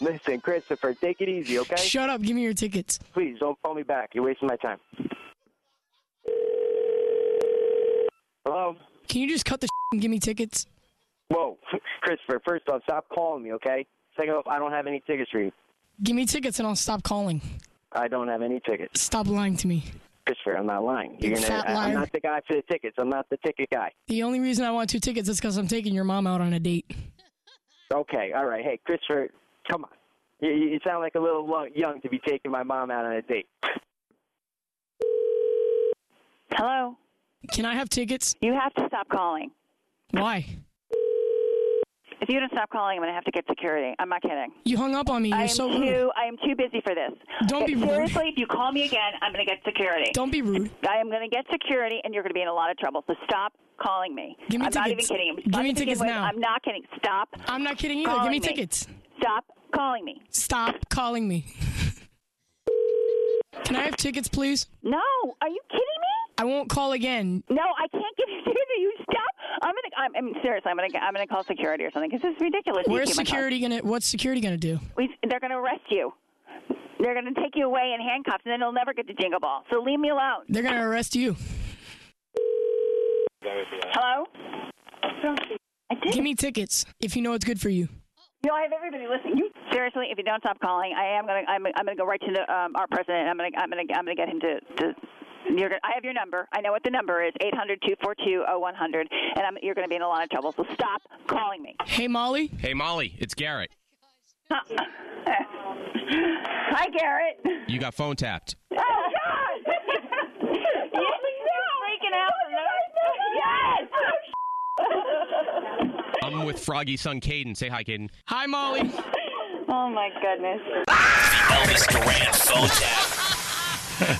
S20: Listen, Christopher, take it easy, okay?
S18: Shut up. Give me your tickets.
S20: Please don't call me back. You're wasting my time. Hello.
S18: Can you just cut the and give me tickets?
S20: Whoa, Christopher. First off, stop calling me, okay? Second off, I don't have any tickets for you.
S18: Give me tickets and I'll stop calling.
S20: I don't have any tickets.
S18: Stop lying to me.
S20: Christopher, I'm not lying.
S18: Big
S20: You're gonna,
S18: fat
S20: I,
S18: liar.
S20: am not the guy for the tickets. I'm not the ticket guy.
S18: The only reason I want two tickets is because I'm taking your mom out on a date.
S20: Okay, all right. Hey, Christopher, come on. You, you sound like a little lo- young to be taking my mom out on a date.
S19: Hello.
S18: Can I have tickets?
S19: You have to stop calling.
S18: Why?
S19: If you don't stop calling, I'm going to have to get security. I'm not kidding.
S18: You hung up on me. You're
S19: I am
S18: so
S19: too.
S18: rude.
S19: I am too busy for this.
S18: Don't be
S19: Yeah,
S18: rude.
S19: Seriously, if you call me again, I'm going to get security.
S18: Don't be rude.
S19: I am going to get security, and you're going to be in a lot of trouble. So stop calling me.
S18: Give me
S19: I'm not even
S18: tickets.
S19: kidding. I'm
S18: Give
S19: not
S18: me
S19: even
S18: tickets
S19: kidding.
S18: now.
S19: I'm not kidding. Stop.
S18: I'm not kidding either. Give
S19: calling
S18: me tickets.
S19: Stop calling me.
S18: Stop calling me. Can I have tickets, please?
S19: No. Are you kidding me?
S18: I won't call again.
S19: No, I can't give you tickets. You stop. I'm going to. I'm, I'm seriously. I'm going to. I'm going to call security or something because this is ridiculous. You
S18: Where's
S19: keep on calling.
S18: security gonna? What's security gonna do?
S19: We, they're going to arrest you. They're going to take you away in handcuffs, and then you'll never get to Jingle Ball. So leave me alone.
S18: They're gonna arrest you.
S19: Hello?
S18: Give me tickets if you know it's good for you.
S19: No, I have everybody listening. You seriously, if you don't stop calling, I am gonna I'm, I'm gonna go right to the, um, our president. I'm gonna I'm gonna I'm gonna get him to. to you're gonna, I have your number. I know what the number is 800-242-0100, and I'm, you're going to be in a lot of trouble. So stop calling me.
S18: Hey, Molly.
S10: Hey, Molly, it's Garrett.
S19: Hi, Garrett.
S17: You got phone tapped.
S19: Oh God! You're freaking out. Yes.
S17: I'm with Froggy's son, Caden. Say hi, Caden.
S18: Hi, Molly.
S19: Oh my goodness.
S10: Elvis Duran phone tap.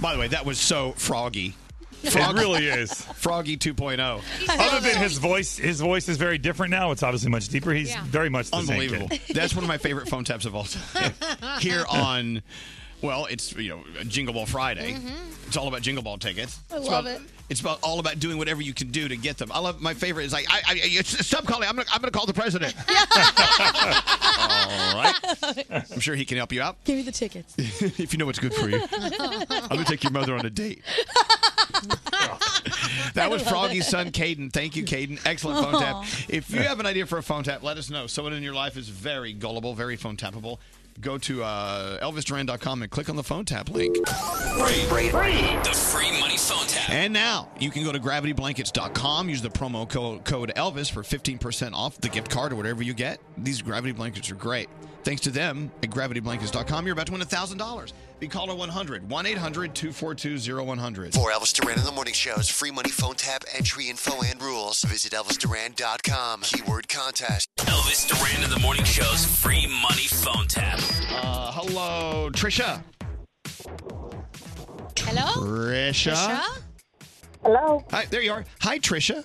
S2: By the way, that was so froggy.
S5: It really is.
S2: Froggy 2.0.
S5: Other than his voice, his voice is very different now. It's obviously much deeper. He's
S2: Yeah.
S5: very much the
S2: Unbelievable.
S5: Same kid.
S2: That's one of my favorite phone taps of all time. Here on, well, it's you know Jingle Ball Friday. It's all about Jingle Ball tickets.
S14: Mm-hmm. I
S2: It's
S14: love
S2: about-
S14: it.
S2: It's about all about doing whatever you can do to get them. I love my favorite is like I, I, I stop calling. I'm gonna, I'm gonna call the president. all right. I'm sure he can help you out
S21: Give me the tickets.
S2: if you know what's good for you. I'm gonna take your mother on a date.
S14: I
S2: That was
S14: love
S2: Froggy's
S14: it.
S2: son, Caden. Thank you, Caden. Excellent phone
S14: Aw.
S2: tap. If you have an idea for a phone tap, let us know. Someone in your life is very gullible, very phone tappable. Go to uh, elvisduran.com and click on the phone tap link.
S10: Free. The free money phone tap.
S2: And now you can go to gravityblankets.com, use the promo code, code Elvis for 15% off the gift card or whatever you get. These gravity blankets are great. Thanks to them at gravityblankets.com, you're about to win $1,000. Be caller 100 1 800 242 100.
S19: For Elvis Duran in the Morning Show's free money phone tap entry info and rules, visit ElvisDuran.com. Keyword contest.
S10: Elvis Duran in the Morning Show's free money phone tap.
S2: Uh, hello, Trisha.
S4: Hello?
S2: Trisha.
S4: Trisha?
S2: Hello. Hi, there you are. Hi, Trisha.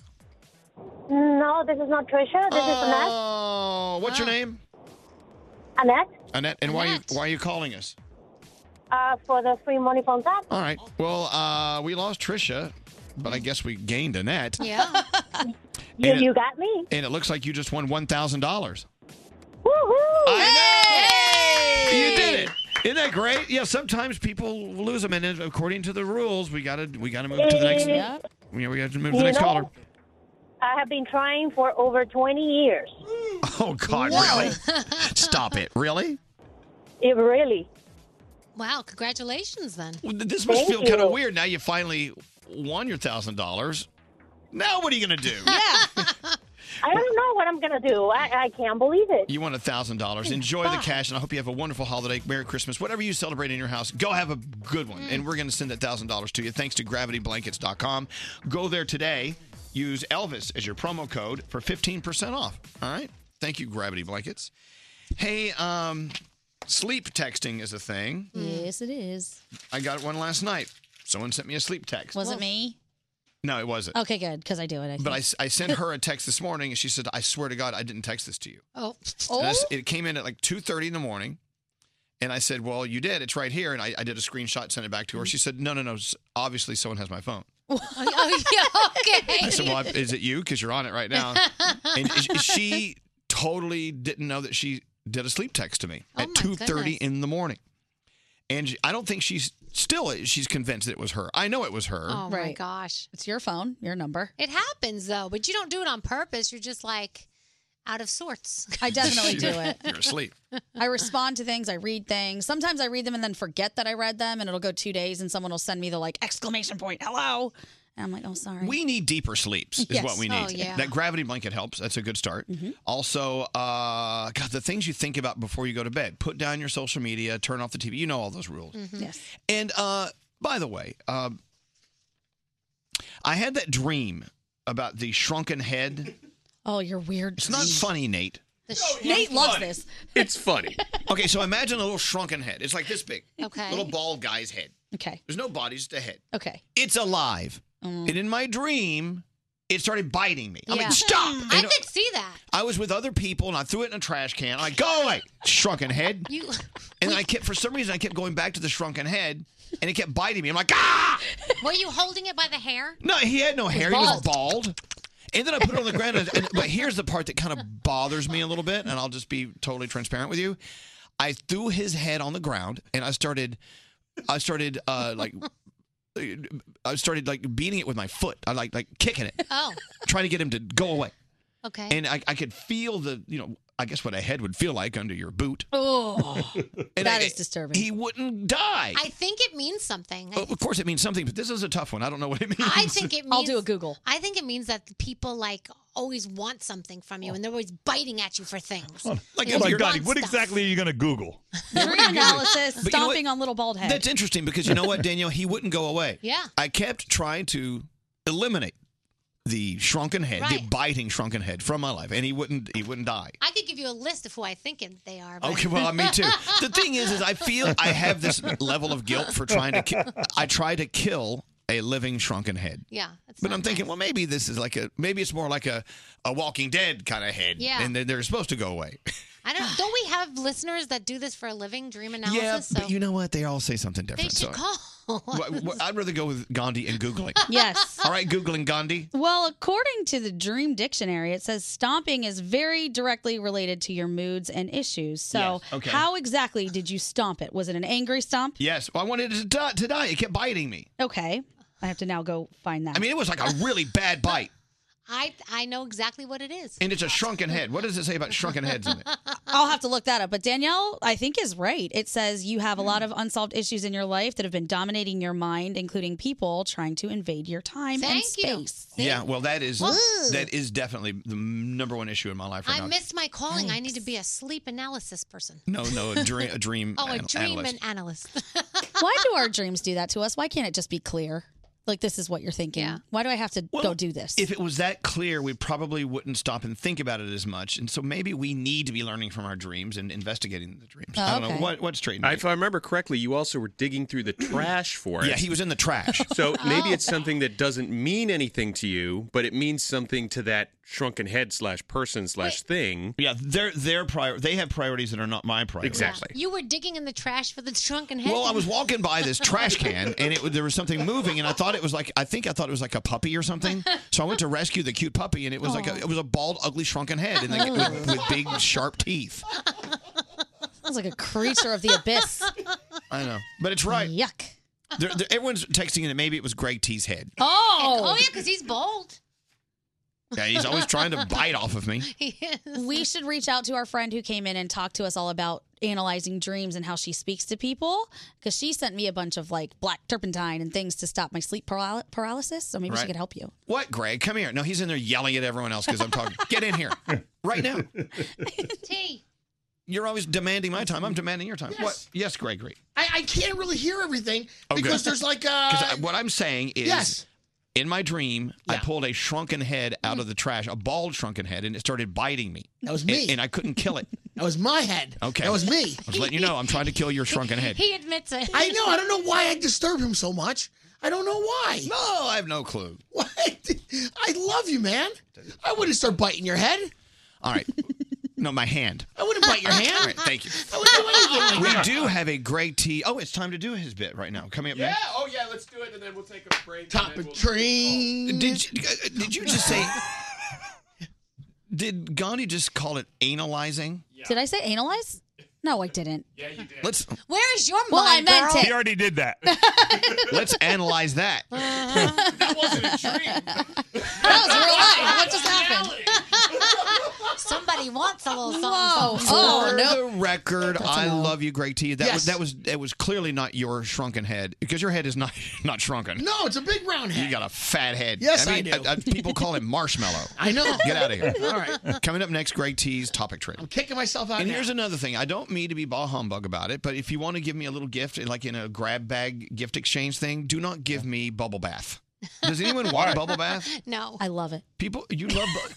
S22: No, this is not Trisha. This is Annette.
S2: Oh, what's your name?
S22: Annette,
S2: Annette. And why are you, why are you calling us?
S22: uh, for the free money phone tap.
S2: All right. Well, uh, we lost Trisha, but I guess we gained Annette.
S22: Yeah.
S2: You- And it- you
S22: got me.
S2: And it looks like you just won one thousand dollars. You did it. Isn't that great? Yeah. Sometimes people lose them, and according to the rules, we gotta we gotta move to the next.
S22: Yeah.
S2: Yeah, we got to move to the next caller.
S22: I have been trying for over 20 years.
S2: Oh God!
S22: Whoa.
S2: Really? Stop it! Really?
S22: It really.
S4: Wow, congratulations then.
S2: This must feel kind of weird. Now you finally won your thousand dollars. Now what are you gonna do?
S22: I don't know what I'm going to do. I, I can't believe it.
S2: You won a thousand dollars. Enjoy the cash, and I hope you have a wonderful holiday. Merry Christmas, whatever you celebrate in your house. Go have a good one, and we're going to send that thousand dollars to you. Thanks to gravityblankets.com. Go there today. Use Elvis as your promo code for fifteen percent off. All right. Thank you, Gravity Blankets. Hey, um, sleep texting is a thing.
S6: Yes, it is.
S2: I got one last night. Someone sent me a sleep text.
S6: Was it me? Oh,
S2: No, it wasn't.
S6: Okay, good, because I do it. I
S2: But
S6: think.
S2: I, s- I sent her a text this morning, and she said, "I swear to God, I didn't text this to you."
S4: Oh.
S2: And I s- it came in at like 2.30 in the morning. And I said, well, you did. It's right here. And I, I did a screenshot, sent it back to her. She said, no, no, no. s- Obviously, someone has my phone.
S4: oh, yeah, okay.
S2: I said, well, I- is it you? Because you're on it right now. And sh- she totally didn't know that she did a sleep text to me at 2.30
S20: goodness.
S2: in the morning. And she- I don't think she's still, she's convinced it was her. I know it was her.
S4: Oh my gosh.
S6: It's your phone, your number.
S4: It happens though, but you don't do it on purpose. You're just like out of sorts.
S6: I definitely do it.
S2: You're asleep.
S6: I respond to things. I read things. Sometimes I read them and then forget that I read them, and it'll go two days, and someone will send me the like exclamation point, hello, and I'm like, oh, sorry.
S2: We need deeper sleeps, is
S6: Yes.
S2: what we need.
S6: Oh, yeah. Mm-hmm.
S2: That gravity blanket helps. That's a good start. Also, uh, God, the things you think about before you go to bed. Put down your social media, turn off the TV. You know all those rules.
S6: Yes.
S2: And uh, by the way, um, I had that dream about the shrunken head.
S6: Oh, you're weird.
S2: It's not funny, Nate.
S6: Nate loves this.
S2: It's funny. okay, so imagine a little shrunken head. It's like this big.
S6: Okay.
S2: Little bald guy's head.
S6: Okay.
S2: There's no body, just a head.
S6: Okay.
S2: It's alive. And in my dream, it started biting me.
S4: Mm.
S2: I'm
S4: Yeah. Hmm.
S2: like, stop!
S6: Mm.
S4: I
S2: And
S4: could see that.
S2: I was with other people and I threw it in a trash can. I'm like, go away, shrunken head.
S4: You
S2: And then I kept, for some reason, I kept going back to the shrunken head and it kept biting me. I'm like, ah!
S4: were you holding it by the hair?
S2: No, he had no
S4: He's
S2: hair. He was bald. And then I put it on the ground. And, and- but here's the part that kind of bothers me a little bit, and I'll just be totally transparent with you. I threw his head on the ground, and I started, I started uh, like, I started like beating it with my foot. I like like kicking it,
S4: Oh,
S2: trying to get him to go away.
S4: okay.
S2: And I, I could feel the, you know, I guess what a head would feel like under your boot.
S6: Oh,
S2: And
S6: that
S2: I-
S6: is disturbing.
S2: He wouldn't die.
S4: I think it means something. I,
S2: of course, it means something, but this is a tough one. I don't know what it means.
S4: I think it means
S6: I'll do a Google.
S4: I think it means that people like always want something from you and they're always biting at you for things.
S2: Oh. Like,
S5: oh my
S2: you're-
S5: God, what exactly are you going to Google?
S6: Dream analysis,
S2: But you know what?
S6: stomping on little bald heads.
S2: That's interesting because you know what, Danielle? He wouldn't go away.
S6: Yeah.
S2: I kept trying to eliminate the shrunken head, the
S4: Right.
S2: biting shrunken head from my life, and he wouldn't. He wouldn't die.
S4: I could give you a list of who I think it- they are. but-
S2: Okay, well, me too. The thing is, is I feel I have this level of guilt for trying to. Ki- I try to kill a living shrunken head.
S4: yeah. that's
S2: But
S4: not
S2: I'm thinking, well, maybe this is like a, maybe it's more like a, a Walking Dead kind of head,
S4: Yeah.
S2: and they're, they're supposed to go away.
S4: I don't. Don't we have listeners that do this for a living? Dream analysis.
S2: yeah,
S4: so
S2: but you know what? They all say something
S4: they
S2: different.
S4: should
S2: so-
S4: call.
S2: Wha- wha- I'd rather go with Gandhi and googling.
S6: Yes.
S2: All right, googling Gandhi.
S6: Well, according to the Dream Dictionary, it says stomping is very directly related to your moods and issues. So,
S2: Yes, okay.
S6: how exactly did you stomp it? Was it an angry stomp?
S2: Yes, well, I wanted it to die, to die. It kept biting me.
S6: Okay. I have to now go find that.
S2: I mean, it was like a really bad bite.
S4: I I know exactly what it is.
S2: And it's a shrunken head. What does it say about shrunken heads in it?
S6: I'll have to look that up. But Danielle, I think, is right. It says you have a lot of unsolved issues in your life that have been dominating your mind, including people trying to invade your time and
S4: Thank you.
S6: space.
S2: Yeah, well, that is
S4: Well-
S2: that is definitely the number one issue in my life right
S4: I
S2: now.
S4: missed my calling. I need to be a sleep analysis person.
S2: no, no, a dream, a dream.
S4: Oh, a
S2: an-
S4: dream
S2: analyst.
S4: and analyst.
S6: Why do our dreams do that to us? Why can't it just be clear? Like this is what you're thinking. Why do I have to go do this?
S2: If it was that clear, we probably wouldn't stop and think about it as much. And so maybe we need to be learning from our dreams and investigating the dreams.
S6: Oh,
S2: I don't know
S6: okay.
S2: what what's straight.
S9: If I remember correctly, you also were digging through the trash for it.
S2: Yeah, he was in the trash.
S9: So maybe
S2: Oh.
S9: it's something that doesn't mean anything to you, but it means something to that shrunken head slash person slash thing.
S2: Yeah, they're they're prior. They have priorities that are not my priorities.
S9: Exactly.
S4: you were digging in the trash for the shrunken head.
S2: Well, I was walking by this trash can, and it there was something moving, and I thought it was like I think I thought it was like a puppy or something. So I went to rescue the cute puppy, and it was like a, it was a bald, ugly, shrunken head, and like, with, with big, sharp teeth.
S6: Sounds like a creature of the abyss.
S2: I know, but it's right.
S6: Yuck.
S2: There, there, everyone's texting that maybe it was Greg T's head.
S4: Oh, oh yeah, because he's bold.
S2: Yeah, he's always trying to bite off of me.
S6: We should reach out to our friend who came in and talked to us all about analyzing dreams and how she speaks to people because she sent me a bunch of like black turpentine and things to stop my sleep paral- paralysis. So maybe
S2: Right.
S6: she could help you.
S2: What, Greg? Come here. No, he's in there yelling at everyone else because I'm talking. Get in here right now.
S4: T.
S2: You're always demanding my time. I'm demanding your time.
S14: Yes.
S2: What? Yes, Gregory.
S14: I, I can't really hear everything
S2: Oh, good.
S14: because there's like uh,
S2: Because
S14: a.
S2: what I'm saying is,
S14: Yes.
S2: in my dream, I pulled a shrunken head out of the trash, a bald shrunken head, and it started biting me.
S14: Mm. That was
S2: And-
S14: me.
S2: And, I couldn't kill it.
S14: That was my head.
S2: Okay.
S14: That was me.
S2: I was letting you know I'm trying to kill your shrunken head.
S4: He admits it.
S14: I know. I don't know why I disturbed him so much. I don't know why. Oh, No,
S2: I have no clue.
S14: What? I love you, man. I wouldn't start biting your head.
S2: All right. No, my hand.
S14: I wouldn't bite your hand.
S2: All right, thank you.
S14: I wouldn't do anything
S2: We
S14: like that.
S2: do have a Greg T. Oh, it's time to do his bit right now. Coming up next.
S14: Oh yeah. Let's do it, and then we'll take a break. Top of tree.
S2: Did you, uh, did you just say? did Gandhi just call it analyzing?
S6: Did I say analyze? No, I didn't.
S2: Let's
S4: Where is your
S6: Well, I
S4: mind,
S6: meant
S4: girl?
S6: it.
S2: already did that. Let's analyze that.
S4: uh-huh. That was real life. What just happened? Somebody wants a little something.
S6: Whoa.
S4: something.
S14: Oh,
S2: For
S4: something.
S2: the record, I love you, Greg T. That was
S14: Yes.
S2: that was that was clearly not your shrunken head because your head is not not shrunken.
S14: No, it's a big round head.
S2: You got a fat head.
S14: Yes,
S2: I mean, uh,
S14: I do.
S2: people call it marshmallow.
S14: I know.
S2: Get out of here.
S14: All right.
S2: Coming up next, Greg T's topic trip.
S14: I'm kicking myself out.
S2: And
S14: now.
S2: here's another thing. I don't mean to be bah humbug about it, but if you want to give me a little gift, like in a grab bag gift exchange thing, do not give me bubble bath. Does anyone want a bubble bath?
S4: No.
S6: I love it.
S2: People, you love bu-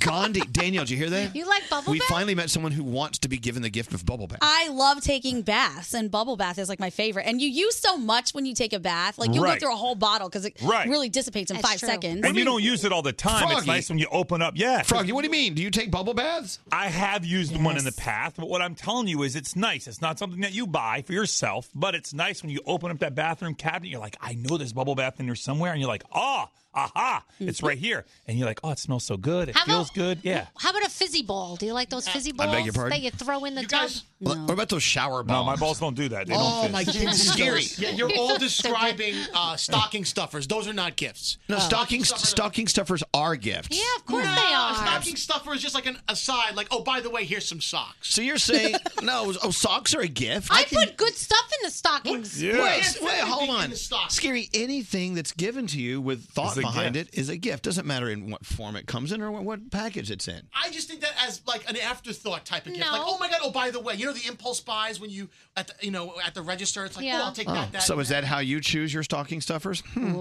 S2: Gandhi. Daniel, did you hear that?
S4: You like bubble
S2: we
S6: bath? Uh,
S2: finally met someone who wants to be given the gift of bubble bath.
S6: I love taking baths, and bubble bath is like my favorite. And you use so much when you take a bath, like you will
S5: Right.
S6: go through a whole bottle because it
S5: Right.
S6: really dissipates in
S5: That's
S6: five
S5: true.
S6: seconds.
S5: And you don't use it all the time. It's
S2: Froggy.
S5: nice when you open up. Yeah.
S2: Froggy, what do you mean? Do you take bubble baths?
S5: I have used one in the past, but what I'm telling you is it's nice. It's not something that you buy for yourself, but it's nice when you open up that bathroom cabinet. You're like, I know there's bubble bath in there somewhere. And you're like, ah, aha, it's right here. And you're like, oh, it smells so good. It
S4: How about-
S5: feels good. Yeah.
S4: How about a fizzy ball? Do you like those fizzy
S5: I
S4: balls
S5: beg your pardon?
S4: that Uh, you throw in the tub?
S2: What about those shower balls?
S5: No, my balls don't do that. They
S4: Oh,
S5: don't fit.
S4: my
S1: kids
S4: do
S2: Scary.
S1: Yeah, you're all describing uh, stocking stuffers. Those are not gifts. Uh,
S2: No, stocking stocking stuffers are gifts.
S1: Yeah,
S4: of course they are.
S1: stocking stuffer is just like an aside. Like, oh, by the way, here's some socks.
S2: So you're saying no? Oh, socks are a gift.
S4: I, put good stuff in the stockings.
S2: Wait, wait, hold on. Scary. Anything that's given to you with thought
S1: a
S2: behind it is a gift. Doesn't matter in what form it comes in or what, what package it's in.
S1: I just think that as like an afterthought type of gift. Like, oh my god, oh by the way, you know the impulse buys when you at the, you know at the register, it's like,
S4: Yeah.
S1: oh, I'll take
S2: Oh,
S1: that. that
S2: so is that how you choose your stocking stuffers? Hmm.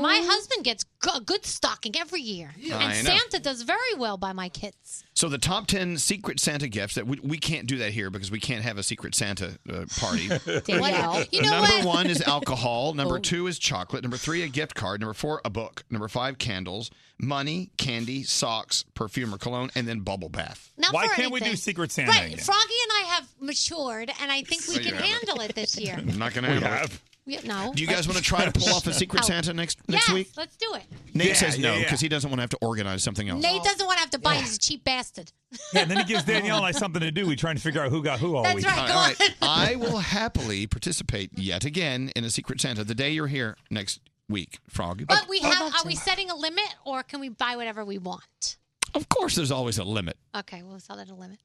S4: My husband gets go- a good stocking every year,
S2: I
S4: and
S2: know.
S4: Santa does very well by my kids.
S2: So the top ten secret Santa gifts that we, we can't do that here because we can't have a secret Santa uh, party.
S4: Danielle. You know
S2: number
S4: what? Oh.
S2: one is alcohol. Number two is chocolate. Number three a gift card. Number four a book. Number five candles, money, candy, socks, perfume or cologne, and then bubble bath.
S4: Not for anything. Right, Froggy and I have matured, and I think we
S2: No, you
S4: can
S2: haven't.
S4: handle it this year.
S2: I'm not going to have.
S4: We- no.
S2: Do you guys want to try to pull off a secret
S4: Oh.
S2: Santa next next
S4: yes,
S2: week?
S4: Let's do it.
S2: Nate
S5: Yeah,
S2: says no
S5: yeah, yeah.
S2: because he doesn't want to have to organize something else.
S4: Nate doesn't want to have to buy. He's a cheap bastard.
S5: Yeah, and then he gives Danielle and I something to do. We're trying to figure out who got who all
S4: That's
S5: week.
S4: right, go
S2: I will happily participate yet again in a Secret Santa the day you're here next week, Frog.
S4: But we have. Are we setting a limit, or can we buy whatever we want?
S2: Of course, there's always a limit.
S4: Okay, we'll sell it at a limit.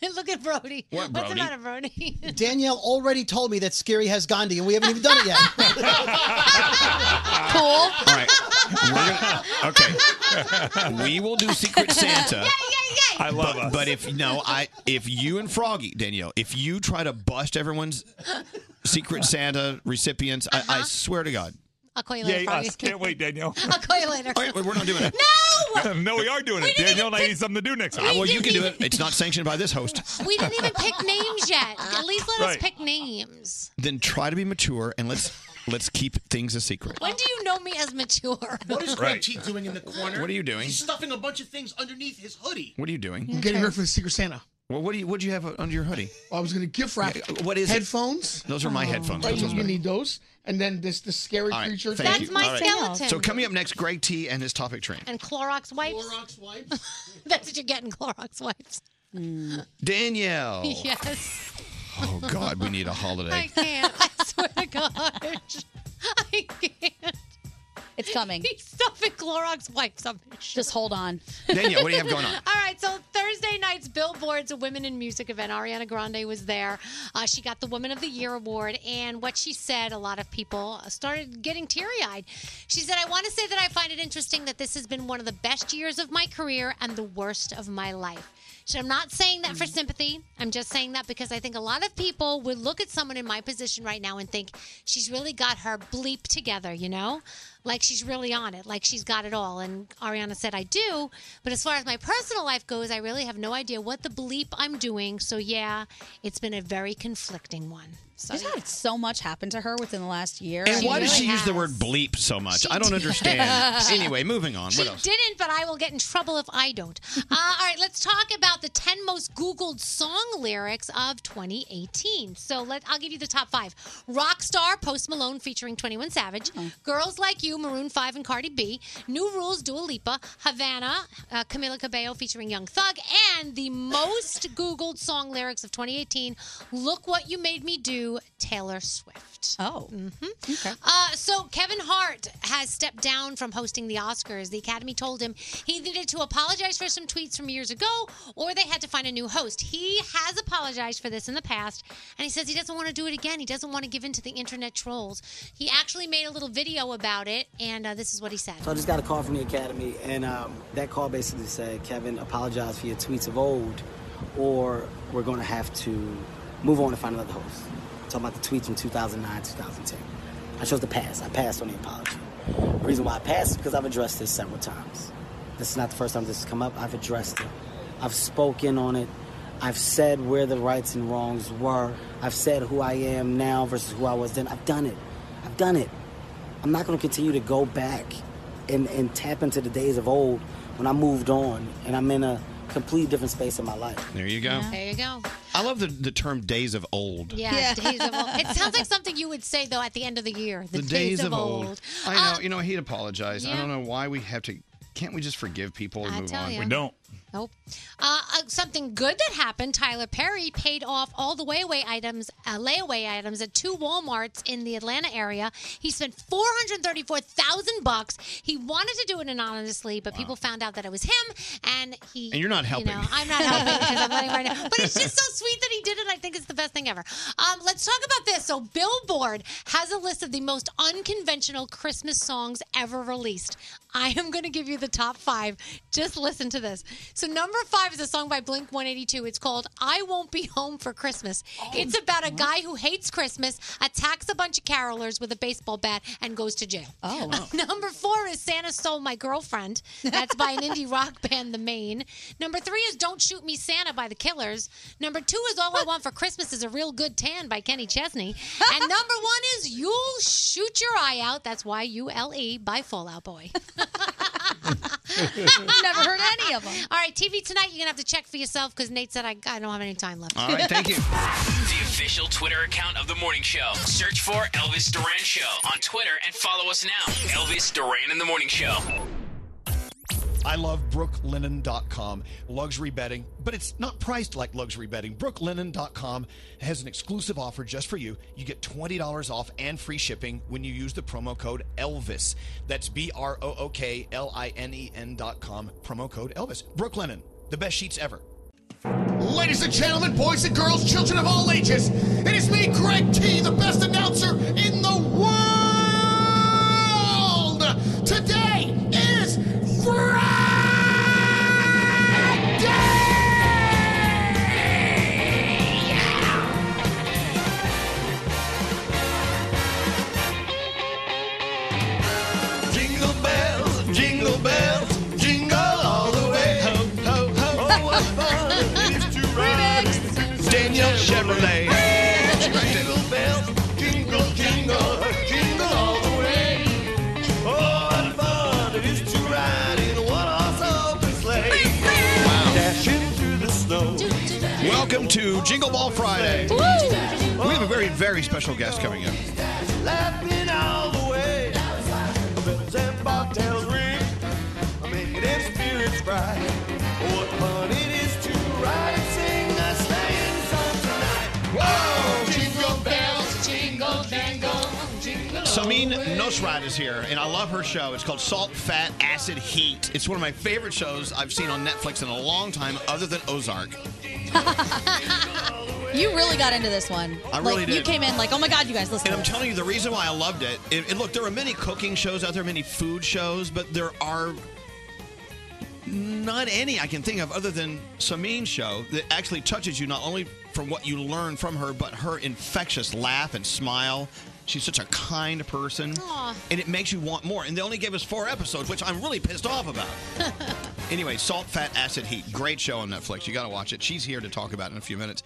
S4: Look at Brody.
S7: What,
S4: What's the
S7: Brody?
S4: matter, Brody?
S7: Danielle already told me that Scary has Gandhi, and we haven't even done it yet.
S4: cool.
S2: All right. We're gonna- okay. We will do Secret Santa. I love but, But if no, I if you and Froggy Danielle, if you try to bust everyone's Secret Santa recipients,
S4: Uh-huh.
S2: I, I swear to God,
S4: I'll call you
S5: Yeah,
S4: later. Froggy.
S5: us. Can't wait, Danielle.
S4: I'll call you later.
S2: we're not doing it.
S5: no, we are doing it. Danielle and I need something to do next time.
S2: Ah, well, you can do it. It's not sanctioned by this host.
S4: We didn't even pick names yet. At least let us
S2: Right.
S4: pick names.
S2: Then try to be mature and let's let's keep things a secret.
S4: Oh. When do you know me as mature?
S1: What is
S2: Right.
S1: Greg T doing in the corner?
S2: What are you doing?
S1: He's stuffing a bunch of things underneath his hoodie.
S2: What are you doing?
S14: I'm getting ready for the Secret Santa.
S2: Well, what do you what do you have under your hoodie?
S14: I was going to gift wrap.
S2: What is it?
S14: headphones? Oh,
S2: Those are my headphones.
S14: Right,
S2: Those
S14: you,
S2: are
S14: you
S2: mine.
S14: need those, and then this the scary
S2: All right,
S14: creature.
S2: thank you. All right. So coming up next, Greg T and his topic train.
S4: And Clorox wipes. Clorox wipes. That's what you get in Clorox wipes.
S2: Danielle.
S4: Yes.
S2: Oh God, we need a
S4: I
S2: holiday.
S4: can't. I swear to gosh. I can't.
S6: It's coming.
S4: He's stuffing Clorox wipes on me.
S6: Just hold on.
S2: Danielle, what do you have going on?
S4: All right, so Thursday night's Billboard's Women in Music event, Ariana Grande was there. Uh, she got the Woman of the Year award, and what she said, a lot of people started getting teary eyed. She said, I want to say that I find it interesting that this has been one of the best years of my career and the worst of my life. So I'm not saying that for sympathy. I'm just saying that because I think a lot of people would look at someone in my position right now and think she's really got her bleep together, you know? Like she's really on it, like she's got it all. And Ariana said, I do. But as far as my personal life goes, I really have no idea what the bleep I'm doing. So yeah, it's been a very conflicting one. So
S6: She's had so much happen to her within the last year.
S2: And why does she use the word bleep so much? I don't
S6: did.
S2: understand. anyway, moving on.
S4: She
S2: What else?
S4: didn't, but I will get in trouble if I don't. Uh, all right, let's talk about the 10 most Googled song lyrics of 2018. So let I'll give you the top five Rockstar, Post Malone featuring 21 Savage, Girls Like You, Maroon 5 and Cardi B, New Rules, Dua Lipa, Havana, uh, Camila Cabello featuring Young Thug, and the most Googled song lyrics of 2018 Look What You Made Me Do, Taylor Swift.
S6: Oh.
S4: Mm-hmm. Uh, so Kevin Hart has stepped down from hosting the Oscars. The Academy told him he needed to apologize for some tweets from years ago, or they had to find a new host. He has apologized for this in the past, and he says he doesn't want to do it again. He doesn't want to give in to the internet trolls. He actually made a little video about it, and uh, this is what he said.
S11: So I just got a call from the academy, and um, that call basically said, Kevin, apologize for your tweets of old, or we're going to have to move on and find another host. talking about the tweets from 2009, 2010. I chose to pass. I passed on the apology. The reason why I passed is because I've addressed this several times. This is not the first time this has come up. I've addressed it. I've spoken on it. I've said where the rights and wrongs were. I've said who I am now versus who I was then. I've done it. I've done it. I'm not going to continue to go back and, and tap into the days of old when I moved on and I'm in a completely different space in my life.
S2: There you go.
S4: There you go.
S2: I love the, the term days of old.
S4: Yeah, days of old. It sounds like something you would say though at the end of the year.
S2: The, days, of old. I know. you know, he'd apologize. I
S4: yeah.
S2: don't know why we have to. Can't we just forgive people and
S4: I
S2: move
S4: tell
S2: on?
S4: ya. We don't. Nope. Uh, uh, something good that happened: Tyler Perry paid off all the layaway items, uh, layaway items at two WalMarts in the Atlanta area. He spent four hundred thirty-four thousand bucks. He wanted to do it anonymously, but people found out that it was him, and he.
S2: And you're not
S4: you
S2: helping.
S4: know, I'm not helping because I'm running right now. But it's just so sweet that he did it. I think it's the best thing ever. Um, let's talk about this. So Billboard has a list of the most unconventional Christmas songs ever released. I am going to give you the top five. Just listen to this. So number five is a song by Blink 182. It's called "I Won't Be Home for Christmas." it's about a guy who hates Christmas, attacks a bunch of carolers with a baseball bat, and goes to jail. Oh. number four is "Santa Stole My Girlfriend." That's by an indie rock band, The Maine. Number three is "Don't Shoot Me, Santa" by The Killers. Number two is "All I Want for Christmas Is a Real Good Tan" by Kenny Chesney. And number one is "You'll Shoot Your Eye Out." That's Y U L E by Fallout Boy.
S6: Never heard any of them.
S4: All right, TV tonight, you're gonna have to check for yourself because Nate said I, I don't have any time left.
S10: All right, thank
S2: you.
S10: The official Twitter account of the morning show. Search for Elvis Duran Show on Twitter and follow us now. Elvis Duran in the Morning Show.
S2: I love brooklinen.com luxury bedding, but it's not priced like luxury bedding. brooklinen.com has an exclusive offer just for you. You get $20 off and free shipping when you use the promo code Elvis. That's B R O O K L I N E N.com promo code Elvis. Brooklinen, the best sheets ever.
S8: Ladies and gentlemen, boys and girls, children of all ages, it is me, Greg T, the best announcer in the world. Today is
S12: Jingle bells, jingle bells, jingle all the way. Ho, ho, ho. Oh, what fun it is to ride in a Daniel Chevrolet. Jingle bells, jingle, jingle, jingle all the way. Oh, what fun it is to ride in a one-horse open sleigh. Wow. Dash into the snow.
S2: Welcome to Jingle Ball Friday. We have a very, very special guest coming up.
S12: Laughing all the way. Bells and bobtails ring. Making spirits bright. What fun it is to ride and sing a sleighing song tonight. Whoa! Jingle bells, jingle, jangle, jingle.
S2: Samin Nosrat is here, and I love her show. It's called Salt, Fat, Acid, Heat. It's one of my favorite shows I've seen on Netflix in a long time, other than Ozark.
S6: You really got into this one.
S2: I really
S6: like, You
S2: did.
S6: came in like, oh my God, you guys, listen.
S2: And I'm telling you, the reason why I loved it, it, and look, there are many cooking shows out there, many food shows, but there are not any I can think of other than Samin's show that actually touches you not only from what you learn from her, but her infectious laugh and smile. She's such a kind person,
S4: Aw.
S2: and it makes you want more. And they only gave us four episodes, which I'm really pissed off about. anyway, Salt, Fat, Acid, Heat. Great show on Netflix. You got to watch it. She's here to talk about it in a few minutes.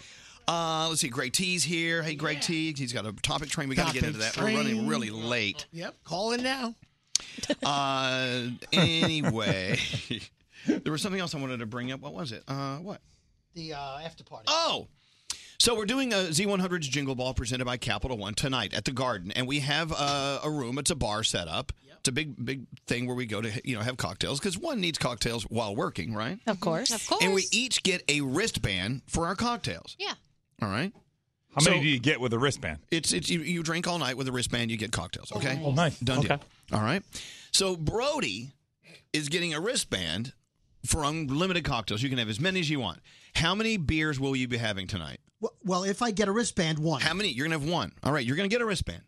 S2: Uh, let's see. Greg T's here. Hey, Greg T. He's got a topic train. We got to get into that.
S14: Topic
S2: We're running
S14: train.
S2: really late.
S14: Yep, call in now.
S2: Uh, anyway, there was something else I wanted to bring up. What was it? Uh, what?
S7: The uh, after party.
S2: Oh. So we're doing a Z100's Jingle Ball presented by Capital One tonight at the Garden, and we have uh, a, a room. It's a bar set up. It's a big, big thing where we go to you know have cocktails because one needs cocktails while working, right?
S6: Of course. Of course.
S2: And we each get a wristband for our cocktails.
S6: Yeah.
S2: All right.
S5: How many do you get with a wristband?
S2: It's it's you, you drink all night with a wristband, you get cocktails. Okay.
S5: Oh, nice.
S2: Done
S5: Okay.
S2: deal. All right. So Brody is getting a wristband for unlimited cocktails. You can have as many as you want. How many beers will you be having tonight?
S7: Well, if I get a wristband, one.
S2: How many? You're gonna have one. All right. You're gonna get a wristband.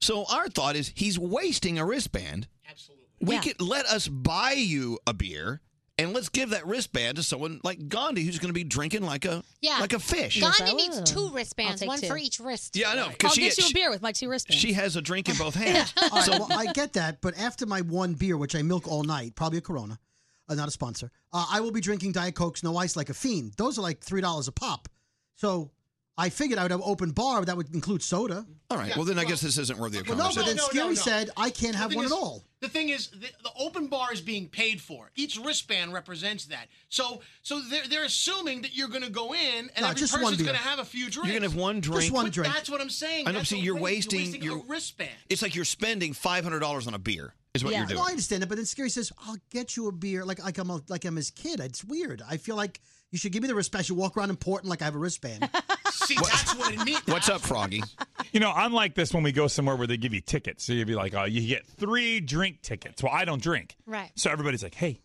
S2: So our thought is he's wasting a wristband. Absolutely. We could let us buy you a beer. And let's give that wristband to someone like Gandhi, who's going to be drinking like a
S4: Yeah.
S2: like a fish.
S4: Gandhi needs two wristbands,
S6: take
S4: one
S6: two.
S4: for each wrist.
S2: Yeah, I know.
S6: I'll
S2: Because she,
S6: get you a
S2: she-
S6: beer with my two wristbands.
S2: she has a drink in both hands.
S7: All right, well, I get that, but after my one beer, which I milk all night, probably a Corona, uh, not a sponsor, uh, I will be drinking Diet Cokes, no ice, like a fiend. Those are like three dollars a pop. So I figured I would have open bar but that would include soda.
S2: All right. Well, then I guess this isn't worthy of
S7: Well, no,
S2: conversation.
S7: but then Scary said I can't have
S1: thing
S7: one
S1: is-
S7: at all.
S1: The thing is, the, the open bar is being paid for. Each wristband represents that. So, so they're, they're assuming that you're going to go in, and
S2: No,
S1: every
S2: just one
S1: person's
S2: beer.
S1: going to have a few drinks.
S2: You're gonna have one drink.
S1: But That's what I'm saying.
S2: I know.
S1: That's
S2: See,
S1: the
S2: you're
S1: thing.
S2: wasting,
S1: you're wasting
S2: your
S1: a wristband.
S2: It's like you're spending five hundred dollars on a beer. Is what you're doing.
S7: Well, I understand it, but then Scary says, "I'll get you a beer." Like, like I'm, a, like I'm his kid. It's weird. I feel like you should give me the wristband. You walk around important like I have a wristband.
S1: See, that's what it means.
S2: What's up, Froggy?
S5: You know, I'm like this when we go somewhere where they give you tickets. So you'd be like, oh, you get three drink tickets. Well, I don't drink.
S4: Right.
S5: So everybody's like, hey,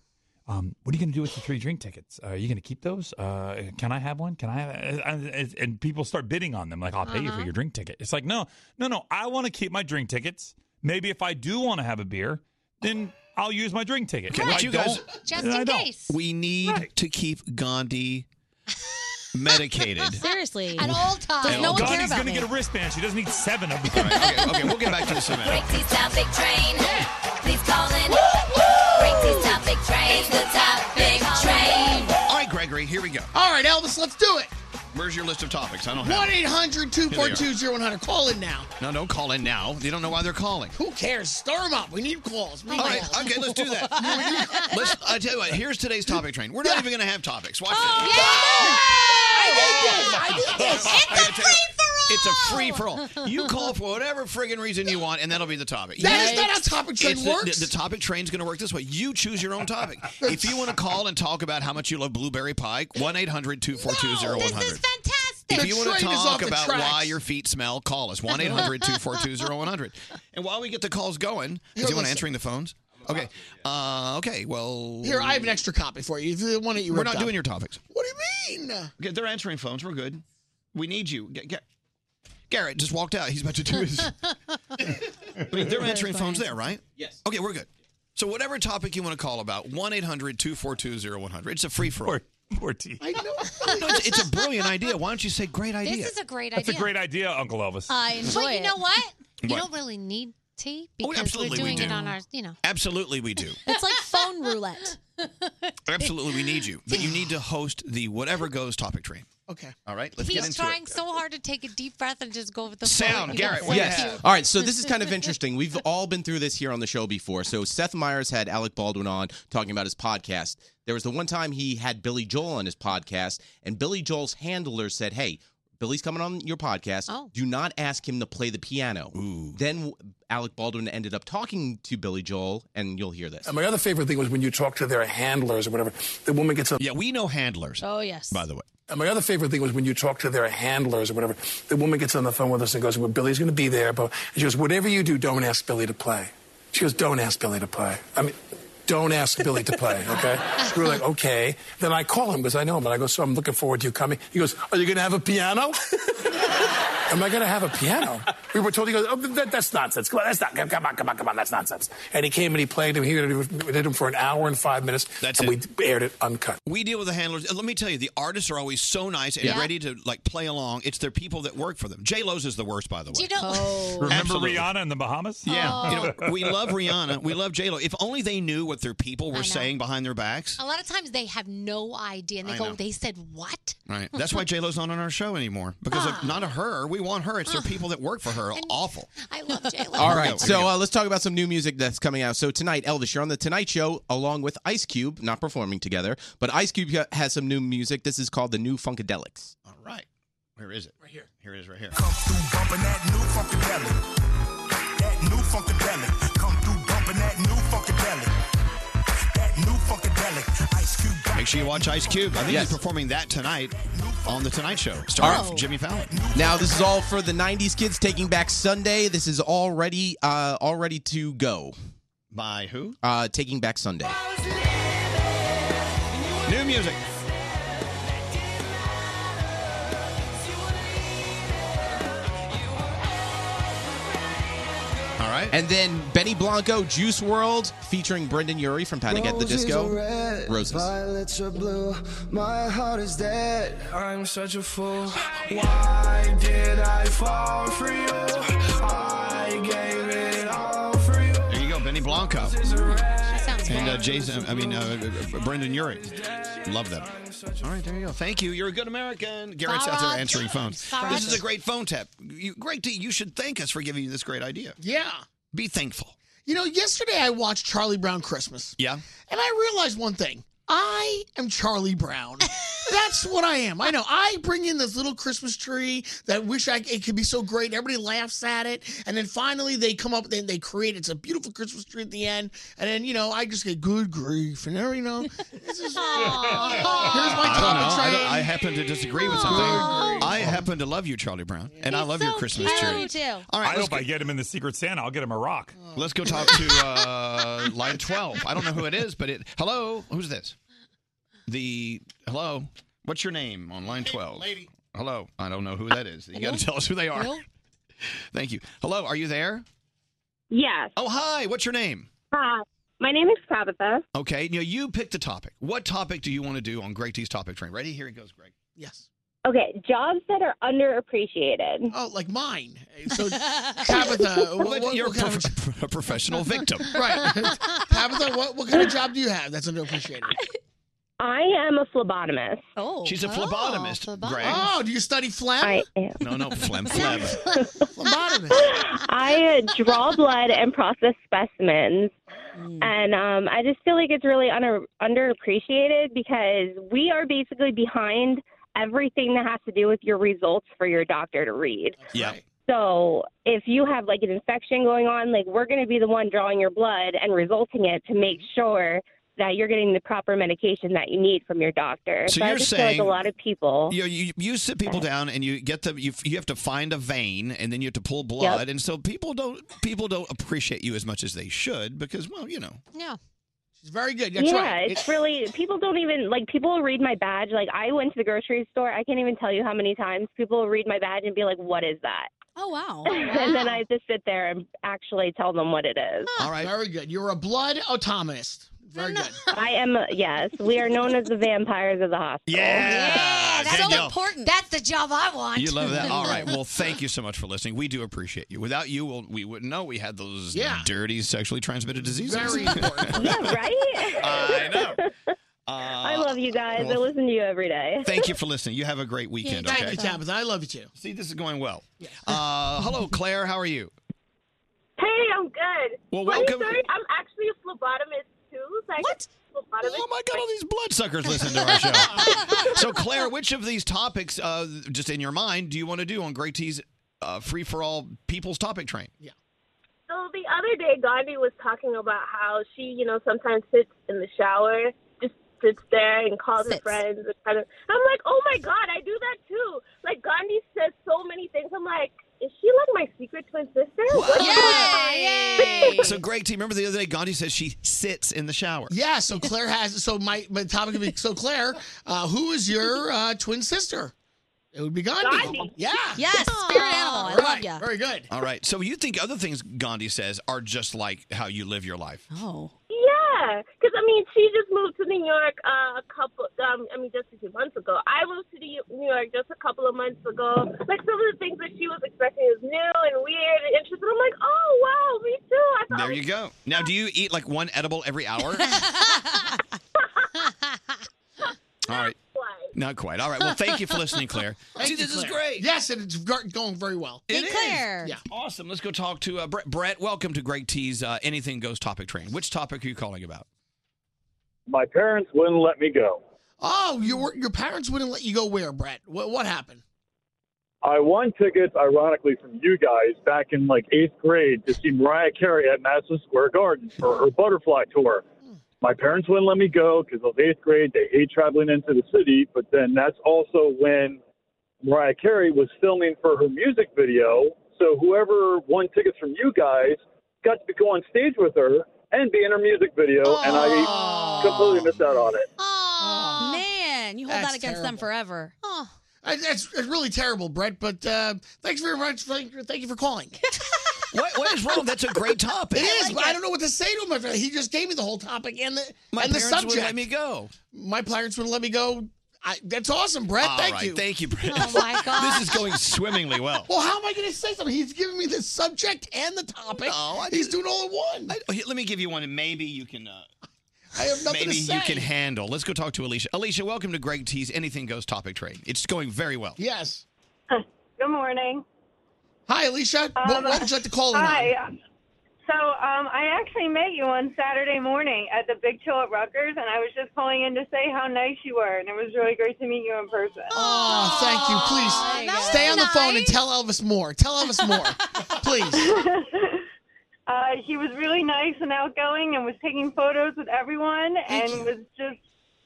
S5: um, what are you going to do with the three drink tickets? Uh, are you going to keep those? Uh, can I have one? Can I have? And, and people start bidding on them. Like, I'll pay you for
S20: Uh-huh.
S5: your drink ticket. It's like, no, no, no. I want to keep my drink tickets. Maybe if I do want to have a beer, then I'll use my drink ticket.
S2: Okay,
S5: If
S2: but
S5: I
S2: you guys,
S5: don't, then I don't.
S2: we need to keep Gandhi medicated.
S6: Seriously.
S4: At all times.
S2: Does no one care
S5: Gandhi's
S2: about
S5: gonna
S2: me?
S5: get a wristband. She doesn't need seven of them.
S2: okay, okay, we'll get back to this in a minute.
S23: Break these topic train. Please call in. Break these topic train. It's the topic train.
S2: All right, Gregory, here we go.
S14: All right, Elvis, let's do it.
S2: Where's your list of topics? I don't have
S14: 1
S2: it.
S14: 800
S2: Here
S14: 242 0100. Call in now.
S2: they are. No, don't call in now. You don't know why they're calling.
S14: Who cares? Stir them up. We need calls. We
S2: All
S14: need
S2: right,
S14: calls.
S2: okay, let's do that. let's, I tell you what, here's today's topic train. We're not even going to have topics. Watch this.
S14: I did this. I did this.
S2: It's a free It's a free for all. You call for whatever friggin' reason you want, and that'll be the topic.
S12: That is not how topic train
S2: It's the-
S12: works.
S2: The, the topic train's going to work this way. You choose your own topic. if you want to call and talk about how much you love blueberry pie, 1 800 242 0100. If you want to talk about why your feet smell, call us 1 800 242 0100. And while we get the calls going,
S14: Here,
S2: is anyone
S14: listen.
S2: answering the phones? Okay. Uh, okay, well.
S14: Here, I have an extra copy for you. The one that you
S2: We're
S14: ripped
S2: not
S14: up.
S2: doing your topics.
S14: What do you mean?
S2: Okay, they're answering phones. We're good. We need you. Ga- Ga- Garrett just walked out. He's about to do his. Wait, they're answering phones there, right? Yes. Okay, we're good. So whatever topic you want to call about, 1-800-242-0100. It's a free for all.
S5: Poor T.
S14: I know.
S2: it's, it's a brilliant idea. Why don't you say great idea?
S4: This is a great
S5: That's a
S4: idea.
S5: great idea, Uncle Elvis.
S4: I
S6: enjoy
S4: But you
S6: it.
S4: know what? You
S2: What?
S4: don't really need tea
S2: Oh,
S4: because we're
S2: absolutely we
S4: doing it
S2: do.
S4: on our, you know.
S2: Absolutely we do.
S6: It's like phone roulette.
S2: Absolutely we need you. But you need to host the whatever goes topic train.
S14: Okay.
S2: All right, let's get
S4: He's
S2: into
S4: trying
S2: it.
S4: so hard to take a deep breath and just go with the
S2: Sound,
S4: flow.
S2: Garrett,
S4: You know,
S2: yes.
S4: so
S2: Yeah.
S4: cute.
S17: All right, so this is kind of interesting. We've all been through this here on the show before. So Seth Meyers had Alec Baldwin on talking about his podcast. There was the one time he had Billy Joel on his podcast, and Billy Joel's handler said, "Hey, Billy's coming on your podcast. Do not ask him to play the piano." Then Alec Baldwin ended up talking to Billy Joel, and you'll hear this.
S13: And my other favorite thing was when you talk to their handlers or whatever. The woman gets up.
S2: Yeah, we know handlers.
S6: Oh, yes.
S2: By the way.
S13: And my other favorite thing was when you talk to their handlers or whatever. The woman gets on the phone with us and goes, "Well, Billy's going to be there," but and she goes, "Whatever you do, don't ask Billy to play." She goes, "Don't ask Billy to play." I mean. Don't ask Billy to play, okay? We were like, okay. Then I call him because I know him, and I go, so I'm looking forward to you coming. He goes, are you going to have a piano? Am I going to have a piano? We were told, he goes, oh, that, that's nonsense. Come on, that's not, come on, come on, come on, that's nonsense. And he came and he played him. He did him for an hour and five minutes. That's and we aired it uncut.
S2: We deal with the handlers. and Let me tell you, the artists are always so nice and
S13: Yeah.
S2: ready to like play along. It's their people that work for them. J Lo's is the worst, by the way.
S4: Do you know?
S2: Oh.
S5: Remember
S2: Absolutely.
S5: Rihanna in the Bahamas?
S2: Yeah, you
S4: Oh.
S2: know, we love Rihanna. We love J Lo. If only they knew what their people were saying behind their backs.
S4: A lot of times they have no idea and they
S2: I
S4: go,
S2: know.
S4: they said what?
S2: Right. That's why J Lo's not on our show anymore because
S4: Ah.
S2: of, not of her. We want her. It's their people that work for her. Awful.
S4: I love J Lo.
S17: All right, so uh, let's talk about some new music that's coming out. So tonight, Elvis, you're on the Tonight Show along with Ice Cube, not performing together, but Ice Cube ha- has some new music. This is called the New Funkadelics.
S2: All right. Where is it? Right here. Here it is. Right here.
S15: bumping that new funkadelic. That new funkadelic. Come through bumping that new funkadelic. That new funkadelic. Ice Cube
S2: Make sure you watch Ice Cube. I think
S17: Yes.
S2: he's performing that tonight on the Tonight Show, starring
S17: Oh.
S2: Jimmy Fallon.
S17: Now, this is all for the '90s kids taking back Sunday. This is already uh, all ready to go.
S2: By who?
S17: Uh, taking back Sunday.
S2: New music. All right.
S17: And then Benny Blanco, Juice World, featuring Brendan Urie from Panic at the
S15: Roses
S17: Disco.
S15: are red,
S17: Roses.
S15: Violets are blue. My heart is dead. I'm such a fool. Why did I fall for you? I gave it all for you.
S2: There you go, Benny Blanco.
S4: sounds
S2: And uh, Jason, I mean, uh, Brendan Urie. Love them. All right, there you go. Thank you. You're a good American. Garrett's out there
S14: Farage.
S2: answering phones.
S14: Farage.
S2: This is a great phone tap. You, great, D, you should thank us for giving you this great idea.
S14: Yeah.
S2: Be thankful.
S14: You know, yesterday I watched Charlie Brown Christmas.
S2: Yeah.
S14: And I realized one thing. I am Charlie Brown. That's what I am. I know. I bring in this little Christmas tree that wish I it could be so great. Everybody laughs at it, and then finally they come up and they create. It's a beautiful Christmas tree at the end, and then you know I just get good grief, and every you know this is here's my
S2: I don't
S14: topic
S2: know. I,
S14: train.
S2: don't- I happen to disagree with something. I happen to love you, Charlie Brown, and I love your Christmas tree. All
S5: I
S2: right, let's
S5: hope
S2: go-
S5: I get him in the Secret Santa. I'll get him a rock.
S2: Let's go talk to uh, line 12. I don't know who it is, but it. Hello? Who's this? The. Hello? What's your name on line 12? Lady. Hello? I don't know who that is. You got to tell us who they are. Thank you. Hello? Are you there?
S16: Yes.
S2: Oh, hi. What's your name?
S16: Hi. My name is Tabitha.
S2: Okay. Now, you pick the topic. What topic do you want to do on Greg T's topic train? Ready? Here it goes, Greg.
S14: Yes.
S16: Okay, jobs that are underappreciated.
S14: Oh, like mine. So Tabitha, uh, what, what,
S2: You're
S14: what kind
S2: a, prof- a professional victim.
S14: of right? Tabitha, what, what kind of job do you have that's underappreciated?
S16: I am a phlebotomist.
S4: Oh,
S2: She's a phlebotomist, Greg.
S14: Oh, do you study phlegm?
S16: I am.
S2: No, no, phlegm, phlegm.
S16: I uh, draw blood and process specimens. And um, I just feel like it's really under underappreciated because we are basically behind
S22: everything that has to do with your results for your doctor to read.
S2: Yeah.
S22: So if you have like an infection going on, like we're going to be the one drawing your blood and resulting it to make sure that you're getting the proper medication that you need from your doctor.
S2: So
S22: I
S2: you're
S22: just
S2: saying
S22: feel like a lot of people.
S2: You, you you sit people down and you get them. You you have to find a vein and then you have to pull blood, and so people don't people don't appreciate you as much as they should because well you know
S4: Yeah.
S14: She's very good.
S2: That's
S22: yeah,
S2: right.
S22: it's really people don't even like people read my badge. Like I went to the grocery store. I can't even tell you how many times people read my badge and be like, "What is that?"
S6: Oh wow!
S22: and then I just sit there and actually tell them what it is.
S14: All right. Very good. You're a blood autonomist. Very good.
S22: I am yes. We are known as the vampires of the hospital.
S2: Yeah,
S4: That's
S2: there you
S4: so
S2: go.
S4: important. That's the job I want.
S2: You love that. All right. Well, thank you so much for listening. We do appreciate you. Without you, we'll, we wouldn't know we had those
S14: Yeah.
S2: dirty sexually transmitted diseases.
S14: Very
S2: important.
S22: yeah, right.
S2: I know.
S22: I love you guys. I
S2: Uh, well-
S22: listen to you every day.
S2: Thank you for listening. You have a great weekend.
S14: thank
S2: okay?
S14: you, Tabitha.
S2: I love you too. See, this is going well. Uh, hello, Claire. How are you?
S8: Hey, I'm good.
S2: Well,
S8: Funny
S2: welcome-
S8: story, I'm actually a phlebotomist too. So I what?
S2: Oh my God! All these Bloodsuckers listen to our show. so, Claire, which of these topics, uh, just in your mind, do you want to do on Great T's uh, free for all people's topic train? Yeah.
S8: So the other day, Gandhi was talking about how she, you know, sometimes sits in the shower, just sits there and calls her friends. And kind of, I'm like, oh my god, I do that too. Like Gandhi says so many things. I'm like, is she like my secret twin sister? What?
S2: So, Great T, remember the other day Gandhi says she sits in the shower.
S14: Yeah. So Claire has. So my, my topic would be. So Claire, uh, who is your uh, twin sister? It would be Gandhi.
S6: Gandhi.
S14: Yeah.
S6: Yes, spirit animal. I love ya.
S14: Very good.
S2: All right. So you think other things Gandhi says are just like how you live your life?
S6: Oh.
S8: Yeah, because I mean, she just moved to New York uh, a couple. Um, I mean, just a few months ago. I moved to the, New York just a couple of months ago. Like some of the things that she was expecting is new and weird and interesting. I'm like, oh wow, me too. I thought
S2: There you go. Now, do you eat like one edible every hour? All right. Not quite. All right. Well, thank you for listening, Claire.
S14: Thank
S2: See,
S14: you,
S2: this is
S14: Claire.
S2: great.
S14: Yes, and it's gar- going very well.
S2: It is.
S14: Yeah.
S2: Awesome. Let's go talk to uh, Brett. Brett, welcome to Great T's uh, Anything Goes Topic Train. Which topic are you calling about?
S24: My parents wouldn't let me go.
S14: Oh, your your parents wouldn't let you go where, Brett? What what happened?
S24: I won tickets, ironically, from you guys back in like eighth grade to see Mariah Carey at Madison Square Garden for her butterfly tour. My parents wouldn't let me go because of eighth grade. They hate traveling into the city. But then that's also when Mariah Carey was filming for her music video. So whoever won tickets from you guys got to go on stage with her and be in her music video. And I completely missed out on it.
S6: Man, you hold
S14: That's
S6: that against them
S14: terrible.
S6: forever.
S14: Oh, that's it's really terrible, Brett. But uh, thanks very much. Thank, thank you for calling.
S2: What, what is wrong? That's a great topic.
S14: It is, but I don't know what to say to him. after that. He just gave me the whole topic and the
S2: My
S14: and the
S2: parents wouldn't
S14: subject.
S2: let me go.
S14: My parents wouldn't let me go. I, that's awesome, Brett.
S2: All
S14: thank
S2: right,
S14: you.
S2: Thank you, Brett.
S14: Oh, my God.
S2: this is going swimmingly well.
S14: Well, how am I going to say something? He's giving me the subject and the topic. He's doing all in one.
S2: Oh, here, let me give you one, and maybe you can. Uh,
S14: I have nothing
S2: maybe
S14: to say.
S2: you can handle. Let's go talk to Alicia. Alicia, welcome to Greg T's Anything Goes Topic Train. It's going very well.
S14: Yes.
S8: Good morning.
S14: Hi, Alicia.
S8: Um,
S14: what, what would you like to call in
S8: Hi. uh,
S14: on?
S8: So um, I actually met you on Saturday morning at the Big Chill at Rutgers, and I was just calling in to say how nice you were, and it was really great to meet you in person.
S14: Oh, thank you. Please stay on the phone and tell Elvis more. Tell Elvis more, please.
S8: Uh, he was really nice and outgoing, and was taking photos with everyone, and was just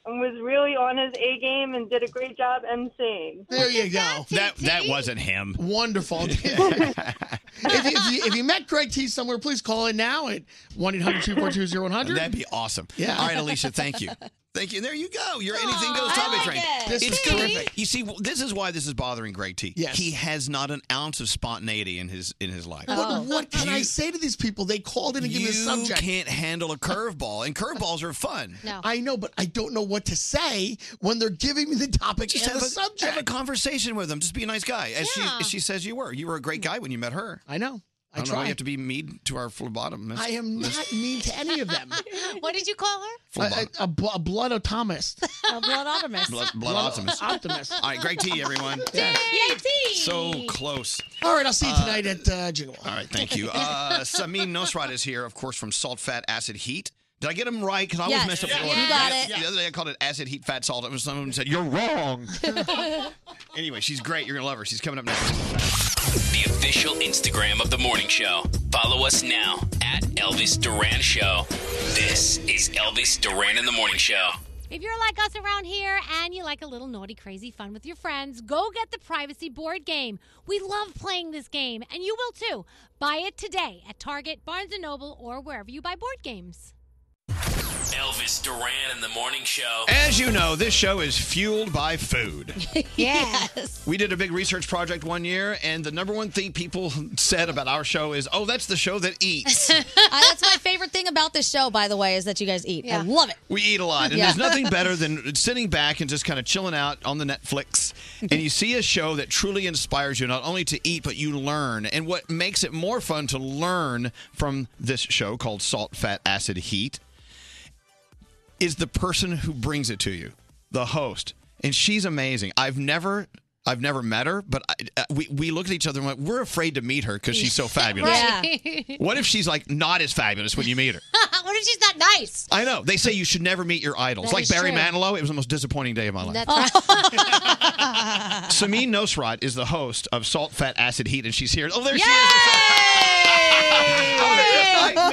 S8: and was really on his A game, and did a great job emceeing.
S14: There you go.
S2: That that wasn't him.
S14: Wonderful. if, you, if, you, if you met Greg T somewhere, please call in now at 1 800 242 0100.
S2: That'd be awesome.
S14: Yeah.
S2: All right, Alicia, thank you. Thank you. There you go. Your anything goes topic train.
S14: This
S2: it's
S14: is
S2: good.
S14: terrific.
S2: You see, w- this is why this is bothering Greg T.
S14: Yes.
S2: He has not an ounce of spontaneity in his in his life.
S14: What, what can I say to these people? They called in and gave me
S2: You
S14: a subject.
S2: can't handle a curveball, and curveballs are fun.
S14: No. I know, but I don't know what to say when they're giving me the topic
S2: Just
S14: and
S2: have
S14: the
S2: a,
S14: subject.
S2: have a conversation with him. Just be a nice guy, as she as she says you were. You were a great guy when you met her.
S14: I know.
S2: I, don't know why
S14: try.
S2: you have to be mean to our phlebotomist.
S14: I am not mean to any of them.
S4: what did you call her?
S14: a, a, a bl- a blood automist.
S6: A blood optimist.
S2: blood, blood optimist.
S14: optimist.
S2: All right, Greg T, everyone.
S6: Yay, T.
S2: So close.
S14: All right, I'll see you
S2: Uh,
S14: tonight at uh, Jingle.
S2: All right, thank you. Uh, Samin Nosrat is here, of course, from Salt, Fat, Acid, Heat. Did I get them right? Because I always
S3: Yes.
S2: mess up
S3: Yeah,
S2: the order.
S3: you got it.
S2: The other day I called it acid, heat, fat, salt. It was someone who said, You're wrong. anyway, she's great. You're going to love her. She's coming up next.
S10: The official Instagram of the morning show. Follow us now at Elvis Duran Show. This is Elvis Duran in the morning show.
S4: If you're like us around here and you like a little naughty, crazy fun with your friends, go get the privacy board game. We love playing this game, and you will too. Buy it today at Target, Barnes & Noble, or wherever you buy board games.
S10: Elvis Duran in the morning show.
S2: As you know, this show is fueled by food.
S4: yes.
S2: We did a big research project one year, and the number one thing people said about our show is, "Oh, that's the show that eats."
S6: I, that's my favorite thing about this show, by the way, is that you guys eat. I love it.
S2: We eat a lot, and
S6: Yeah.
S2: there's nothing better than sitting back and just kind of chilling out on the Netflix, and you see a show that truly inspires you not only to eat but you learn. And what makes it more fun to learn from this show called Salt, Fat, Acid, Heat is the person who brings it to you, the host, and she's amazing. I've never. I've never met her, but I, uh, we we looked at each other and went, "We're afraid to meet her because she's so fabulous."
S4: Right.
S2: What if she's like not as fabulous when you meet her?
S4: what if she's not nice?
S2: I know. They say you should never meet your idols.
S4: That
S2: like
S4: is
S2: Barry
S4: true.
S2: Manilow, it was the most disappointing day of my life.
S4: That's right.
S2: Samin Nosrat is the host of Salt, Fat, Acid, Heat, and she's here. Oh, there she is.
S3: Oh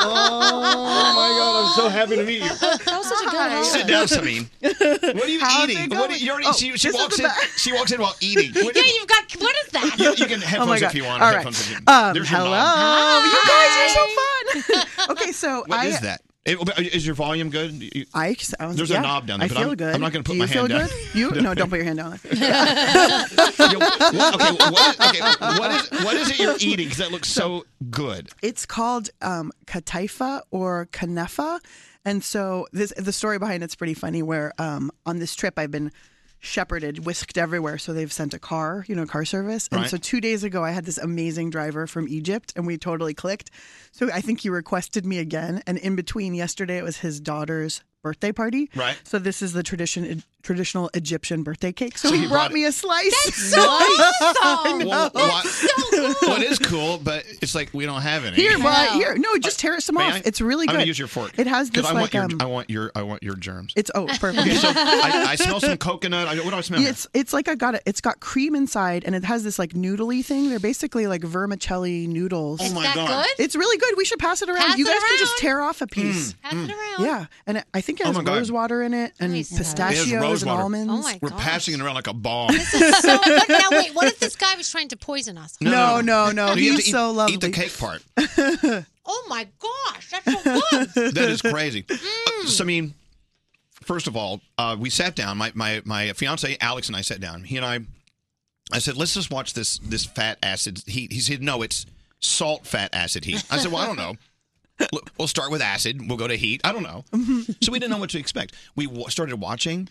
S3: my god, I'm so happy to meet you.
S6: That was such a good
S3: Hi.
S6: holiday.
S2: Sit down, Samin. What are you
S3: How's
S2: eating?
S3: it
S2: What are you,
S3: going?
S2: already,
S3: Oh,
S2: she,
S3: this
S2: she
S3: is
S2: walks
S3: the
S2: in.
S3: back.
S2: She walks in while eating. What-
S4: yeah, you've got. What is that?
S2: you, you can
S3: Oh my
S2: headphones
S3: God.
S2: if you want.
S3: All right.
S2: headphones if you,
S3: Um,
S2: There's your
S3: hello.
S2: mom.
S3: You guys are so fun. okay, so
S2: What
S3: I
S2: is that? It- uh, is your volume good? You-
S3: I,
S2: There's
S3: yeah,
S2: a knob down there.
S3: I
S2: but
S3: feel
S2: I'm,
S3: good.
S2: I'm not going to put
S3: Do
S2: my
S3: you
S2: hand
S3: feel
S2: down.
S3: good? You no, don't put your hand down.
S2: What- okay, what, okay, what is what is it you're eating? Because that looks so good.
S3: It's called um, kataifa or kanefa, and so this the story behind it's pretty funny. Where um, on this trip, I've been shepherded, whisked everywhere. So they've sent a car, you know, car service. And
S25: Right.
S3: so two days ago, I had this amazing driver from Egypt, and we totally clicked. So I think he requested me again, and in between yesterday, it was his daughter's birthday party.
S25: Right.
S3: So this is the tradition traditional Egyptian birthday cake. So, So
S2: he
S3: he
S2: brought
S3: it- brought me a slice. That's so awesome. I know.
S2: Well, why- What is cool, but it's like we don't have any.
S3: Here, but here, no, just tear some
S2: May
S3: off.
S2: I?
S3: It's really
S2: I'm
S3: good.
S2: gonna use your fork.
S3: It has
S2: 'Cause I
S3: this like
S2: want your,
S3: um.
S2: I want your I want your germs.
S3: It's oh perfect.
S2: Okay, so I, I smell some coconut. I, what do I smell?
S3: Yeah, it's it's like I got it. It's got cream inside, and it has this like noodly thing. They're basically like vermicelli noodles.
S2: Oh Is my that God. good?
S3: It's really good. We should pass it around.
S4: Pass
S3: you
S4: it
S3: guys can just tear off a piece.
S4: Pass it around.
S3: Yeah, and it- I think it
S2: mm. Oh
S3: has
S2: my God.
S3: rose water in it, and
S2: It is
S3: pistachios
S2: rose
S3: and
S2: water.
S3: almonds.
S4: Oh
S2: We're passing it around like a bomb.
S4: so, but now wait, what if this guy was trying to poison us?
S3: No,
S2: no,
S3: no,
S2: You have
S3: he's
S2: to eat,
S3: so lovely.
S2: Eat the cake part.
S4: Oh my gosh, that's
S2: that is crazy. Uh, so, I mean, first of all, uh, we sat down. My my my fiance Alex and I sat down. He and I, I said, let's just watch this this fat acid heat. He said, no, it's salt fat acid heat. I said, well, I don't know. Look, We'll start with acid. We'll go to heat. I don't know. so we didn't know what to expect. We w- started watching,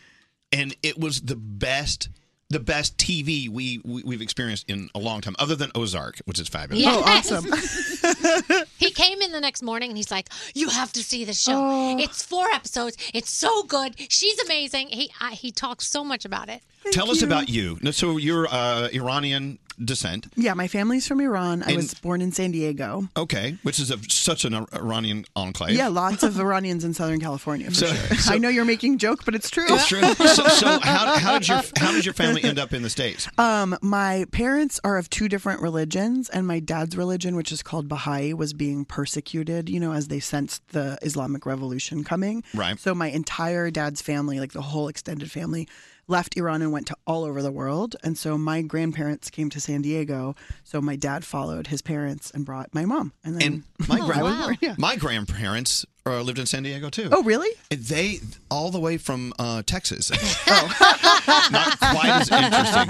S2: and it was the best. The best TV we, we we've experienced in a long time, other than Ozark, which is fabulous.
S4: Yes. Oh, he came in the next morning and he's like, "You have to see this show.
S3: Oh.
S4: It's four episodes. It's so good. She's amazing." He I, he talks so much about it.
S2: Tell us about you. No, So you're uh, Iranian descent.
S3: Yeah, my family's from Iran. I
S2: And-
S3: was born in San Diego.
S2: Okay, which is a, such an Ir- Iranian enclave.
S3: Yeah, lots of Iranians in Southern California for
S2: So-
S3: sure.
S2: so-
S3: I know you're making a joke, but it's true.
S2: It's true. so so how, how did your how did your family end up in the states?
S3: Um, my parents are of two different religions, and my dad's religion, which is called Baha'i, was being persecuted, you know, as they sensed the Islamic revolution coming.
S2: Right.
S3: So my entire dad's family, like the whole extended family, left Iran and went to all over the world. And so my grandparents came to San Diego. So my dad followed his parents and brought my mom. And then
S2: And my
S3: I
S2: grand-
S3: was born- yeah.
S2: my grandparents uh, lived in San Diego too.
S3: Oh, really?
S2: And They all the way from uh, Texas. Oh. Not quite as interesting.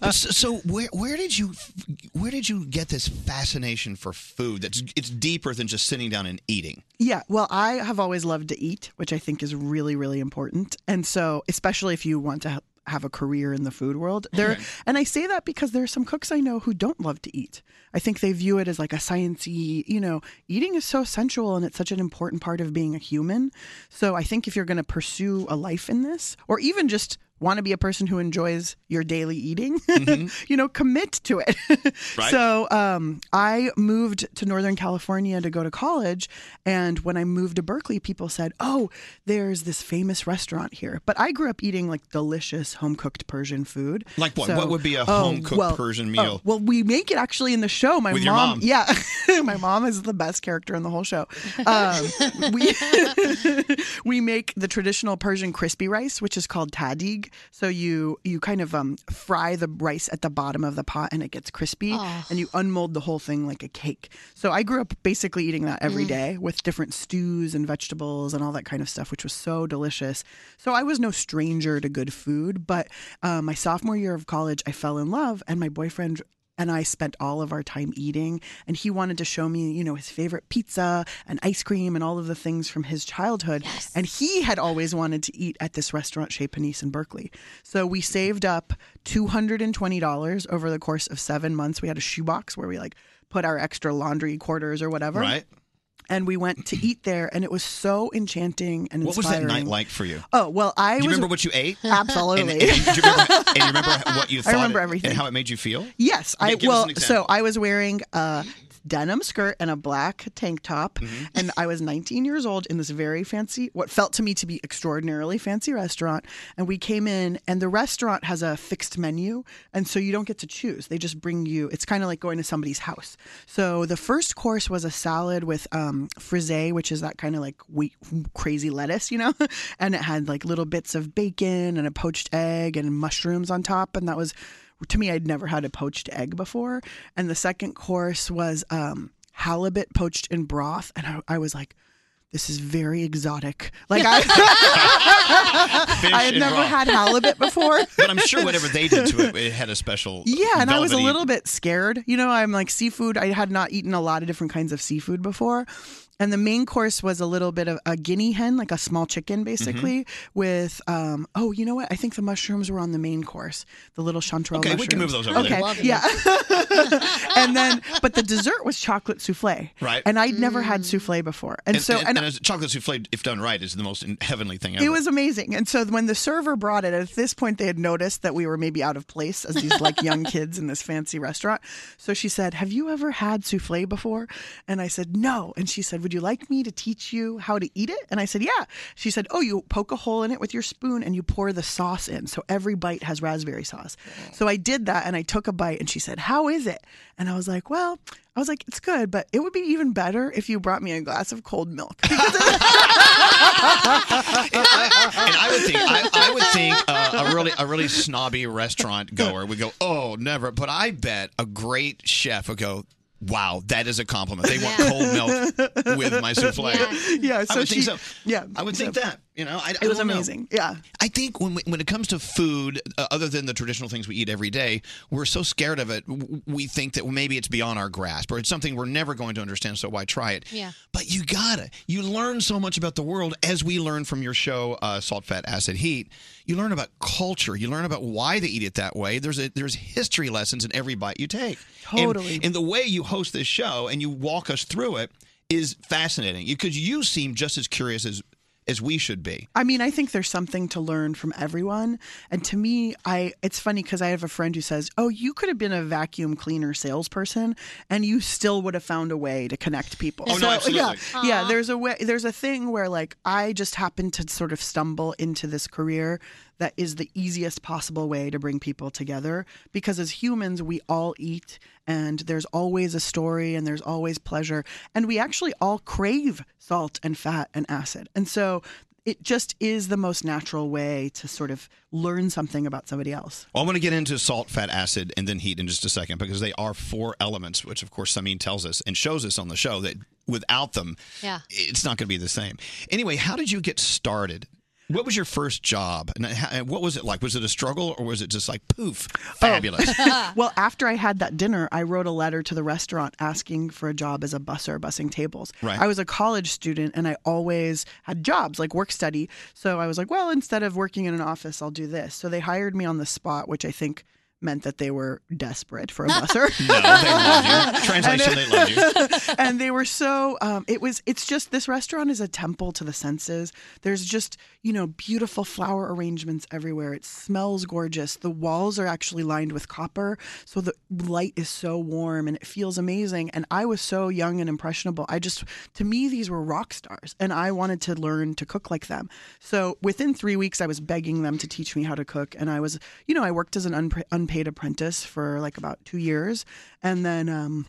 S2: But so, so where where did you where did you get this fascination for food? That's it's deeper than just sitting down and eating.
S3: Yeah, well, I have always loved to eat, which I think is really, really important. And so, especially if you want to ha- have a career in the food world, there.
S25: Right.
S3: And I say that because there are some cooks I know who don't love to eat. I think they view it as like a sciencey, you know, eating is so sensual and it's such an important part of being a human. So I think if you're going to pursue a life in this, or even just want to be a person who enjoys your daily eating, you know, commit to it.
S9: Right.
S3: So um, I moved to Northern California to go to college. And when I moved to Berkeley, people said, oh, there's this famous restaurant here. But I grew up eating like delicious home cooked Persian food.
S2: Like what?
S3: So-
S2: What would be a
S3: Oh,
S2: home-cooked
S3: well-
S2: Persian
S3: oh,
S2: meal?
S3: well, we make it actually in the show. My
S2: With your
S3: mom,
S2: mom.
S3: yeah, my mom is the best character in the whole show. Um, we we make the traditional Persian crispy rice, which is called tadig. So you you kind of um, fry the rice at the bottom of the pot, and it gets crispy,
S9: Oh.
S3: and you unmold the whole thing like a cake. So I grew up basically eating that every
S9: Mm.
S3: day with different stews and vegetables and all that kind of stuff, which was so delicious. So I was no stranger to good food, but uh, my sophomore year of college, I fell in love, and my boyfriend and I spent all of our time eating. And he wanted to show me, you know, his favorite pizza and ice cream and all of the things from his childhood. And he had always wanted to eat at this restaurant, Chez Panisse in Berkeley. So we saved up $220 over the course of seven months. We had a shoebox where we like put our extra laundry quarters or whatever.
S2: Right.
S3: And we went to eat there, and it was so enchanting and
S2: What was that
S3: inspiring.
S2: night like for you?
S3: Oh well, I
S2: do you
S3: was
S2: remember what you ate?
S3: Absolutely.
S2: And, and, do you remember, and you remember what you
S3: I
S2: thought?
S3: remember
S2: it-
S3: everything.
S2: And how it made you feel?
S3: Yes,
S2: Yeah,
S3: I
S2: give us
S3: well.
S2: an
S3: So
S2: example.
S3: I was wearing a denim skirt and a black tank top,
S2: Mm-hmm.
S3: and I was 19 years old in this very fancy, what felt to me to be extraordinarily fancy restaurant. And we came in, and the restaurant has a fixed menu, and so you don't get to choose. They just bring you. It's kind of like going to somebody's house. So the first course was a salad with um, frisee, which is that kind of like wheat, crazy lettuce, you know, and it had like little bits of bacon and a poached egg and mushrooms on top, and that was to me, I'd never had a poached egg before. And the second course was um, halibut poached in broth. And I, I was like, this is very exotic. Like I, I had
S2: and
S3: never
S2: broth.
S3: had halibut before.
S2: But I'm sure whatever they did to it, it had a special.
S3: Yeah, and I was a
S2: velvety-
S3: little bit scared. You know, I'm like seafood. I had not eaten a lot of different kinds of seafood before. And the main course was a little bit of a guinea hen, like a small chicken, basically,
S2: Mm-hmm.
S3: with, um, oh, you know what? I think the mushrooms were on the main course, the little chanterelle
S2: Okay,
S3: mushrooms.
S2: we can move those over
S3: Okay,
S2: there. Love you.
S3: yeah. and then, but the dessert was chocolate souffle.
S2: Right.
S3: And I'd never had souffle before. And, so,
S2: and, as chocolate souffle, if done right, is the most heavenly thing ever.
S3: it was amazing. And so when the server brought it, at this point they had noticed that we were maybe out of place as these like young kids in this fancy restaurant. So she said, "Have you ever had souffle before?" And I said, "No." And she said, "Would you like me to teach you how to eat it?" And I said, "Yeah." She said, "Oh, you poke a hole in it with your spoon and you pour the sauce in. So every bite has raspberry sauce." So I did that and I took a bite and she said, "How is it?" And I was like, "Well, I was like, it's good, but it would be even better if you brought me a glass of cold milk."
S2: and I would think I, I would think uh, a really a really snobby restaurant goer would go, oh, never. But I bet a great chef would go, wow, that is a compliment. They want cold milk with my souffle.
S3: Yeah,
S2: I
S3: so
S2: would
S3: she,
S2: think so.
S3: yeah,
S2: I would think
S3: so-
S2: that. You know, I, I
S3: it was
S2: don't know.
S3: amazing. Yeah,
S2: I think when we, when it comes to food, uh, other than the traditional things we eat every day, we're so scared of it. w- We think that maybe it's beyond our grasp, or it's something we're never going to understand. So why try it?
S12: Yeah.
S2: But you gotta. You learn so much about the world as we learn from your show, uh, Salt, Fat, Acid, Heat. You learn about culture. You learn about why they eat it that way. There's a, there's history lessons in every bite you take. And-
S3: Totally.
S2: and the way you host this show and you walk us through it is fascinating because you seem just as curious as as we should be.
S3: I mean, I think there's something to learn from everyone. And to me, I it's funny because I have a friend who says, "Oh, you could have been a vacuum cleaner salesperson, and you still would have found a way to connect people."
S2: Oh, no, absolutely.
S3: yeah, yeah.
S2: Aw.
S3: There's a way. There's a thing where like I just happened to sort of stumble into this career that is the easiest possible way to bring people together because as humans we all eat and there's always a story and there's always pleasure and we actually all crave salt and fat and acid and so it just is the most natural way to sort of learn something about somebody else.
S2: Well, I want to get into salt, fat, acid, and then heat in just a second because they are four elements, which of course Samin tells us and shows us on the show that without them,
S4: Yeah.
S2: it's not going to be the same. Anyway, how did you get started? What was your first job? And how- and what was it like? Was it a struggle or was it just like poof,
S3: Oh.
S2: fabulous?
S3: well, after I had that dinner, I wrote a letter to the restaurant asking for a job as a busser, bussing tables.
S2: Right.
S3: I was a college student and I always had jobs like work study. So I was like, well, instead of working in an office, I'll do this. So they hired me on the spot, which I think meant that they were desperate for a busser.
S2: No, they loved you. Translation,
S3: And it-
S2: they loved you.
S3: and they were so um, it was it's just this restaurant is a temple to the senses. There's just, you know, beautiful flower arrangements everywhere. It smells gorgeous. The walls are actually lined with copper, so the light is so warm and it feels amazing. And I was so young and impressionable. I just to me these were rock stars and I wanted to learn to cook like them. So within 3 weeks I was begging them to teach me how to cook and I was, you know, I worked as an unpa- unpaid apprentice for like about 2 years and then um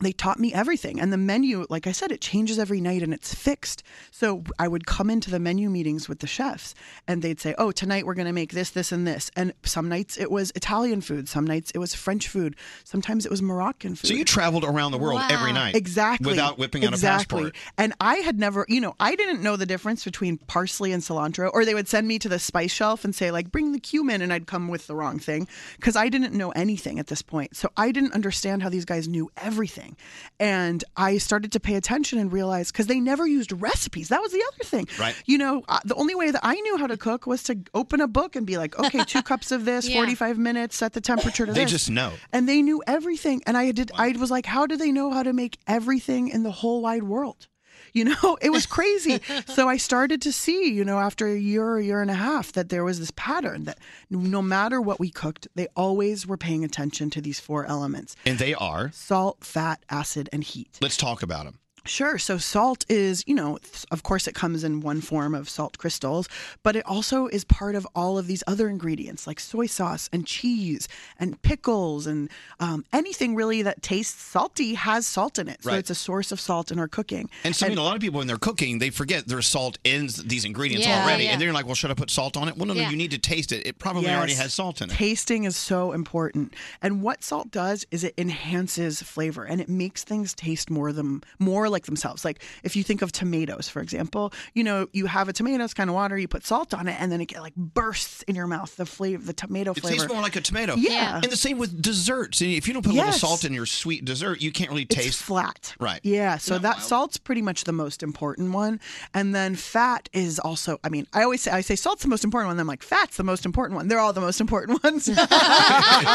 S3: they taught me everything and the menu like i said it changes every night and it's fixed so i would come into the menu meetings with the chefs and they'd say oh tonight we're going to make this this and this and some nights it was italian food some nights it was french food sometimes it was moroccan food
S2: So you traveled around the world every night,
S3: exactly
S2: without whipping out
S3: exactly.
S2: a passport.
S3: and i had never you know i didn't know the difference between parsley and cilantro or they would send me to the spice shelf and say like bring the cumin and i'd come with the wrong thing because i didn't know anything at this point so i didn't understand how these guys knew everything and i started to pay attention and realize because they never used recipes that was the other thing
S2: Right.
S3: you know uh, the only way that i knew how to cook was to open a book and be like okay two cups of this
S2: Yeah.
S3: 45 minutes set the temperature to
S2: They
S3: this
S2: just know.
S3: and they knew everything and i did i was like how do they know how to make everything in the whole wide world you know it was crazy so i started to see you know after a year or a year and a half that there was this pattern that no matter what we cooked they always were paying attention to these four elements
S2: And they are.
S3: salt fat acid and heat
S2: Let's talk about them.
S3: Sure. So salt is, you know, th- of course it comes in one form of salt crystals, but it also is part of all of these other ingredients like soy sauce and cheese and pickles and um, anything really that tastes salty has salt in it. So
S2: Right.
S3: it's a source of salt in our cooking.
S2: And so, I mean, a lot of people when they're cooking, they forget there's salt in these ingredients
S3: Yeah,
S2: already,
S3: yeah.
S2: and they're like, "Well, should I put salt on it?" Well, no,
S3: Yeah.
S2: no, you need to taste it. It probably already
S3: Yes.
S2: has salt in it.
S3: Tasting is so important. And what salt does is it enhances flavor and it makes things taste more them more like themselves. Like if you think of tomatoes, for example, you know, you have a tomato, it's kind of water, you put salt on it, and then it get, like bursts in your mouth, the flavor the tomato
S2: It
S3: flavor.
S2: tastes more like a tomato.
S3: Yeah.
S2: And the same with desserts. If you don't put a
S3: Yes.
S2: little salt in your sweet dessert, you can't really taste
S3: flat.
S2: Right.
S3: Yeah, so that salt's pretty much the most important one, and then fat is also. I mean, I always say I say salt's the most important one. Then I'm like, fat's the most important one. They're all the most important ones.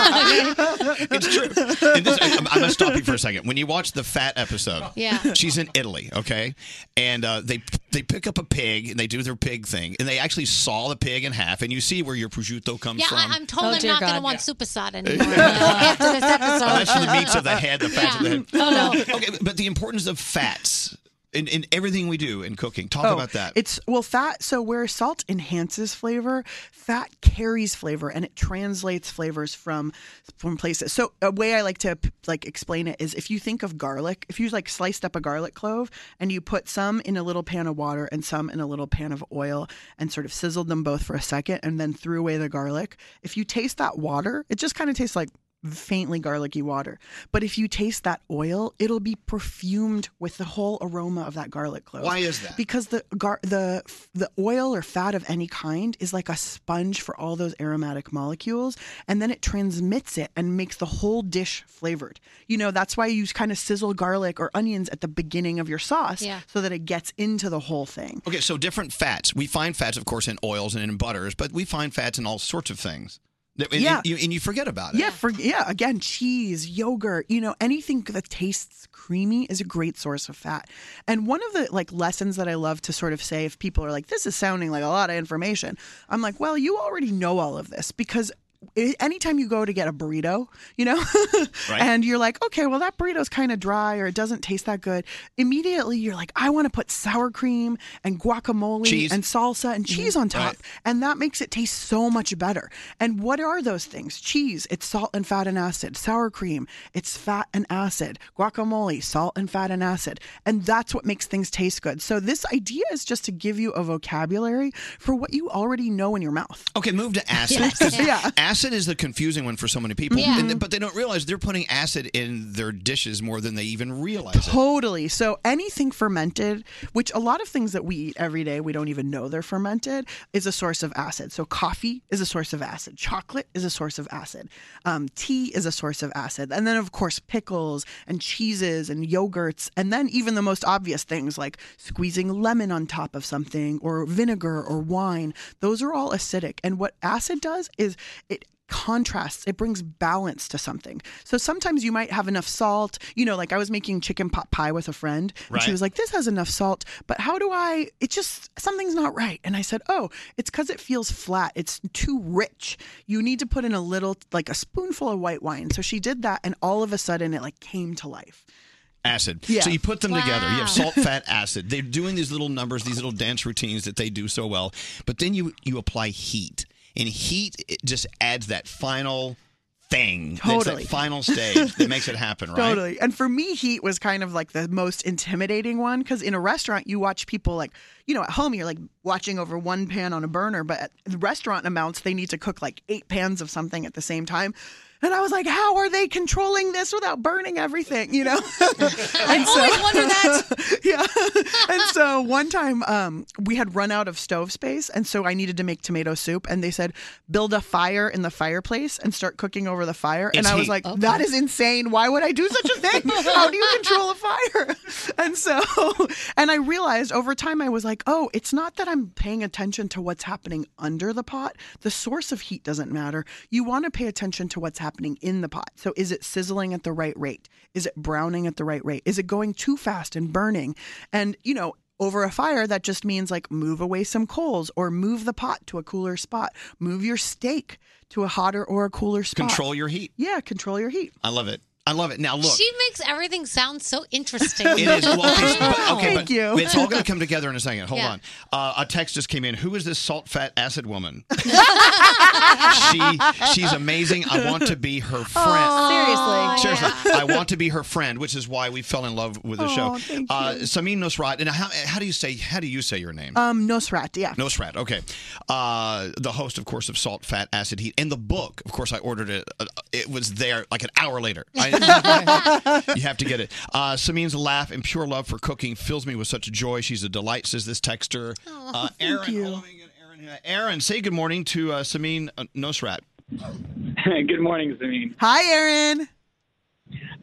S2: it's true. And this, I, I'm gonna stop you for a second. When you watch the fat episode,
S3: Yeah.
S2: she's in Italy, okay, and uh, they they pick up a pig and they do their pig thing, and they actually saw the pig in half, and you see where your prosciutto comes
S4: Yeah,
S2: from.
S4: I, I'm totally
S6: Oh, dear
S4: not going to
S6: God.
S4: want supersod anymore after this episode.
S2: Oh, that's for the meats of the head, the fats of the head.
S4: Oh,
S2: Okay, but the importance of fats in, in everything we do in cooking. Talk
S3: Oh,
S2: about that.
S3: It's well, fat. So where salt enhances flavor, fat carries flavor, and it translates flavors from from places. So a way I like to p- like explain it is if you think of garlic, if you like sliced up a garlic clove and you put some in a little pan of water and some in a little pan of oil and sort of sizzled them both for a second and then threw away the garlic. If you taste that water, it just kind of tastes like faintly garlicky water. But if you taste that oil, it'll be perfumed with the whole aroma of that garlic clove.
S2: Why is that?
S3: Because the gar- the the oil or fat of any kind is like a sponge for all those aromatic molecules, and then it transmits it and makes the whole dish flavored. You know, that's why you kind of sizzle garlic or onions at the beginning of your sauce
S2: Yeah.
S3: so that it gets into the whole thing.
S2: Okay, so different fats. We find fats, of course, in oils and in butters, but we find fats in all sorts of things. That- And,
S3: Yeah.
S2: you, and you forget about it.
S3: Yeah, for, yeah. Again, cheese, yogurt, you know, anything that tastes creamy is a great source of fat. And one of the like lessons that I love to sort of say, if people are like, "This is sounding like a lot of information," I'm like, "Well, you already know all of this because." i- Anytime you go to get a burrito, you know, and you're like, okay, well, that burrito's kind of dry or it doesn't taste that good. Immediately, you're like, I want to put sour cream and guacamole
S2: Cheese. Mm-hmm.
S3: and salsa and cheese on top.
S2: Right.
S3: And that makes it taste so much better. And what are those things? Cheese, it's salt and fat and acid. Sour cream, it's fat and acid. Guacamole, salt and fat and acid. And that's what makes things taste good. So this idea is just to give you a vocabulary for what you already know in your mouth.
S2: Okay, move to acid.
S3: Yes.
S2: 'cause
S3: Yeah.
S2: Acid is the confusing one for so many people.
S3: Yeah.
S2: And, but they don't realize they're putting acid in their dishes more than they even realize. it.
S3: Totally. So anything fermented, which a lot of things that we eat every day, we don't even know they're fermented, is a source of acid. So coffee is a source of acid. Chocolate is a source of acid. Um, tea is a source of acid. And then, of course, pickles and cheeses and yogurts. And then even the most obvious things like squeezing lemon on top of something or vinegar or wine, those are all acidic. And what acid does is it contrasts. It brings balance to something. So sometimes you might have enough salt. You know, like I was making chicken pot pie with a friend, and
S9: Right.
S3: she was like, "This has enough salt, but how do I? It just something's not right." And I said, "Oh, it's because it feels flat. It's too rich. You need to put in a little, like a spoonful of white wine." So she did that, and all of a sudden, it like came to life.
S2: acid.
S3: Yeah.
S2: So you put them together. You
S3: Wow.
S2: have salt, fat, acid. They're doing these little numbers, these little dance routines that they do so well. But then you you apply heat, and heat it just adds that final thing. It's
S3: Totally.
S2: that final stage that makes it happen. Right.
S3: Totally. And for me, heat was kind of like the most intimidating one because in a restaurant, you watch people like, you know, at home, you're like watching over one pan on a burner, but at the restaurant amounts, they need to cook like eight pans of something at the same time. And I was like, how are they controlling this without burning everything? You know? I
S6: always wonder
S3: that. yeah. and so one time um, we had run out of stove space. And so I needed to make tomato soup. And they said, build a fire in the fireplace and start cooking over the fire. and
S9: It's
S3: I was
S9: heat.
S3: like,
S9: Okay.
S3: that is insane. Why would I do such a thing? How do you control a fire? And so, and I realized over time, I was like, oh, it's not that I'm paying attention to what's happening under the pot. The source of heat doesn't matter. You want to pay attention to what's happening in the pot. So, is it sizzling at the right rate? Is it browning at the right rate? Is it going too fast and burning? And, you know, over a fire, that just means like move away some coals or move the pot to a cooler spot, move your steak to a hotter or a cooler spot.
S2: Control your heat.
S3: Yeah, control your heat.
S2: I love it. I love it. Now look.
S4: She makes everything sound so interesting.
S2: It is. Well, okay, but, oh. okay,
S4: Thank
S2: but
S4: you.
S2: It's all going to come together in a second. Hold
S4: Yeah.
S2: on. Uh, a text just came in. Who is this salt, fat, acid woman? she, she's amazing. I want to be her friend.
S6: Aw, seriously.
S2: Seriously. I want to be her friend, which is why we fell in love with the
S3: Aw,
S2: show.
S3: thank
S2: uh,
S3: you.
S2: Samin Nosrat. And how, how do you say how do you say your name?
S3: Um, Nosrat, yeah.
S2: Nosrat, okay. Uh, the host, of course, of Salt, Fat, Acid, Heat, and the book. Of course, I ordered it. Uh, it was there like an hour later. I- you have to get it. Uh, Samine's laugh and pure love for cooking fills me with such joy. She's a delight, says this texter. Uh, Aaron,
S3: you.
S2: uh, Aaron, say good morning to uh, Samine uh, Nosrat.
S11: Good morning, Zameen.
S3: Hi, Aaron.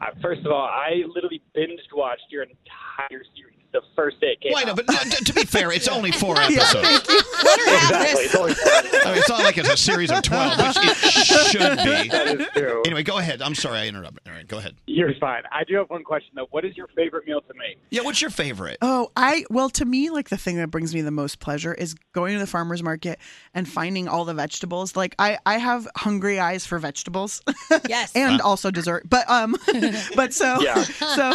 S11: Uh, first of all, I literally binged watched your entire series the first day it came
S2: Wait, no,
S11: out.
S2: but no, t- to be fair, it's only four
S11: Yeah,
S2: episodes.
S11: thank you. Exactly, it's only four
S2: I mean, it's not like it's a series of 12, which it should be.
S11: That is true.
S2: Anyway, go ahead. I'm sorry I interrupted. All right, go ahead.
S11: You're fine. I do have one question though. What is your favorite meal to make?
S2: Yeah, what's your favorite?
S3: Oh, I well to me like the thing that brings me the most pleasure is going to the farmers market and finding all the vegetables. Like I I have hungry eyes for vegetables.
S6: Yes.
S3: and
S6: Huh.
S3: also dessert. But um but so
S6: Yeah.
S3: so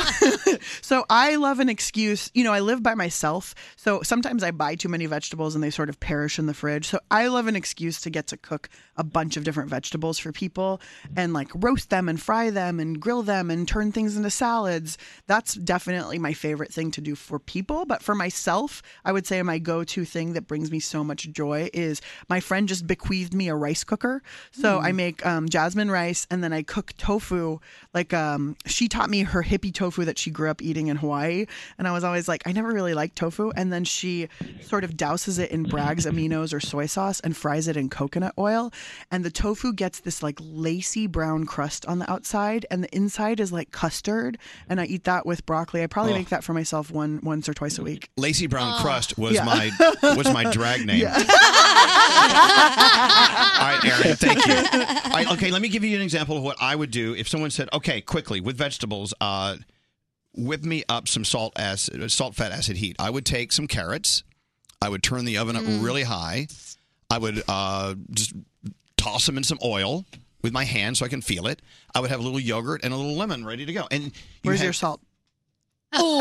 S3: so I love an excuse. You know, I live by myself. So sometimes I buy too many vegetables and they sort of perish in the fridge. So I love an excuse to get to cook a bunch of different vegetables for people and like roast them and fry them and grill them and turn things into salads. That's definitely my favorite thing to do for people. But for myself, I would say my go to thing that brings me so much joy is my friend just bequeathed me a rice cooker. So
S6: Mm.
S3: I make um, jasmine rice and then I cook tofu. Like um, she taught me her hippie tofu that she grew up eating in Hawaii. And I was always like, I never really liked tofu. And then she sort of douses it in Bragg's aminos or soy sauce and fries it in coconut oil. And the tofu gets this like lacy brown crust on the outside and the inside is like custard. And I eat that with broccoli. I probably
S2: Oh.
S3: make that for myself one once or twice a week.
S2: Lacey Brown
S11: Oh.
S2: Crust was
S3: Yeah.
S2: my was my drag name.
S3: Yeah.
S2: All right, Aaron, thank you. All right, okay, let me give you an example of what I would do if someone said, "Okay, quickly with vegetables, uh, whip me up some salt acid, salt fat acid heat." I would take some carrots. I would turn the oven up
S19: Mm.
S2: really high. I would uh, just toss them in some oil with my hand so I can feel it. I would have a little yogurt and a little lemon ready to go. And you
S3: Where's
S2: have-
S3: your salt?
S2: Oh.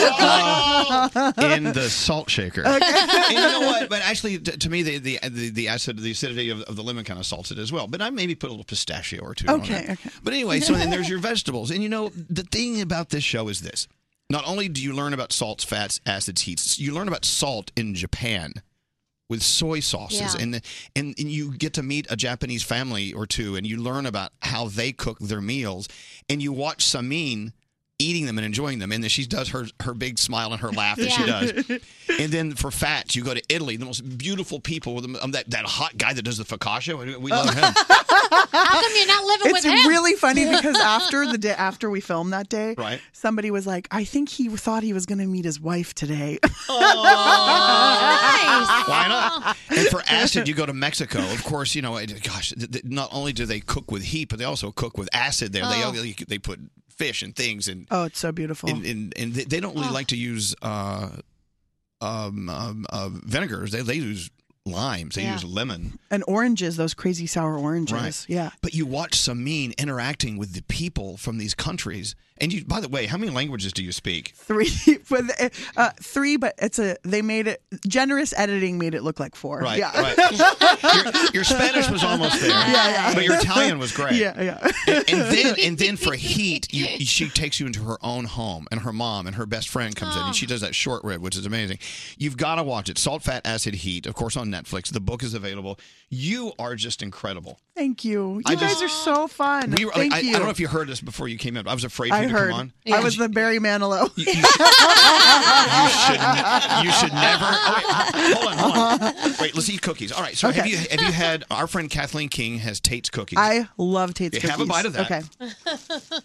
S3: you forgot.
S2: in the salt shaker.
S3: Okay.
S2: And you know what? But actually, t- to me, the the the, the acid, the acidity of, of the lemon kind of salts it as well. But I maybe put a little pistachio or two. on
S3: Okay,
S2: it.
S3: okay.
S2: But anyway, so then there's your vegetables, and you know the thing about this show is this: not only do you learn about salts, fats, acids, heats, you learn about salt in Japan. With soy sauces,
S19: Yeah.
S2: and, and and you get to meet a Japanese family or two, and you learn about how they cook their meals, and you watch Samin eating them and enjoying them, and then she does her her big smile and her laugh that she
S19: Yeah.
S2: does, and then for fats, you go to Italy, the most beautiful people.
S3: Oh.
S2: With um, that that hot guy that does the focaccia, we love him.
S4: How come you're not living
S3: it's
S4: with him?
S3: really really funny because after the day after we filmed that day,
S2: Right.
S3: somebody was like, "I think he thought he was going to meet his wife today."
S4: Oh,
S2: Why not? And for acid, you go to Mexico. Of course, you know. it- Gosh, th- th- not only do they cook with heat, but they also cook with acid. There,
S3: Oh.
S2: they they put fish and things and
S3: oh, it's so beautiful. Oh.
S2: and and, and they, they don't really like to use uh, um, um, uh, vinegars. They they use limes. They
S3: Yeah.
S2: use lemon.
S3: and oranges, those crazy sour oranges.
S2: Right.
S3: Yeah.
S2: But you watch Samin interacting with the people from these countries. And you, by the way, how many languages do you speak?
S3: Three, for the, uh, three, but it's a. They made it generous editing made it look like four.
S2: Right,
S3: yeah.
S2: right. Your, your Spanish was almost there,
S3: Yeah, yeah.
S2: but your Italian was great.
S3: Yeah, yeah.
S2: And, and then, and then for heat, you, you- she takes you into her own home, and her mom and her best friend comes in, and
S3: Oh.
S2: she does that short rib, which is amazing. You've got to watch it. Salt, fat, acid, heat, of course, on Netflix. The book is available. You are just incredible.
S3: Thank you. You
S2: I
S3: guys
S2: just-
S3: are so fun.
S2: We were,
S3: Thank
S2: I, I
S3: you.
S2: don't know if you heard this before you came in. But I was afraid for
S3: I
S2: you to
S3: heard.
S2: come on.
S3: I was the Barry Manilow.
S2: You should, ne- you should never. all right, hold on, hold on. Wait, let's eat cookies. All right. So have
S3: Okay.
S2: you have you had our friend Kathleen King has Tate's cookies?
S3: I love Tate's
S2: Yeah,
S3: cookies.
S2: have a bite of that.
S3: Okay.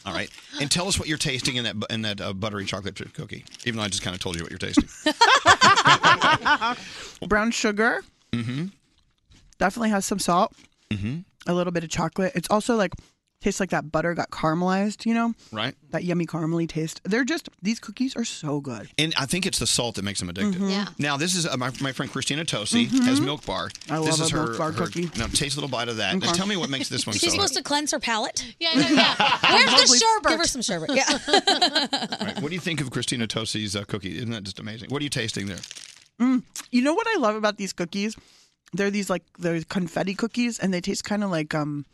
S2: All right, and tell us what you're tasting in that bu- in that uh, buttery chocolate chip cookie. Even though I just kind of told you what you're tasting.
S3: Brown sugar
S2: Mm-hmm.
S3: definitely has some salt,
S2: Mm-hmm.
S3: a little bit of chocolate. It's also like tastes like that butter got caramelized. You know
S2: Right.
S3: that yummy caramely taste. They're just these cookies are so good.
S2: And I think it's the salt that makes them addictive.
S3: Mhm. Yeah.
S2: Now this is uh, my, my friend Christina Tosi
S6: Mhm.
S2: has Milk Bar.
S3: Mm-hmm. I
S2: this
S3: love
S2: is
S3: a
S2: her,
S3: Milk Bar
S2: her-
S3: cookie. Mm-hmm.
S2: Now taste a little bite of that. Now
S6: Okay.
S2: tell me what makes this one
S6: She's
S2: so.
S6: supposed to cleanse her palate.
S4: Yeah, no, yeah. Where's the
S6: Probably-
S4: sherbet?
S6: Give her some sherbet. Yeah.
S2: All right, What do you think of Christina Tosi's uh, cookie? Isn't that just amazing? What are you tasting there?
S3: Mm. You know what I love about these cookies? They're these like they're confetti cookies, and they taste kind of like um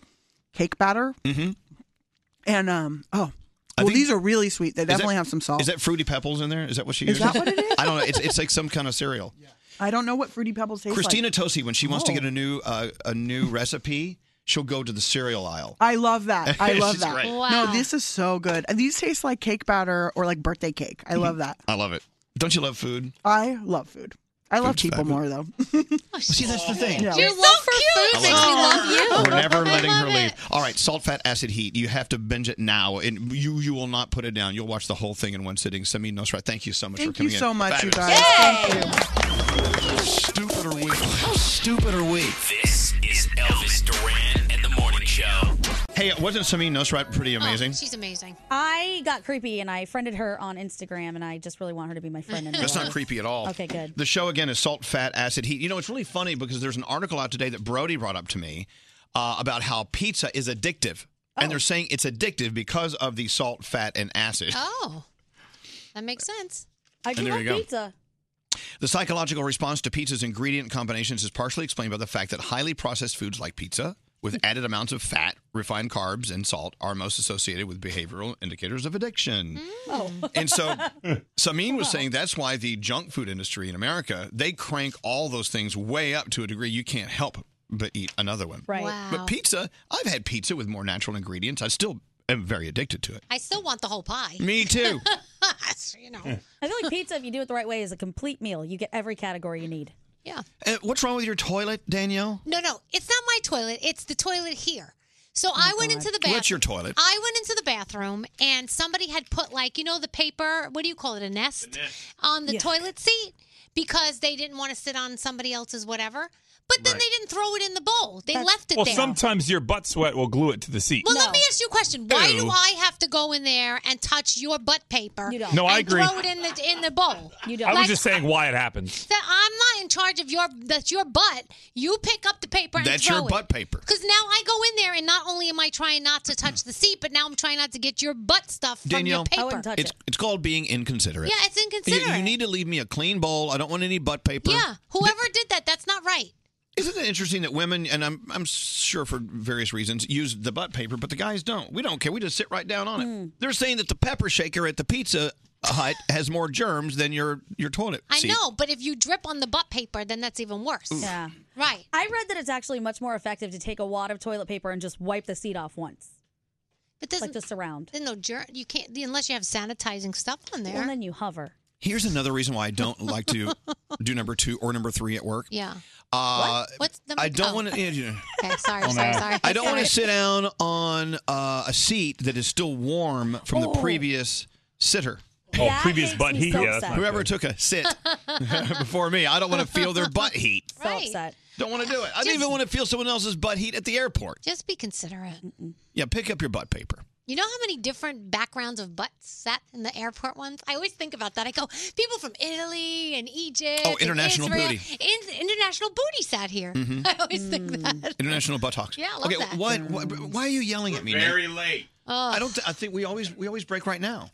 S3: cake batter.
S2: Mm-hmm.
S3: And um oh,
S2: I
S3: well
S2: think-
S3: these are really sweet. They
S2: Is that-
S3: definitely have some salt.
S2: Is that fruity pebbles in there? Is that what she
S3: Is
S2: uses?
S3: that what it is?
S2: I don't know. It's, it's like some kind of cereal.
S3: I don't know what fruity pebbles taste
S2: Christina
S3: like.
S2: Tosi, when she wants to
S3: Oh.
S2: get a new uh, a new recipe, she'll go to the cereal aisle.
S3: I love that. I
S2: It's
S3: love
S2: just
S3: that.
S2: great.
S3: No, this is so good. These taste like cake batter or like birthday cake. I love that.
S2: I love it. Don't you love food?
S3: I love food. I love
S2: Food's
S3: people more though.
S2: See, that's the thing.
S3: Yeah.
S4: Your love for food
S2: I
S4: makes me love you.
S2: We're never letting her leave. All right, salt, fat, acid, heat. You have to binge it now, and you you will not put it down. You'll watch the whole thing in one sitting. Samin Nosrat, thank you so much
S3: Thank
S2: for
S3: you
S2: coming in.
S3: so much, you
S2: Fabulous.
S3: guys. Thank you.
S2: Stupid are we? How stupid are we?
S10: This is Elvis Duran and the Morning Show.
S2: Hey, wasn't Samin Nosrat
S6: Oh,
S2: pretty amazing?
S6: amazing. I got creepy and I friended her on Instagram and I just really want her to be my friend. in real
S2: That's not
S6: life.
S2: creepy at all.
S6: Okay, good.
S2: The show again is salt, fat, acid, heat. You know, it's really funny because there's an article out today that Brody brought up to me uh, about how pizza is addictive,
S6: Oh.
S2: and they're saying it's addictive because of the salt, fat, and acid.
S4: Oh, that makes sense.
S6: I
S2: do And there love you go. The psychological response to pizza's ingredient combinations is partially explained by the fact that highly processed foods like pizza, with added amounts of fat, refined carbs, and salt, are most associated with behavioral indicators of addiction.
S6: Oh.
S2: And so Samin was saying that's why the junk food industry in America, they crank all those things way up to a degree you can't help but eat another one.
S4: Right. Wow.
S2: But pizza, I've had pizza with more natural ingredients. I still am very addicted to it.
S4: I still want the whole pie.
S2: Me too.
S4: you know.
S6: I feel like pizza, if you do it the right way, is a complete meal. You get every category you need.
S4: Yeah.
S2: Uh, what's wrong with your toilet, Danielle?
S4: No, no, it's not my toilet. It's the toilet here. So I went into the bathroom.
S2: What's your toilet?
S4: I went into the bathroom and somebody had put like you know the paper. What do you call it? A nest, on the toilet seat because they didn't want to sit on somebody else's whatever. But then
S5: Right.
S4: they didn't throw it in the bowl. They left it
S5: Well,
S4: there.
S5: sometimes your butt sweat will glue it to the seat.
S4: Well, let me ask you a question. Why do
S5: Ew.
S4: I have to go in there and touch your butt paper? You
S5: don't. No, I
S4: and
S5: agree.
S4: Throw it in the in the bowl. You
S5: I was just saying why it happens.
S4: that I'm not in charge of your that's your butt. You pick up the paper and
S5: That's
S4: throw
S5: your butt
S2: paper.
S4: Because now I go in there and not only am I trying not to touch the seat, but now I'm trying not to get your butt stuff from
S2: Danielle,
S4: your paper.
S2: it's, it's called being inconsiderate.
S4: Yeah, it's
S2: You- You,
S4: inconsiderate.
S2: need to leave me a clean bowl. I don't want any butt paper.
S4: yeah, whoever did that, that's not right.
S2: Isn't it interesting that women, and I'm I'm sure for various reasons, use the butt paper, but the guys don't. We don't care. We just sit right down on it.
S4: Hmm.
S2: They're saying that the pepper shaker at the Pizza Hut has more germs than your your toilet
S4: I
S2: seat.
S4: know, but if you drip on the butt paper, then that's even worse.
S2: Oof.
S6: Yeah.
S4: Right.
S6: I read that it's actually much more effective to take a wad of toilet paper and just wipe the seat off once.
S4: But doesn't
S6: like the surround.
S4: Oh, Then no germ. You can't unless you have sanitizing stuff on there.
S6: And then you hover.
S2: Here's another reason why I don't like to do number two or number three at work.
S4: Yeah.
S2: Uh,
S4: What's number-
S2: I don't
S4: oh.
S2: want to.
S4: Okay, sorry, sorry, sorry.
S2: Oh, I don't want to sit down on uh, a seat that is still warm from
S4: Oh.
S2: the previous sitter.
S5: Oh, That previous makes butt me heat, so yeah, that's upset. not
S2: Whoever took a sit before me, I don't want to feel their butt heat.
S6: So upset.
S2: Don't want to do it. I don't even want to feel someone else's butt heat at the airport.
S4: Just be considerate.
S2: Yeah, pick up your butt paper.
S4: You know how many different backgrounds of butts sat in the airport ones? I always think about that. I go, people from Italy and Egypt.
S2: Oh,
S4: and
S2: international
S4: Israel,
S2: booty.
S4: In, international booty sat here.
S2: Mhm.
S4: I always think that.
S2: International butt talks.
S4: Yeah, I love
S2: okay,
S4: that. Oh.
S2: What, what? Why are you yelling at me?
S4: very
S2: late. I don't. Th- I think we always we always break right now.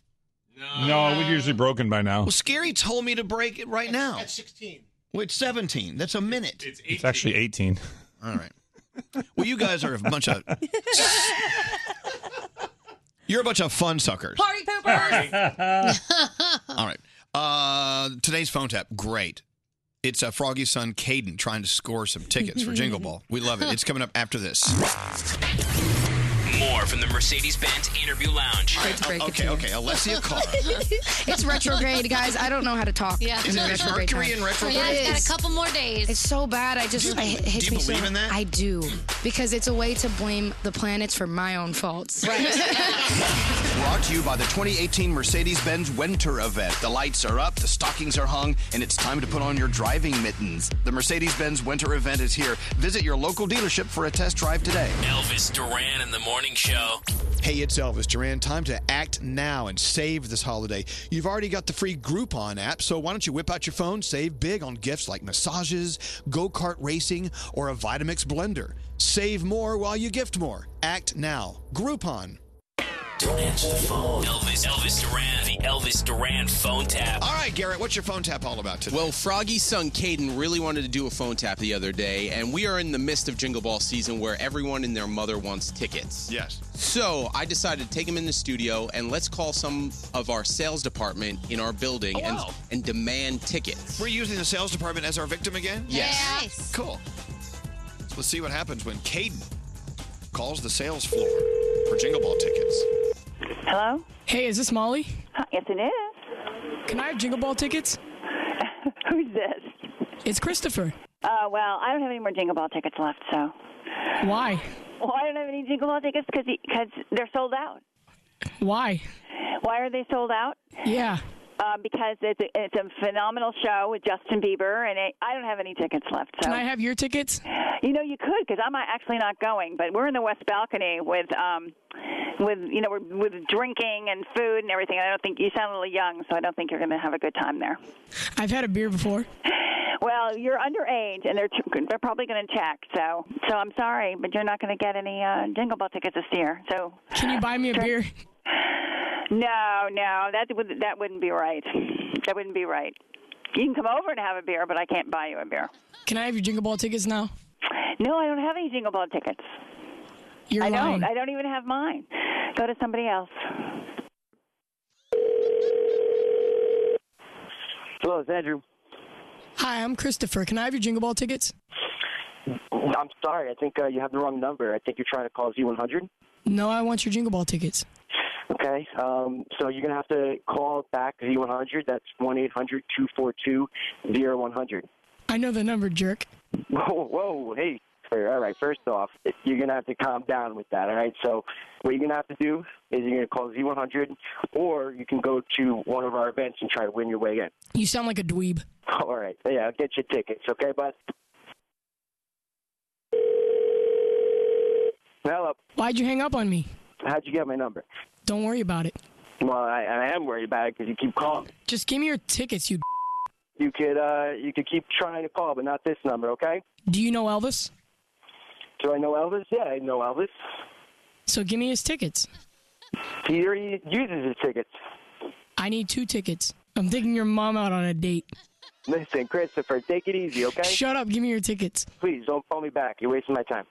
S5: No, we're usually broken by now.
S2: Well, Scary told me to break it right now. At
S1: 16.
S2: Well, it's 17. That's a minute. It's,
S5: It's actually 18.
S2: All right. Well, you guys are a bunch of. You're a bunch of fun suckers.
S6: Party poopers.
S2: All right. Uh, today's phone tap, great. It's uh, Froggy's son, Caden, trying to score some tickets for Jingle Ball. We love it. It's coming up after this.
S10: More from the Mercedes Benz Interview Lounge.
S2: Great to break it Okay, to you. okay, Alessia Carr.
S8: it's retrograde, guys. I don't know how to talk. Yeah,
S2: Is it Mercury in retrograde? Yeah, it's got a
S8: couple more days. It's so bad. I just I, it hits
S2: do you
S8: me so-
S2: believe in that?
S8: I do because it's a way to blame the planets for my own faults.
S9: Brought to you by the 2018 Mercedes Benz Winter Event. The lights are up, the stockings are hung, and it's time to put on your driving mittens. The Mercedes Benz Winter Event is here. Visit your local dealership for a test drive today.
S10: Elvis Duran in the Morning Show.
S2: Hey, it's Elvis Duran. Time to act now and save this holiday. You've already got the free Groupon app, so why don't you whip out your phone, save big on gifts like massages, go kart racing, or a Vitamix blender. Save more while you gift more. Act now. Groupon.
S10: Don't answer the phone. Elvis, Elvis Duran, the Elvis Duran phone tap.
S2: All right, Garrett, what's your phone tap all about today?
S17: Well, Froggy's son Caden really wanted to do a phone tap the other day, and we are in the midst of Jingle Ball season where everyone and their mother wants tickets.
S2: Yes.
S17: So I decided to take him in the studio and let's call some of our sales department in our building
S2: Oh,
S17: and,
S2: wow.
S17: and demand tickets.
S2: We're using the sales department as our victim again?
S17: Yes.
S2: Cool. Let's see what happens when Caden calls the sales floor for Jingle Ball tickets.
S8: Hello. Hey, is this Molly? Yes, it is. Can I have Jingle Ball tickets?
S19: Who's this?
S8: It's Christopher.
S19: Uh, well, I don't have any more Jingle Ball tickets left, so.
S8: Why?
S19: Well, I don't have any Jingle Ball tickets because they're sold out.
S8: Why?
S19: Why are they sold out?
S8: Yeah.
S19: Uh, because it's a, it's a phenomenal show with Justin Bieber, and it, I don't have any tickets left. So.
S8: Can I have your tickets?
S19: You know, you could because I'm actually not going, but we're in the west balcony with um, with you know, we're, with drinking and food and everything. I don't think you sound a little young, so I don't think you're going to have a good time there.
S8: I've had a beer before.
S19: Well, you're underage, and they're they're probably going to check. So, so I'm sorry, but you're not going to get any uh, Jingle Ball tickets this year. So,
S8: Can you buy me a beer?
S19: no, no, that would that wouldn't be right. That wouldn't be right. You can come over and have a beer, but I can't buy you a beer.
S8: Can I have your Jingle Ball tickets now?
S19: No, I don't have any Jingle Ball tickets.
S8: You're
S19: I
S8: lying.
S19: don't. I don't even have mine. Go to somebody else.
S8: Hello, it's Andrew. Hi, I'm Christopher. Can I have your Jingle Ball tickets?
S20: I'm sorry. I think uh, you have the wrong number. I think you're trying to call Z100.
S8: No, I want your Jingle Ball tickets.
S20: Okay. Um, so you're going to have to call back Z100. That's 1 800 242 0100.
S8: I know the number, jerk.
S20: Whoa, whoa, hey. All right, first off, you're going to have to calm down with that. All right. So what you're going to have to do is you're going to call Z100 or you can go to one of our events and try to win your way in.
S8: You sound like a dweeb.
S20: All right. Yeah, I'll get your tickets. Okay, bud? Hello.
S8: Why'd you hang up on me?
S20: How'd you get my number?
S8: Don't worry about it.
S20: Well, I, I am worried about it because you keep calling.
S8: Just give me your tickets, you.
S20: You could uh, you could keep trying to call, but not this number, okay?
S8: Do you know Elvis?
S20: Do I know Elvis? Yeah, I know Elvis.
S8: So give me his tickets.
S20: He already uses his tickets.
S8: I need two tickets. I'm taking your mom out on a date.
S20: Listen, Christopher, take it easy, okay?
S8: Shut up. Give me your tickets.
S20: Please don't call me back. You're wasting my time.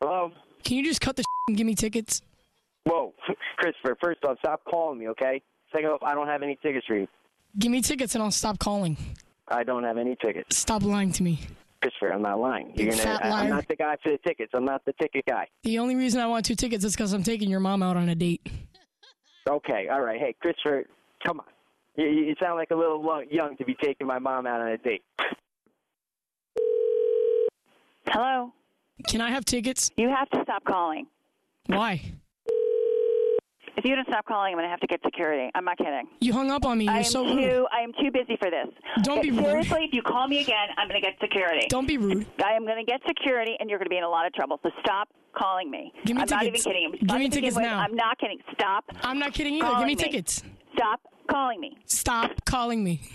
S20: Hello.
S8: Can you just cut the and give me tickets?
S20: Whoa, Christopher. First off, stop calling me, okay? Second off, I don't have any tickets for you.
S8: Give me tickets and I'll stop calling.
S20: I don't have any tickets,
S8: Stop lying to me.
S20: Christopher. I'm not lying.
S8: Big fat
S20: I,
S8: liar.
S20: I'm not the guy for the tickets. I'm not the ticket guy.
S8: The only reason I want two tickets is because I'm taking your mom out on a date.
S20: Okay, all right. Hey, Christopher, come on. You, you sound like a little lo- young to be taking my mom out on a date.
S19: Hello.
S8: Can I have tickets?
S19: You have to stop calling.
S8: Why?
S19: If you don't stop calling, I'm going to have to get security. I'm not kidding.
S8: You hung up on me. You're
S19: I am
S8: so
S19: too.
S8: rude.
S19: I am too busy for this.
S8: Don't
S19: Okay,
S8: be rude.
S19: Seriously, if you call me again, I'm going to get security.
S8: Don't be rude.
S19: I am going to get security, and you're going to be in a lot of trouble. So stop calling me.
S8: Give me
S19: I'm not even
S8: tickets.
S19: kidding. I'm
S8: Give me
S19: to begin
S8: tickets
S19: with.
S8: now.
S19: I'm not kidding. Stop.
S8: I'm not kidding either. Give
S19: calling
S8: me tickets.
S19: Stop calling me.
S8: Stop calling me.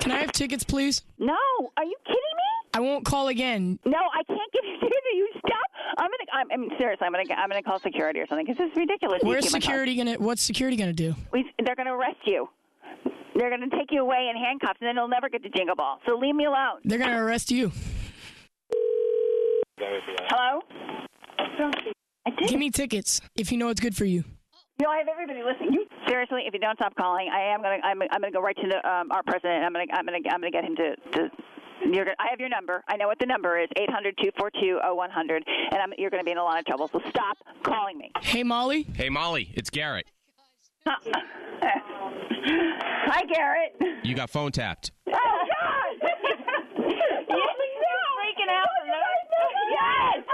S8: Can I have tickets, please?
S19: No. Are you kidding me?
S8: I won't call again.
S19: No, I can't give you tickets. You stop. I'm going to. I'm, I'm seriously. I'm going to. I'm going to call security or something because this is ridiculous. You
S8: Where's
S19: keep on calling.
S8: security gonna? What's security gonna do?
S19: We, they're going to arrest you. They're going to take you away in handcuffs, and then you'll never get to Jingle Ball. So leave me alone.
S8: They're gonna arrest you.
S19: Hello?
S8: Give me tickets if you know it's good for you.
S19: No, I have everybody listening. You seriously, if you don't stop calling, I am going to. I'm, I'm going to go right to the um, our president. I'm going to. I'm going to. I'm going to get him to. to you're gonna, I have your number. I know what the number is: 800-242-0100. And I'm, you're going to be in a lot of trouble. So stop calling me.
S8: Hey, Molly.
S7: Hey, Molly, it's Garrett.
S19: Hi, Garrett.
S7: You got phone tapped.
S19: Oh God! freaking out. Yes.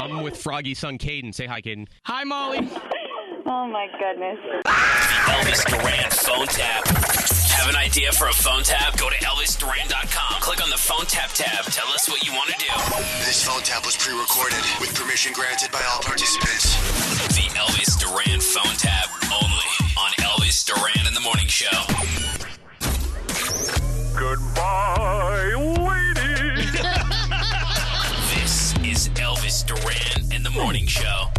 S7: I'm with Froggy's son, Caden. Say hi, Caden.
S8: Hi, Molly. Ah!
S19: Oh my goodness.
S10: Elvis Duran phone tap. Have an idea for a phone tap? Go to ElvisDuran.com. Click on the phone tap tab. Tell us what you want to do.
S13: This phone tap was pre-recorded with permission granted by all participants.
S10: The Elvis Duran phone tap only on Elvis Duran in the Morning Show.
S12: Goodbye, ladies.
S10: this is Elvis Duran in the Morning Show.